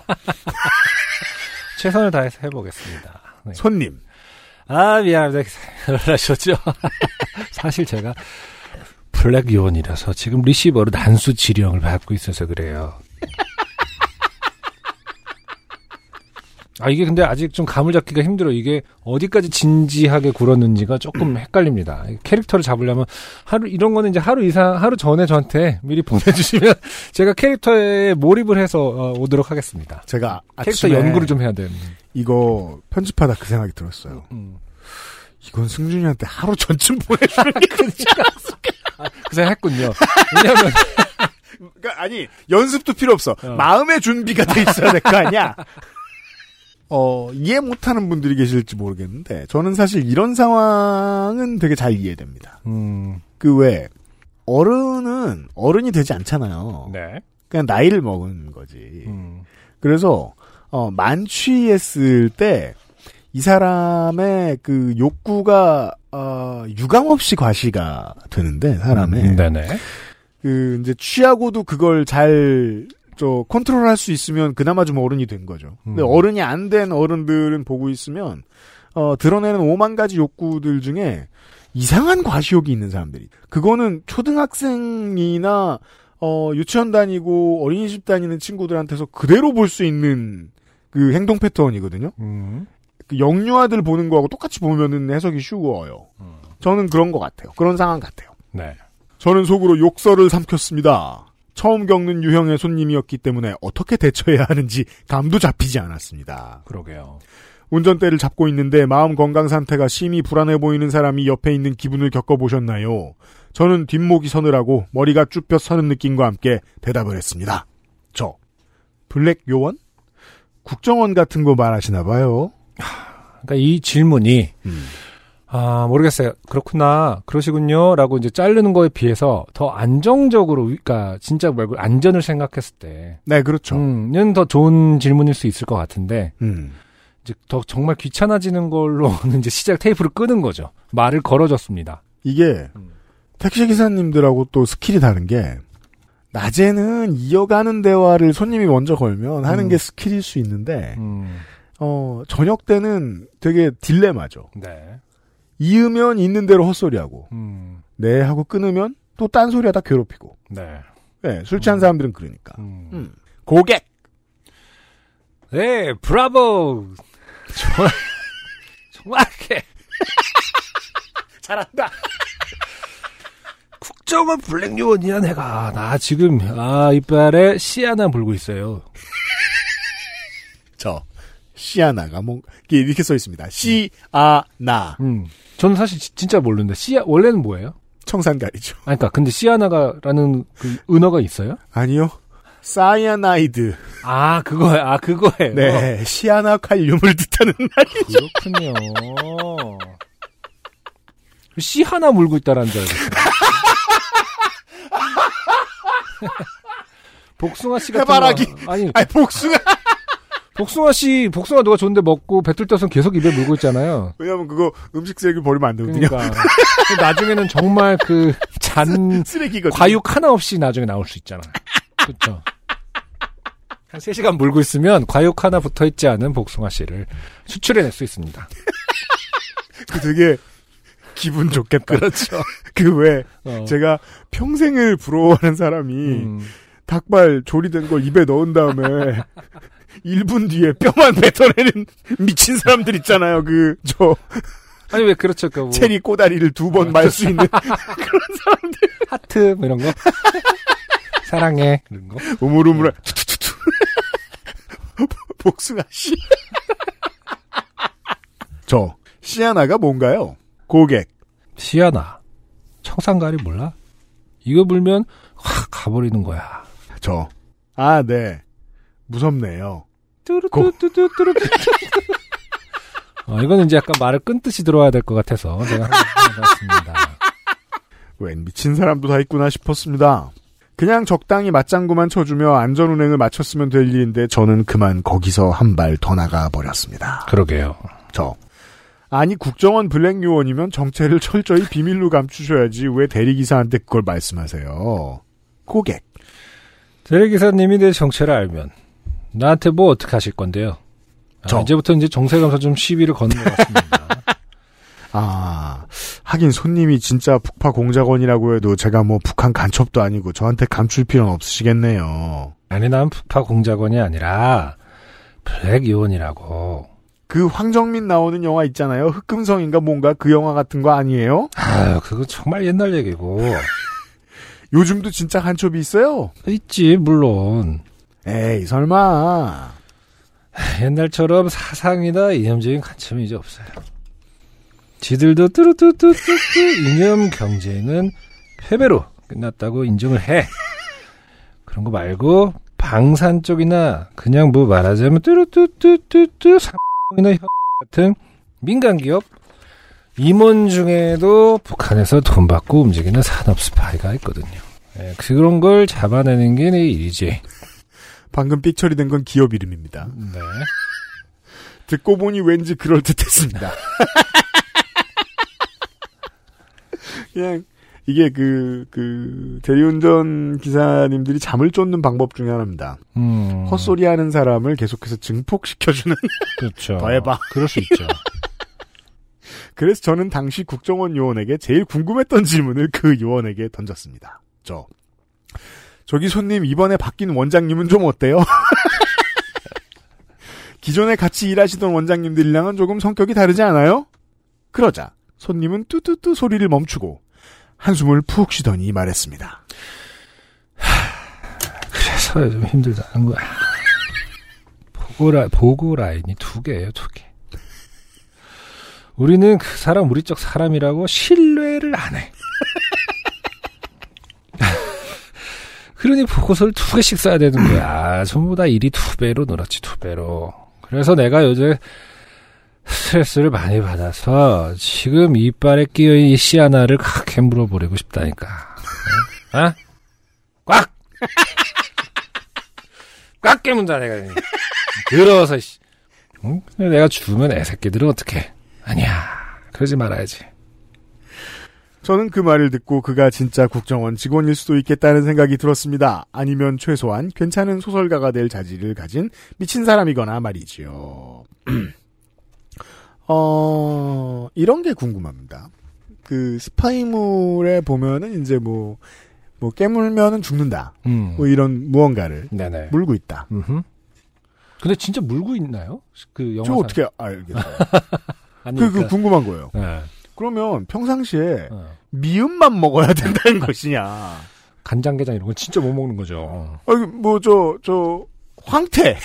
Speaker 2: 최선을 다해서 해보겠습니다. 네.
Speaker 1: 손님,
Speaker 2: 아 미안합니다. 놀라셨죠? 사실 제가 블랙 요원이라서 지금 리시버로 단수 지령을 받고 있어서 그래요. 아 이게 근데 아직 좀 감을 잡기가 힘들어. 이게 어디까지 진지하게 굴었는지가 조금
Speaker 1: 음.
Speaker 2: 헷갈립니다. 캐릭터를 잡으려면 하루 이런 거는 이제 하루 이상 하루 전에 저한테 미리 보내주시면 제가 캐릭터에 몰입을 해서 어, 오도록 하겠습니다.
Speaker 1: 제가
Speaker 2: 캐릭터
Speaker 1: 아침에
Speaker 2: 연구를 좀 해야 돼요.
Speaker 1: 이거 편집하다 그 생각이 들었어요.
Speaker 2: 음.
Speaker 1: 이건 승준이한테 하루 전쯤 보내주는 게 그렇지
Speaker 2: 그 생각 했군요. 왜냐면
Speaker 1: 그러니까 아니 연습도 필요 없어.
Speaker 2: 어.
Speaker 1: 마음의 준비가 돼 있어야 될 거 아니야. 어 이해 못하는 분들이 계실지 모르겠는데 저는 사실 이런 상황은 되게 잘 이해됩니다.
Speaker 2: 음,
Speaker 1: 그 왜 어른은 어른이 되지 않잖아요.
Speaker 2: 네.
Speaker 1: 그냥 나이를 먹은 거지.
Speaker 2: 음,
Speaker 1: 그래서 어, 만취했을 때 이 사람의 그 욕구가 어, 유감 없이 과시가 되는데
Speaker 2: 음,
Speaker 1: 사람의
Speaker 2: 네네.
Speaker 1: 그 이제 취하고도 그걸 잘 저 컨트롤할 수 있으면 그나마 좀 어른이 된 거죠. 근데
Speaker 2: 음.
Speaker 1: 어른이 안 된 어른들은 보고 있으면 어 드러내는 오만 가지 욕구들 중에 이상한 과시욕이 있는 사람들이. 그거는 초등학생이나 어 유치원 다니고 어린이집 다니는 친구들한테서 그대로 볼 수 있는 그 행동 패턴이거든요.
Speaker 2: 음,
Speaker 1: 그 영유아들 보는 거하고 똑같이 보면은 해석이 쉬워요. 저는 그런 것 같아요. 그런 상황 같아요.
Speaker 2: 네.
Speaker 1: 저는 속으로 욕설을 삼켰습니다. 처음 겪는 유형의 손님이었기 때문에 어떻게 대처해야 하는지 감도 잡히지 않았습니다.
Speaker 2: 그러게요.
Speaker 1: 운전대를 잡고 있는데 마음 건강 상태가 심히 불안해 보이는 사람이 옆에 있는 기분을 겪어보셨나요? 저는 뒷목이 서늘하고 머리가 쭈뼛 서는 느낌과 함께 대답을 했습니다. 저 블랙 요원? 국정원 같은 거 말하시나 봐요.
Speaker 2: 그러니까 이 질문이
Speaker 1: 음.
Speaker 2: 아 모르겠어요. 그렇구나. 그러시군요.라고 이제 자르는 거에 비해서 더 안정적으로, 위- 그러니까 진짜 말고 안전을 생각했을 때,
Speaker 1: 네, 그렇죠.
Speaker 2: 음는 더 좋은 질문일 수 있을 것 같은데
Speaker 1: 음.
Speaker 2: 이제 더 정말 귀찮아지는 걸로 이제 시작 테이프를 끄는 거죠. 말을 걸어줬습니다.
Speaker 1: 이게
Speaker 2: 음.
Speaker 1: 택시 기사님들하고 또 스킬이 다른 게 낮에는 이어가는 대화를 손님이 먼저 걸면 하는
Speaker 2: 음.
Speaker 1: 게 스킬일 수 있는데
Speaker 2: 음,
Speaker 1: 어, 저녁 때는 되게 딜레마죠.
Speaker 2: 네.
Speaker 1: 이으면 있는 대로 헛소리하고,
Speaker 2: 음.
Speaker 1: 네 하고 끊으면 또 딴소리하다 괴롭히고,
Speaker 2: 네.
Speaker 1: 예, 술 취한 사람들은 그러니까.
Speaker 2: 음.
Speaker 1: 고객!
Speaker 2: 네, 브라보. 정말 정확해.
Speaker 1: 잘한다!
Speaker 2: 국정원 블랙 요원이야 내가. 나 지금 아 이빨에 씨 하나 물고 있어요.
Speaker 1: 저, 시아나가 뭔, 이게 이렇게 써 있습니다. 시아나.
Speaker 2: 음. 저는 사실 지- 진짜 모르는데 씨 원래는 뭐예요?
Speaker 1: 청산가리죠.
Speaker 2: 아 그러니까 근데 씨 하나가라는 그 은어가 있어요?
Speaker 1: 아니요. 사이아나이드.
Speaker 2: 아 그거예요. 아 그거예요.
Speaker 1: 네, 시아나 칼륨을 뜻하는
Speaker 2: 그렇군요. 씨 하나 물고 있다라는 줄 알았어요. 복숭아 씨 같은 거-
Speaker 1: 해바라기.
Speaker 2: 아니
Speaker 1: 아니, 복숭아.
Speaker 2: 복숭아 씨 복숭아 누가 줬는데 먹고 배틀 떠서 계속 입에 물고 있잖아요.
Speaker 1: 왜냐면 그거 음식 쓰레기 버리면 안 되거든요.
Speaker 2: 그러니까 나중에는 정말 그 잔
Speaker 1: 쓰레기거든요.
Speaker 2: 과육 하나 없이 나중에 나올 수 있잖아. 그렇죠. 한 3시간 물고 있으면 과육 하나 붙어 있지 않은 복숭아 씨를 수출해낼 수 있습니다.
Speaker 1: 그 되게 기분 좋겠다. 그렇죠. 그 왜
Speaker 2: 어.
Speaker 1: 제가 평생을 부러워하는 사람이
Speaker 2: 음.
Speaker 1: 닭발 조리된 걸 입에 넣은 다음에 1분 뒤에 뼈만 뱉어내는 미친 사람들 있잖아요. 그 저
Speaker 2: 아니 왜 그렇죠? 그 뭐,
Speaker 1: 체리 꼬다리를 두 번 말 수 있는
Speaker 2: 하트 뭐 이런 거 사랑해 이런 거.
Speaker 1: 우물우물 투투투투 복숭아 씨. 저 시아나가 뭔가요? 고객.
Speaker 2: 시아나 청산가리 몰라? 이거 불면 확 가버리는 거야.
Speaker 1: 저. 아, 네. 무섭네요.
Speaker 2: 뚜루뚜뚜뚜뚜뚜. 어, 이거는 이제 약간 말을 끈 듯이 들어와야 될 것 같아서 제가 해봤습니다.
Speaker 1: 웬 미친 사람도 다 있구나 싶었습니다. 그냥 적당히 맞장구만 쳐주며 안전운행을 마쳤으면 될 일인데 저는 그만 거기서 한 발 더 나가 버렸습니다.
Speaker 2: 그러게요.
Speaker 1: 저 아니 국정원 블랙 요원이면 정체를 철저히 비밀로 감추셔야지 왜 대리기사한테 그걸 말씀하세요? 고객
Speaker 2: 대리기사님이 내 정체를 알면 나한테 뭐 어떻게 하실 건데요? 아,
Speaker 1: 저.
Speaker 2: 이제부터 이제 정세감사 좀 시비를 거는 것 같습니다.
Speaker 1: 아 하긴 손님이 진짜 북파 공작원이라고 해도 제가 뭐 북한 간첩도 아니고 저한테 감출 필요는 없으시겠네요.
Speaker 2: 아니 난 부파 공작원이 아니라 블랙 요원이라고.
Speaker 1: 그 황정민 나오는 영화 있잖아요. 흑금성인가 뭔가 그 영화 같은 거 아니에요?
Speaker 2: 아유 그거 정말 옛날 얘기고.
Speaker 1: 요즘도 진짜 간첩이 있어요?
Speaker 2: 있지 물론
Speaker 1: 에이, 설마.
Speaker 2: 옛날처럼 사상이나 이념적인 관점이 이제 없어요. 지들도 뚜루뚜뚜뚜뚜 이념 경쟁은 패배로 끝났다고 인정을 해. 그런 거 말고 방산 쪽이나 그냥 뭐 말하자면 뚜루뚜뚜뚜뚜 상이나 혀 같은 민간 기업 임원 중에도 북한에서 돈 받고 움직이는 산업 스파이가 있거든요. 예, 그런 걸 잡아내는 게 내 일이지.
Speaker 1: 방금 삑 처리된 건 기업 이름입니다.
Speaker 2: 네.
Speaker 1: 듣고 보니 왠지 그럴듯했습니다. 그냥, 이게 그, 그, 대리운전 기사님들이 잠을 쫓는 방법 중에 하나입니다.
Speaker 2: 음.
Speaker 1: 헛소리 하는 사람을 계속해서 증폭시켜주는.
Speaker 2: 그렇죠.
Speaker 1: 더 해봐.
Speaker 2: 그럴 수 있죠.
Speaker 1: 그래서 저는 당시 국정원 요원에게 제일 궁금했던 질문을 그 요원에게 던졌습니다. 저. 저기 손님, 이번에 바뀐 원장님은 좀 어때요? 기존에 같이 일하시던 원장님들이랑은 조금 성격이 다르지 않아요? 그러자, 손님은 뚜뚜뚜 소리를 멈추고, 한숨을 푹 쉬더니 말했습니다.
Speaker 2: 그래서 좀 힘들다는 거야. 보고라, 보고 라인이 두 개예요, 두 개. 우리는 그 사람, 우리 쪽 사람이라고 신뢰를 안 해. 그러니 보고서를 두 개씩 써야 되는 거야. 전부 다 일이 두 배로 늘었지, 두 배로. 그래서 내가 요새 스트레스를 많이 받아서 지금 이빨에 끼어있는 이씨 하나를 칵 해물어버리고 싶다니까. 어? 어? 꽉! 꽉 깨문다 내가 들어서 씨. 응? 근데 내가 죽으면 애새끼들은 어떻게? 아니야 그러지 말아야지.
Speaker 1: 저는 그 말을 듣고 그가 진짜 국정원 직원일 수도 있겠다는 생각이 들었습니다. 아니면 최소한 괜찮은 소설가가 될 자질을 가진 미친 사람이거나 말이지요. 어, 이런 게 궁금합니다. 그 스파이물에 보면은 이제 뭐, 뭐 깨물면은 죽는다.
Speaker 2: 음.
Speaker 1: 뭐 이런 무언가를
Speaker 2: 네네.
Speaker 1: 물고 있다.
Speaker 2: 음흠. 근데 진짜 물고 있나요? 그 영화. 음.
Speaker 1: 저 어떻게 알겠어요? 그,
Speaker 2: 아니까.
Speaker 1: 그 궁금한 거예요.
Speaker 2: 네.
Speaker 1: 그러면 평상시에
Speaker 2: 어.
Speaker 1: 미음만 먹어야 된다는 것이냐. 아,
Speaker 2: 간장게장 이런 건 진짜 못 먹는 거죠. 어.
Speaker 1: 뭐, 저, 저, 황태.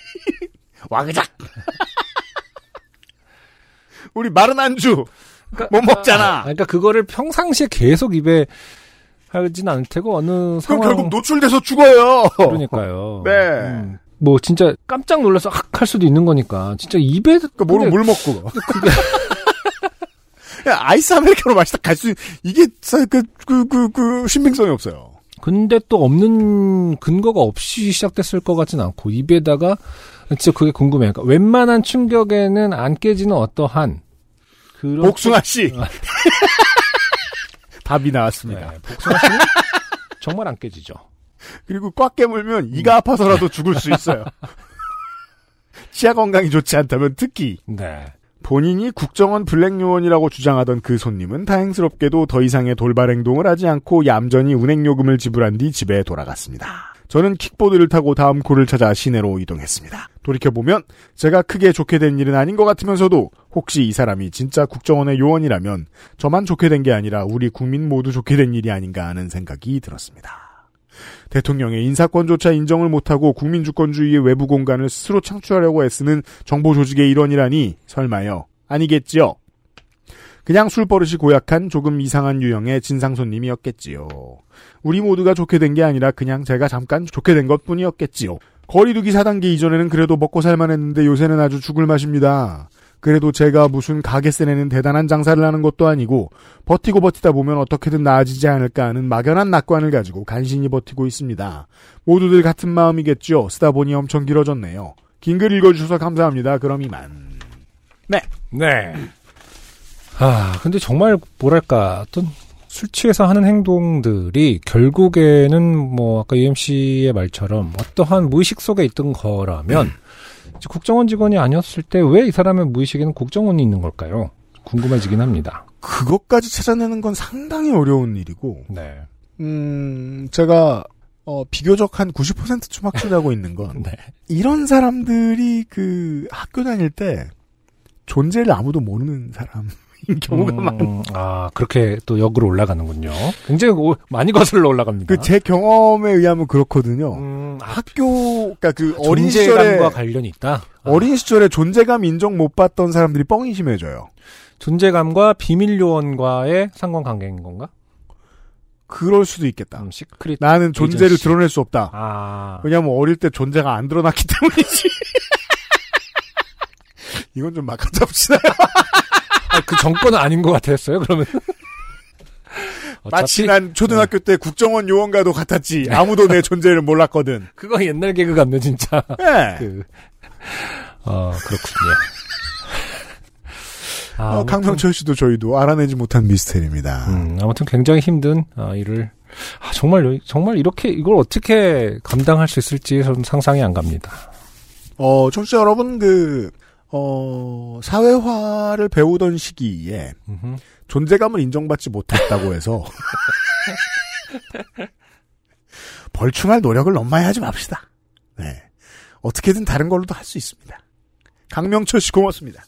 Speaker 1: 와그작. 우리 마른 안주.
Speaker 2: 그러니까-
Speaker 1: 못 먹잖아.
Speaker 2: 아, 그러니까 그거를 평상시에 계속 입에 하진 않을 테고 어느
Speaker 1: 그럼
Speaker 2: 상황
Speaker 1: 결국 노출돼서 죽어요.
Speaker 2: 그러니까요.
Speaker 1: 네.
Speaker 2: 뭐 진짜 깜짝 놀라서 확 할 수도 있는 거니까 진짜 입에
Speaker 1: 그러니까 모르면 물 먹고. 야, 아이스 아메리카노 마시다 갈 수, 있- 이게, 사- 그, 그, 그, 그, 신빙성이 없어요.
Speaker 2: 근데 또 없는 근거가 없이 시작됐을 것 같진 않고 입에다가 진짜 그게 궁금해요. 그러니까 웬만한 충격에는 안 깨지는 어떠한 그런
Speaker 1: 복숭아 씨. 답이 나왔습니다.
Speaker 2: 네, 복숭아 씨는 정말 안 깨지죠.
Speaker 1: 그리고 꽉 깨물면 이가 아파서라도 죽을 수 있어요. 치아 건강이 좋지 않다면 특히
Speaker 2: 네.
Speaker 1: 본인이 국정원 블랙 요원이라고 주장하던 그 손님은 다행스럽게도 더 이상의 돌발 행동을 하지 않고 얌전히 운행 요금을 지불한 뒤 집에 돌아갔습니다. 저는 킥보드를 타고 다음 골을 찾아 시내로 이동했습니다. 돌이켜보면 제가 크게 좋게 된 일은 아닌 것 같으면서도 혹시 이 사람이 진짜 국정원의 요원이라면 저만 좋게 된 게 아니라 우리 국민 모두 좋게 된 일이 아닌가 하는 생각이 들었습니다. 대통령의 인사권조차 인정을 못하고 국민주권주의의 외부 공간을 스스로 창출하려고 애쓰는 정보 조직의 일원이라니 설마요. 아니겠지요. 그냥 술버릇이 고약한 조금 이상한 유형의 진상 손님이었겠지요. 우리 모두가 좋게 된 게 아니라 그냥 제가 잠깐 좋게 된 것 뿐이었겠지요. 거리두기 4단계 이전에는 그래도 먹고 살만했는데 요새는 아주 죽을 맛입니다. 그래도 제가 무슨 가게세 내는 대단한 장사를 하는 것도 아니고 버티고 버티다 보면 어떻게든 나아지지 않을까 하는 막연한 낙관을 가지고 간신히 버티고 있습니다. 모두들 같은 마음이겠죠. 쓰다 보니 엄청 길어졌네요. 긴 글 읽어주셔서 감사합니다. 그럼 이만.
Speaker 2: 네. 아, 근데 정말 뭐랄까 어떤 술 취해서 하는 행동들이 결국에는 뭐 아까 UMC의 말처럼 어떠한 무의식 속에 있던 거라면
Speaker 1: 음.
Speaker 2: 이제 국정원 직원이 아니었을 때 왜 이 사람의 무의식에는 국정원이 있는 걸까요? 궁금해지긴 합니다.
Speaker 1: 그것까지 찾아내는 건 상당히 어려운 일이고,
Speaker 2: 네.
Speaker 1: 음, 제가, 어, 비교적 한 90%쯤 확실하고 있는 건,
Speaker 2: 네.
Speaker 1: 이런 사람들이 그 학교 다닐 때 존재를 아무도 모르는 사람인 경우가 많
Speaker 2: 음, 아, 그렇게 또 역으로 올라가는군요. 굉장히 오- 많이 거슬러 올라갑니다.
Speaker 1: 그, 제 경험에 의하면 그렇거든요.
Speaker 2: 음, 아,
Speaker 1: 학교, 그니까 그 어린 시절에,
Speaker 2: 존재감과 관련이 있다. 아,
Speaker 1: 어린 시절에 존재감 인정 못 받던 사람들이 뻥이 심해져요.
Speaker 2: 존재감과 비밀 요원과의 상관관계인 건가?
Speaker 1: 아, 그럴 수도 있겠다.
Speaker 2: 음, 시크릿.
Speaker 1: 나는 존재를
Speaker 2: 에이전시.
Speaker 1: 드러낼 수 없다.
Speaker 2: 아,
Speaker 1: 왜냐면 어릴 때 존재가 안 드러났기 때문이지. 이건 좀 막아잡시다.
Speaker 2: 아, 그 정권은 아닌 것 같았어요. 그러면 어차피
Speaker 1: 마치
Speaker 2: 네.
Speaker 1: 난 초등학교 때 국정원 요원과도 같았지. 아무도 내 존재를 몰랐거든.
Speaker 2: 그거 옛날 개그 같네 진짜.
Speaker 1: 예.
Speaker 2: 그, 어 그렇군요. 아,
Speaker 1: 어, 강명철 씨도 저희도 알아내지 못한 미스테리입니다.
Speaker 2: 음, 아무튼 굉장히 힘든 아, 일을 아, 정말 여- 정말 이렇게 이걸 어떻게 감당할 수 있을지 저는 상상이 안 갑니다.
Speaker 1: 어, 청취자 여러분, 그, 어, 사회화를 배우던 시기에
Speaker 2: 음흠.
Speaker 1: 존재감을 인정받지 못했다고 해서 벌충할 노력을 너무 많이 하지 맙시다. 네. 어떻게든 다른 걸로도 할 수 있습니다. 강명철 씨 고맙습니다.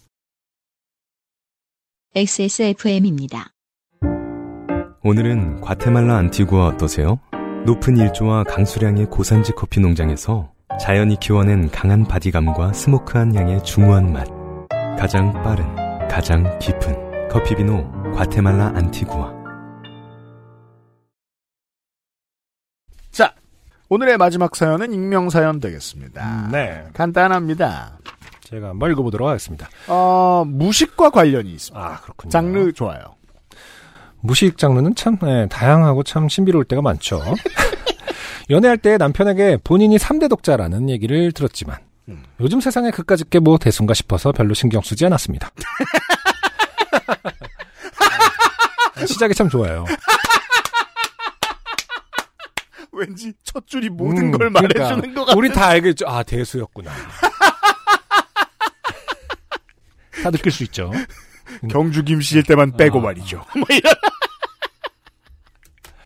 Speaker 3: XSFM입니다.
Speaker 5: 오늘은 과테말라 안티구아 어떠세요? 높은 일조와 강수량의 고산지 커피 농장에서 자연이 키워낸 강한 바디감과 스모크한 향의 중후한 맛. 가장 빠른, 가장 깊은 커피 비노 과테말라 안티구아.
Speaker 1: 오늘의 마지막 사연은 익명 사연 되겠습니다.
Speaker 2: 네,
Speaker 1: 간단합니다.
Speaker 2: 제가 한번 읽어보도록 하겠습니다.
Speaker 1: 어, 무식과 관련이 있습니다.
Speaker 2: 아 그렇군요.
Speaker 1: 장르 좋아요.
Speaker 2: 무식 장르는 참 예, 다양하고 참 신비로울 때가 많죠. 연애할 때 남편에게 본인이 3대 독자라는 얘기를 들었지만
Speaker 1: 음.
Speaker 2: 요즘 세상에 그까짓 게 뭐 대수인가 싶어서 별로 신경 쓰지 않았습니다. 시작이 참 좋아요.
Speaker 1: 왠지 첫 줄이 모든
Speaker 2: 음,
Speaker 1: 걸
Speaker 2: 그러니까
Speaker 1: 말해주는 것 같아.
Speaker 2: 우리 다 알겠죠. 아 대수였구나. 다 느낄 수 있죠.
Speaker 1: 경주 김씨일 때만 빼고 말이죠.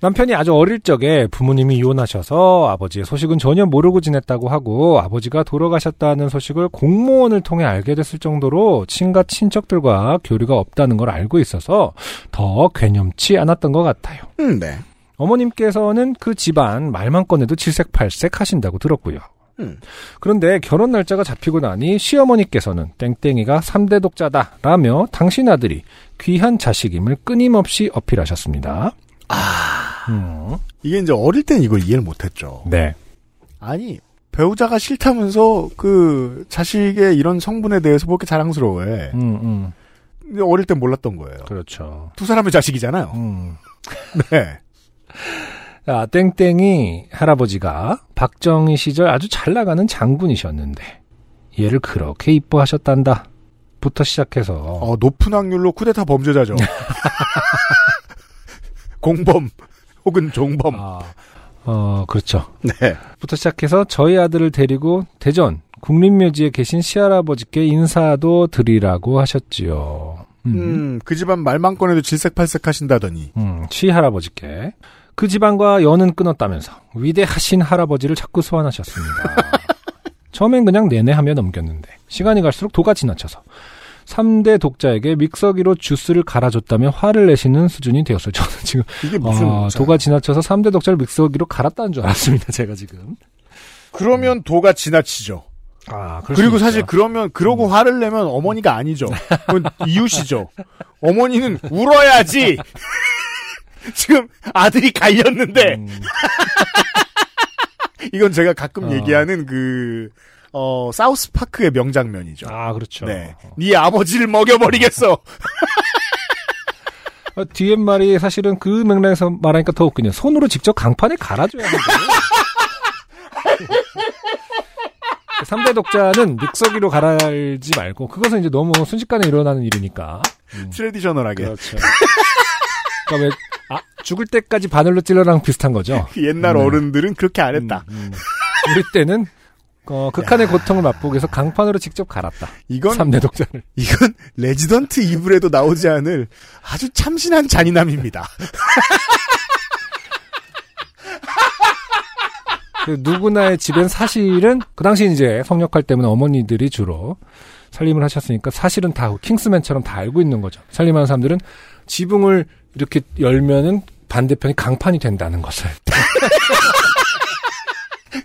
Speaker 2: 남편이 아주 어릴 적에 부모님이 이혼하셔서 아버지의 소식은 전혀 모르고 지냈다고 하고 아버지가 돌아가셨다는 소식을 공무원을 통해 알게 됐을 정도로 친가 친척들과 교류가 없다는 걸 알고 있어서 더 괴념치 않았던 것 같아요.
Speaker 6: 음, 네.
Speaker 2: 어머님께서는 그 집안 말만 꺼내도 질색팔색 하신다고 들었고요.
Speaker 6: 음.
Speaker 2: 그런데 결혼 날짜가 잡히고 나니 시어머니께서는 땡땡이가 3대 독자다 라며 당신 아들이 귀한 자식임을 끊임없이 어필하셨습니다. 아.
Speaker 1: 이게 이제 어릴 땐 이걸 이해를 못했죠.
Speaker 2: 네.
Speaker 1: 아니 배우자가 싫다면서 그 자식의 이런 성분에 대해서 그렇게 자랑스러워해.
Speaker 2: 음, 음.
Speaker 1: 근데 어릴 땐 몰랐던 거예요.
Speaker 2: 그렇죠.
Speaker 1: 두 사람의 자식이잖아요.
Speaker 2: 음.
Speaker 1: 네.
Speaker 2: 자, 땡땡이 할아버지가 박정희 시절 아주 잘 나가는 장군이셨는데 얘를 그렇게 이뻐하셨단다. 부터 시작해서
Speaker 1: 어, 높은 확률로 쿠데타 범죄자죠. 공범 혹은 종범.
Speaker 2: 아, 어, 그렇죠.
Speaker 1: 네.
Speaker 2: 부터 시작해서 저희 아들을 데리고 대전 국립묘지에 계신 시할아버지께 인사도 드리라고 하셨지요. 음.
Speaker 1: 음, 그 집안 말만 꺼내도 질색팔색 하신다더니.
Speaker 2: 음, 시할아버지께 그 집안과 연은 끊었다면서 위대하신 할아버지를 자꾸 소환하셨습니다. 처음엔 그냥 내내 하며 넘겼는데 시간이 갈수록 도가 지나쳐서 3대 독자에게 믹서기로 주스를 갈아줬다며 화를 내시는 수준이 되었어요. 저는 지금
Speaker 1: 이게
Speaker 2: 아,
Speaker 1: 무슨. 문자예요?
Speaker 2: 도가 지나쳐서 3대 독자를 믹서기로 갈았다는 줄 알았습니다. 제가 지금.
Speaker 1: 그러면 도가 지나치죠.
Speaker 2: 아, 그럴
Speaker 1: 그리고
Speaker 2: 수도
Speaker 1: 사실
Speaker 2: 있죠. 음.
Speaker 1: 그러면 그러고 화를 내면 어머니가 아니죠. 그건 이웃이죠. 어머니는 울어야지. 지금 아들이 갈렸는데
Speaker 2: 음.
Speaker 1: 이건 제가 가끔
Speaker 2: 어.
Speaker 1: 얘기하는 그 어, 사우스 파크의 명장면이죠.
Speaker 2: 아, 그렇죠. 음.
Speaker 1: 네, 네 아버지를 먹여버리겠어.
Speaker 2: 어, 뒤에 말이 사실은 그 맥락에서 말하니까 더 웃기네요. 손으로 직접 강판에 갈아줘야 하는데. 3대 독자는 믹서기로 갈아지 말고 그것은 이제 너무 순식간에 일어나는 일이니까.
Speaker 1: 트레디셔널하게
Speaker 2: 그렇죠. 그러니까 왜 아, 죽을 때까지 바늘로 찔러랑 비슷한 거죠.
Speaker 1: 옛날
Speaker 2: 음.
Speaker 1: 어른들은 그렇게 안 했다.
Speaker 2: 음, 음. 우리 때는 어, 극한의 고통을 맛보기 위해서 강판으로 직접 갈았다.
Speaker 1: 이건
Speaker 2: 3대 독자를.
Speaker 1: 이건 레지던트 이블에도 나오지 않을 아주 참신한 잔인함입니다.
Speaker 2: 그 누구나의 집엔 사실은 그 당시 이제 성역할 때문에 어머니들이 주로 살림을 하셨으니까 사실은 다 킹스맨처럼 다 알고 있는 거죠. 살림하는 사람들은 지붕을 이렇게 열면은 반대편이 강판이 된다는 것을.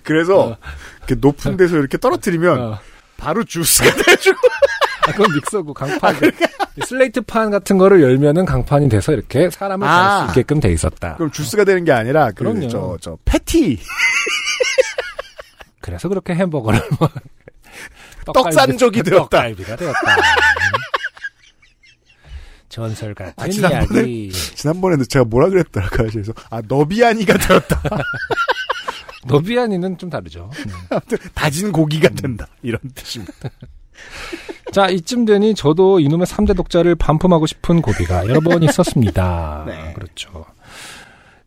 Speaker 1: 그래서 이렇게 높은 데서 이렇게 떨어뜨리면
Speaker 2: 어.
Speaker 1: 바로 주스가 돼주고
Speaker 2: 아, 그건 믹서고 강판. 그러니까. 슬레이트판 같은 거를 열면은 강판이 돼서 이렇게 사람을 갈 수
Speaker 1: 아.
Speaker 2: 있게끔 돼 있었다.
Speaker 1: 그럼 주스가 되는 게 아니라
Speaker 2: 그럼요.
Speaker 1: 그저저 패티
Speaker 2: 그래서 그렇게 햄버거를 뭐
Speaker 1: 떡산족이 되었다.
Speaker 2: 떡갈비가 되었다. 음. 전설 같은
Speaker 1: 아, 지난번에
Speaker 2: 이야기.
Speaker 1: 지난번에도 제가 뭐라 그랬더라 가시에서 아 너비아니가 되었다
Speaker 2: 노비안이는 좀 다르죠. 음.
Speaker 1: 다진 고기가 된다 이런 뜻입니다.
Speaker 2: 자, 이쯤 되니 저도 이놈의 3대 독자를 반품하고 싶은 고비가 여러 번 있었습니다.
Speaker 1: 네.
Speaker 2: 그렇죠.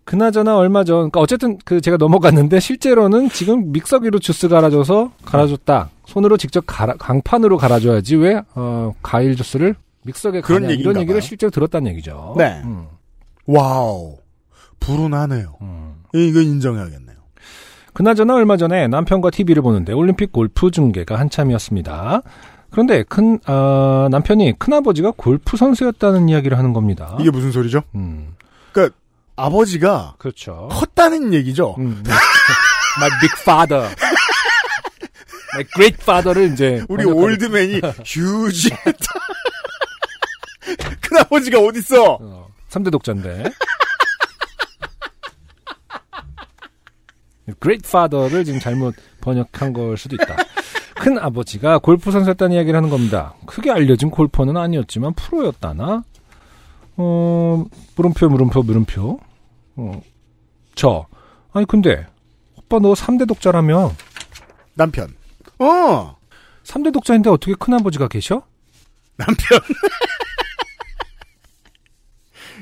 Speaker 2: 그나저나 얼마 전, 그러니까 어쨌든 그 제가 넘어갔는데 실제로는 지금 믹서기로 주스 갈아줘서 갈아줬다. 손으로 직접 갈아, 강판으로 갈아줘야지 왜, 어, 과일 주스를 믹서기에
Speaker 1: 그런
Speaker 2: 가냐. 이런
Speaker 1: 얘기인가
Speaker 2: 얘기를
Speaker 1: 봐요.
Speaker 2: 실제로 들었다는 얘기죠.
Speaker 1: 네.
Speaker 2: 음,
Speaker 1: 와우 불운하네요.
Speaker 2: 음.
Speaker 1: 이거 인정해야겠네요.
Speaker 2: 그나저나 얼마 전에 남편과 TV를 보는데 올림픽 골프 중계가 한참이었습니다. 그런데 큰 아, 남편이 큰아버지가 골프 선수였다는 이야기를 하는 겁니다.
Speaker 1: 이게 무슨 소리죠?
Speaker 2: 음,
Speaker 1: 아버지가
Speaker 2: 그렇죠.
Speaker 1: 컸다는 얘기죠.
Speaker 2: 음. My big father. My great father를 이제
Speaker 1: 우리
Speaker 2: 번역하는-
Speaker 1: 올드맨이 휴지 큰아버지가 어딨어?
Speaker 2: 어, 3대 독자인데. Great Father를 지금 잘못 번역한 걸 수도 있다. 큰 아버지가 골프 선수였다는 이야기를 하는 겁니다. 크게 알려진 골퍼는 아니었지만 프로였다나? 어, 물음표, 물음표, 물음표. 어, 저. 아니, 근데, 오빠 너 3대 독자라며.
Speaker 1: 남편. 어
Speaker 2: 3대 독자인데 어떻게 큰아버지가 계셔?
Speaker 1: 남편.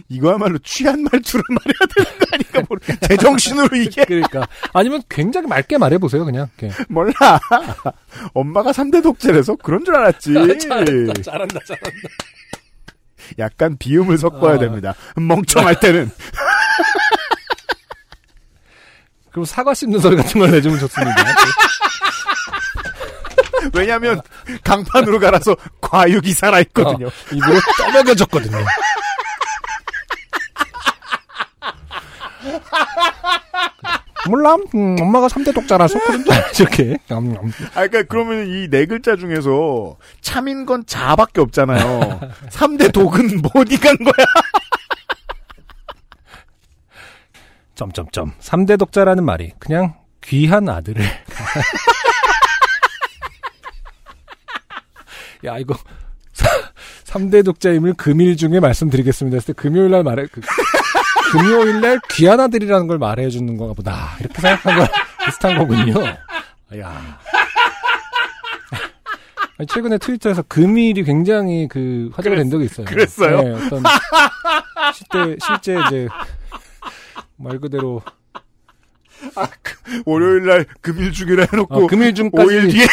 Speaker 1: 이거야말로 취한 말투를 말해야 되는 거 아닌가? 그러니까 뭘 제정신으로 이게
Speaker 2: 그러니까 아니면 굉장히 맑게 말해 보세요 그냥. 이렇게.
Speaker 1: 몰라. 엄마가 3대 독재라서 그런 줄 알았지.
Speaker 2: 잘한다 잘한다.
Speaker 1: 약간 비음을 섞어야
Speaker 2: 아.
Speaker 1: 됩니다. 멍청할 때는
Speaker 2: 그럼 사과 씹는 소리 같은 걸 내주면 좋습니다.
Speaker 1: 왜냐하면 강판으로 갈아서 과육이 살아 있거든요.
Speaker 2: 어, 입으로 떠먹여졌거든요. 몰라. 음, 엄마가 3대 독자라서 그런 줄 알지, 이렇게. 음, 음.
Speaker 1: 아, 그러니까 그러면 이 네 글자 중에서 참인 건 자밖에 없잖아요. 3대 독은 어디 간 거야?
Speaker 2: 점점점. 3대 독자라는 말이 그냥 귀한 아들을. 야, 이거. 3대 독자임을 금일 중에 말씀드리겠습니다. 했을 때 금요일 날 말해. 그, 금요일 날 귀한 아들이라는 걸 말해주는 건가 보다. 이렇게 생각한 거 비슷한 거군요. 야. 아니, 최근에 트위터에서 금일이 굉장히 그 화제가 된 적이 있어요.
Speaker 1: 그랬어요?
Speaker 2: 네, 어떤 실제 실제 이제 말 그대로
Speaker 1: 월요일 날 금일 중이라
Speaker 2: 아,
Speaker 1: 해놓고
Speaker 2: 금일 중까지
Speaker 1: 5일 그 뒤에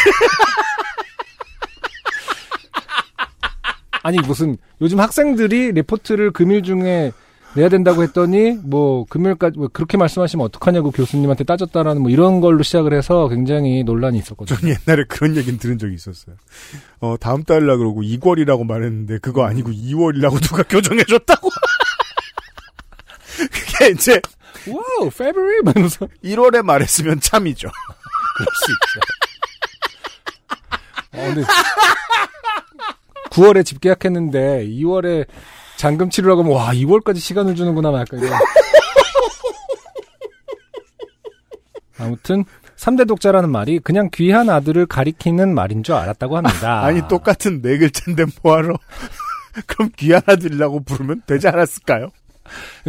Speaker 2: 아니 무슨 요즘 학생들이 리포트를 금일 중에 내야 된다고 했더니 뭐 금요일까지 뭐 그렇게 말씀하시면 어떡하냐고 교수님한테 따졌다라는 뭐 이런 걸로 시작을 해서 굉장히 논란이 있었거든요.
Speaker 1: 전 옛날에 그런 얘기는 들은 적이 있었어요. 어, 다음 달이라 그러고 2월이라고 말했는데 그거 아니고 2월이라고 누가 교정해줬다고. 그게 이제
Speaker 2: 와우, 페브리 이러면서
Speaker 1: 1월에 말했으면 참이죠.
Speaker 2: 그럴 수 있죠. 어, 근데 9월에 집 계약했는데 2월에 잔금 치르라고 하면 와 2월까지 시간을 주는구나 막 약간 이런. 아무튼 3대 독자라는 말이 그냥 귀한 아들을 가리키는 말인 줄 알았다고 합니다.
Speaker 1: 아니 똑같은 네 글자인데 뭐하러? 그럼 귀한 아들이라고 부르면 되지 않았을까요?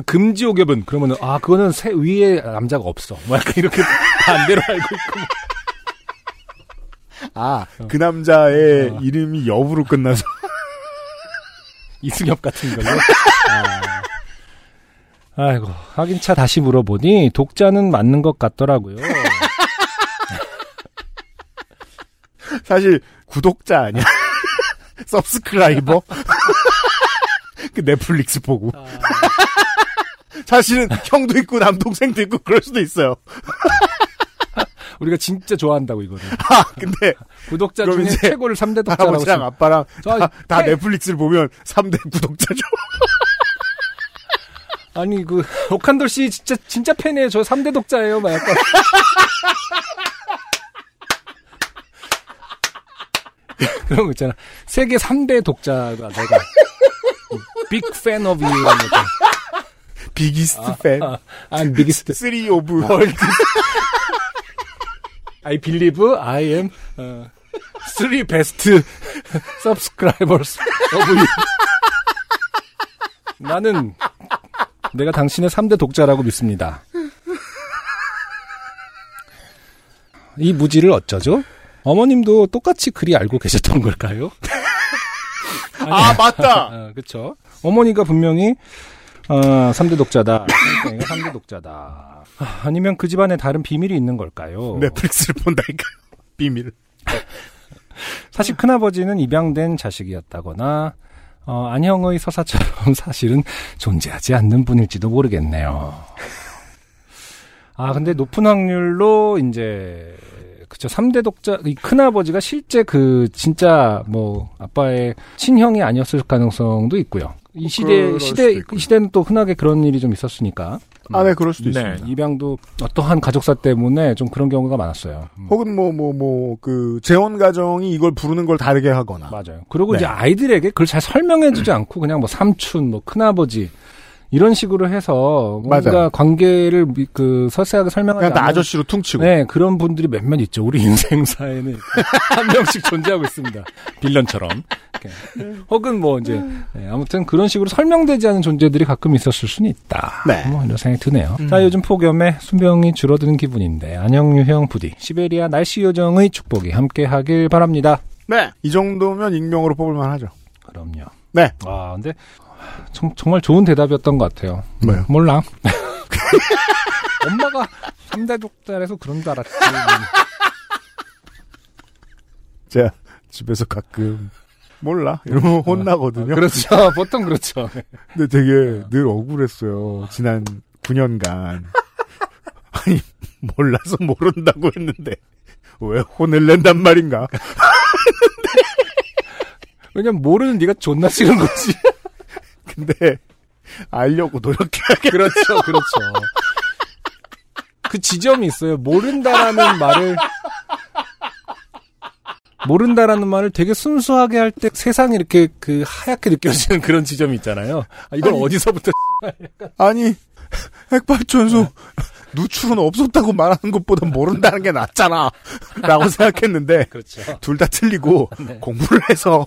Speaker 2: 금지 오겹은 그러면은 아 그거는 새 위에 남자가 없어. 막 약간 이렇게 반대로 알고 있고.
Speaker 1: 아, 그 남자의
Speaker 2: 어.
Speaker 1: 이름이 여부로 끝나서.
Speaker 2: 이승엽 같은 걸로. 아. 아이고 확인차 다시 물어보니 독자는 맞는 것 같더라고요.
Speaker 1: 사실, 구독자 아니야. 섭스크라이버? 그 넷플릭스 보고. 사실은 형도 있고 남동생도 있고 그럴 수도 있어요.
Speaker 2: 우리가 진짜 좋아한다고 이거를
Speaker 1: 아, 근데
Speaker 2: 구독자
Speaker 1: 그럼
Speaker 2: 중에
Speaker 1: 이제
Speaker 2: 최고를 3대 독자라고
Speaker 1: 할아버지랑
Speaker 2: 치-
Speaker 1: 아빠랑
Speaker 2: 저
Speaker 1: 다, 다
Speaker 2: 태-
Speaker 1: 넷플릭스를 보면 3대 구독자죠.
Speaker 2: 아니 그 옥한돌 씨 진짜 진짜 팬이에요 저 3대 독자예요 막 약간 그런 거 있잖아 세계 3대 독자가 내가 빅팬 오브 유라는 거 아,
Speaker 1: 비기스트 팬.
Speaker 2: I'm biggest
Speaker 1: 3 오브 월드.
Speaker 2: I believe I am 어, three best subscribers of you. 나는 내가 당신의 3대 독자라고 믿습니다. 이 무지를 어쩌죠? 어머님도 똑같이 그리 알고 계셨던 걸까요?
Speaker 1: 아, 맞다!
Speaker 2: 아, 그쵸. 어머니가 분명히, 어, 3대 독자다. 그러니까 3대 독자다. 아, 아니면 그 집안에 다른 비밀이 있는
Speaker 1: 어.
Speaker 2: 걸까요?
Speaker 1: 네, 넷플릭스를 본다니까. 비밀.
Speaker 2: 사실 큰아버지는 입양된 자식이었다거나 어, 안형의 서사처럼 사실은 존재하지 않는 분일지도 모르겠네요. 아 근데 높은 확률로 이제 그쵸 3대 독자 이 큰아버지가 실제 그 진짜 뭐 아빠의 친형이 아니었을 가능성도 있고요. 이 시대
Speaker 1: 어, 그럴 수도
Speaker 2: 시대
Speaker 1: 있고요.
Speaker 2: 시대는 또 흔하게 그런 일이 좀 있었으니까
Speaker 1: 아, 네, 그럴 수도
Speaker 2: 네,
Speaker 1: 있습니다.
Speaker 2: 입양도 어떠한 가족사 때문에 좀 그런 경우가 많았어요. 음.
Speaker 1: 혹은 뭐, 뭐, 뭐, 그, 재혼 가정이 이걸 부르는 걸 다르게 하거나.
Speaker 2: 맞아요. 그리고
Speaker 1: 네. 음.
Speaker 2: 이제 아이들에게 그걸 잘 설명해주지 않고 그냥 뭐 삼촌, 뭐 큰아버지 이런 식으로 해서 뭔가
Speaker 1: 맞아요.
Speaker 2: 관계를 미- 그 서세하게 설명하지
Speaker 1: 그냥 다
Speaker 2: 않는
Speaker 1: 아저씨로 퉁치고.
Speaker 2: 네 그런 분들이 몇몇 있죠. 우리 인생사에는 한 명씩 존재하고 있습니다. 빌런처럼. 이렇게. 혹은 뭐 이제 네, 아무튼 그런 식으로 설명되지 않은 존재들이 가끔 있었을 수는 있다.
Speaker 1: 네.
Speaker 2: 뭐 이런 생각이 드네요. 자 요즘 폭염에 수명이 줄어드는 기분인데 안녕유형 부디 시베리아 날씨 요정의 축복이 함께하길 바랍니다.
Speaker 1: 네. 이 정도면 익명으로 뽑을만 하죠.
Speaker 2: 그럼요.
Speaker 1: 네.
Speaker 2: 아, 근데 정, 말 좋은 대답이었던 것 같아요.
Speaker 1: 뭐요?
Speaker 2: 몰라. 엄마가 삼대 독달해서 그런 줄 알았지.
Speaker 1: 제가 집에서 가끔 몰라 이러면 혼나거든요.
Speaker 2: 아, 그렇죠. 보통 그렇죠.
Speaker 1: 근데 되게 늘 억울했어요. 지난 9년간. 아니, 몰라서 모른다고 했는데, 왜 혼을 낸단 말인가?
Speaker 2: 왜냐면 모르는 네가 존나 싫은 거지.
Speaker 1: 근데, 알려고 노력해야겠다.
Speaker 2: 그렇죠, 그렇죠. 그 지점이 있어요. 모른다라는 말을 모른다라는 말을 되게 순수하게 할 때 세상이 이렇게 그 하얗게 느껴지는 그런 지점이 있잖아요. 아, 이걸 어디서부터
Speaker 1: 아니, 핵발전소, 누출은 없었다고 말하는 것보다 모른다는 게 낫잖아. 라고 생각했는데,
Speaker 2: 그렇죠. 네.
Speaker 1: 둘 다 틀리고, 공부를 해서,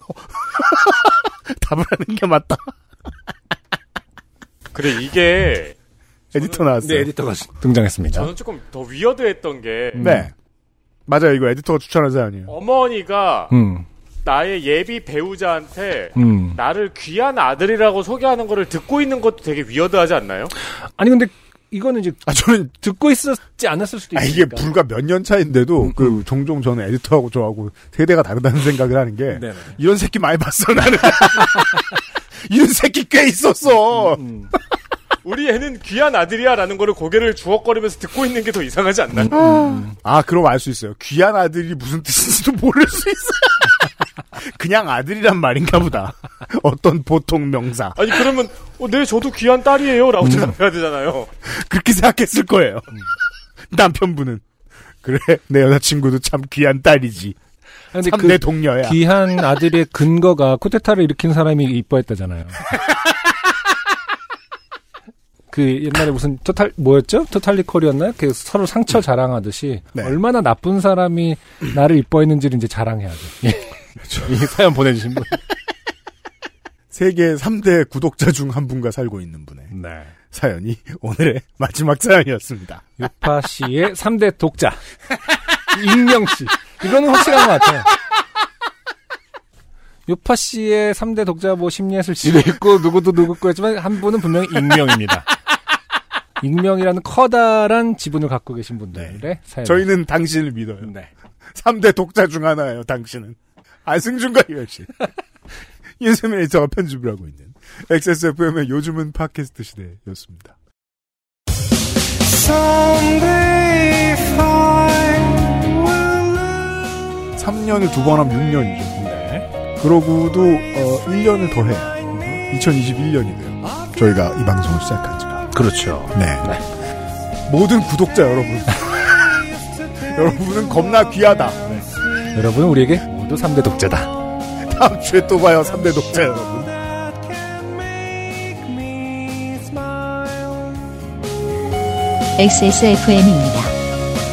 Speaker 1: 답을 하는 게 맞다.
Speaker 7: 그래 이게
Speaker 1: 에디터 나왔어요.
Speaker 2: 네, 에디터가 등장했습니다.
Speaker 7: 저는 조금 더 위어드했던 게
Speaker 1: 네. 맞아요. 이거 에디터가 추천한 사연이에요.
Speaker 2: 어.
Speaker 7: 어머니가
Speaker 2: 음,
Speaker 7: 나의 예비 배우자한테
Speaker 2: 음.
Speaker 7: 나를 귀한 아들이라고 소개하는 거를 듣고 있는 것도 되게 위어드하지 않나요?
Speaker 2: 아니 근데 이거는 이제
Speaker 1: 아, 저는
Speaker 2: 듣고 있었지 않았을 수도
Speaker 1: 아,
Speaker 2: 있으니까.
Speaker 1: 이게 불과 몇 년 차인데도
Speaker 2: 음,
Speaker 1: 그 종종 저는 에디터하고 저하고 세대가 다르다는 생각을 하는 게
Speaker 2: 네네.
Speaker 1: 이런 새끼 많이 봤어 나는 이런 새끼 꽤 있었어
Speaker 2: 음.
Speaker 7: 우리 애는 귀한 아들이야라는 거를 고개를 주걱거리면서 듣고 있는 게 더 이상하지 않나요?
Speaker 1: 아 그럼 알 수 있어요 귀한 아들이 무슨 뜻인지도 모를 수 있어 그냥 아들이란 말인가 보다 어떤 보통 명사
Speaker 7: 아니 그러면 어, 네 저도 귀한 딸이에요라고 대답해야 되잖아요.
Speaker 1: 그렇게 생각했을 거예요
Speaker 2: 음.
Speaker 1: 남편분은 그래 내 여자친구도 참 귀한 딸이지
Speaker 2: 근데
Speaker 1: 참
Speaker 2: 그
Speaker 1: 내 동료야
Speaker 2: 귀한 아들의 근거가 쿠데타를 일으킨 사람이 이뻐했다잖아요. 그 옛날에 무슨 토탈 뭐였죠? 토탈리콜이었나? 그 서로 상처 자랑하듯이
Speaker 1: 네.
Speaker 2: 얼마나 나쁜 사람이 나를 이뻐했는지를 이제 자랑해야죠. 이 사연 보내주신 분.
Speaker 1: 세계 3대 구독자 중 한 분과 살고 있는 분의
Speaker 2: 네.
Speaker 1: 사연이 오늘의 마지막 사연이었습니다.
Speaker 2: 요파 씨의 3대 독자. 익명 씨. 이거는 확실한 것 같아요. 요파 씨의 3대 독자 뭐 심리예술 씨도 있고 누구도 누구 거였지만 한 분은 분명히 익명입니다. 익명이라는 커다란 지분을 갖고 계신 분들의 사연.
Speaker 1: 저희는 당신을 믿어요.
Speaker 2: 네.
Speaker 1: 3대 독자 중 하나예요, 당신은. 아, 안승준과 이열씨. 윤세민 에디터가 편집을 하고 있는 XSFM의 요즘은 팟캐스트 시대였습니다. 삼 3년을 두 번 하면 6년이죠. 네. 그러고도 어, 1년을 더해요. 2021년이 돼요. 저희가 이 방송을 시작한 지가.
Speaker 2: 그렇죠.
Speaker 1: 네. 모든 구독자 여러분. 여러분은 겁나 귀하다. 네.
Speaker 2: 여러분은 우리에게 모두 3대 독자다.
Speaker 1: 다음 주에 또 봐요, 3대 독자 여러분.
Speaker 3: XSFM입니다.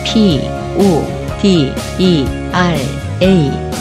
Speaker 3: P, O, D, E, R, A.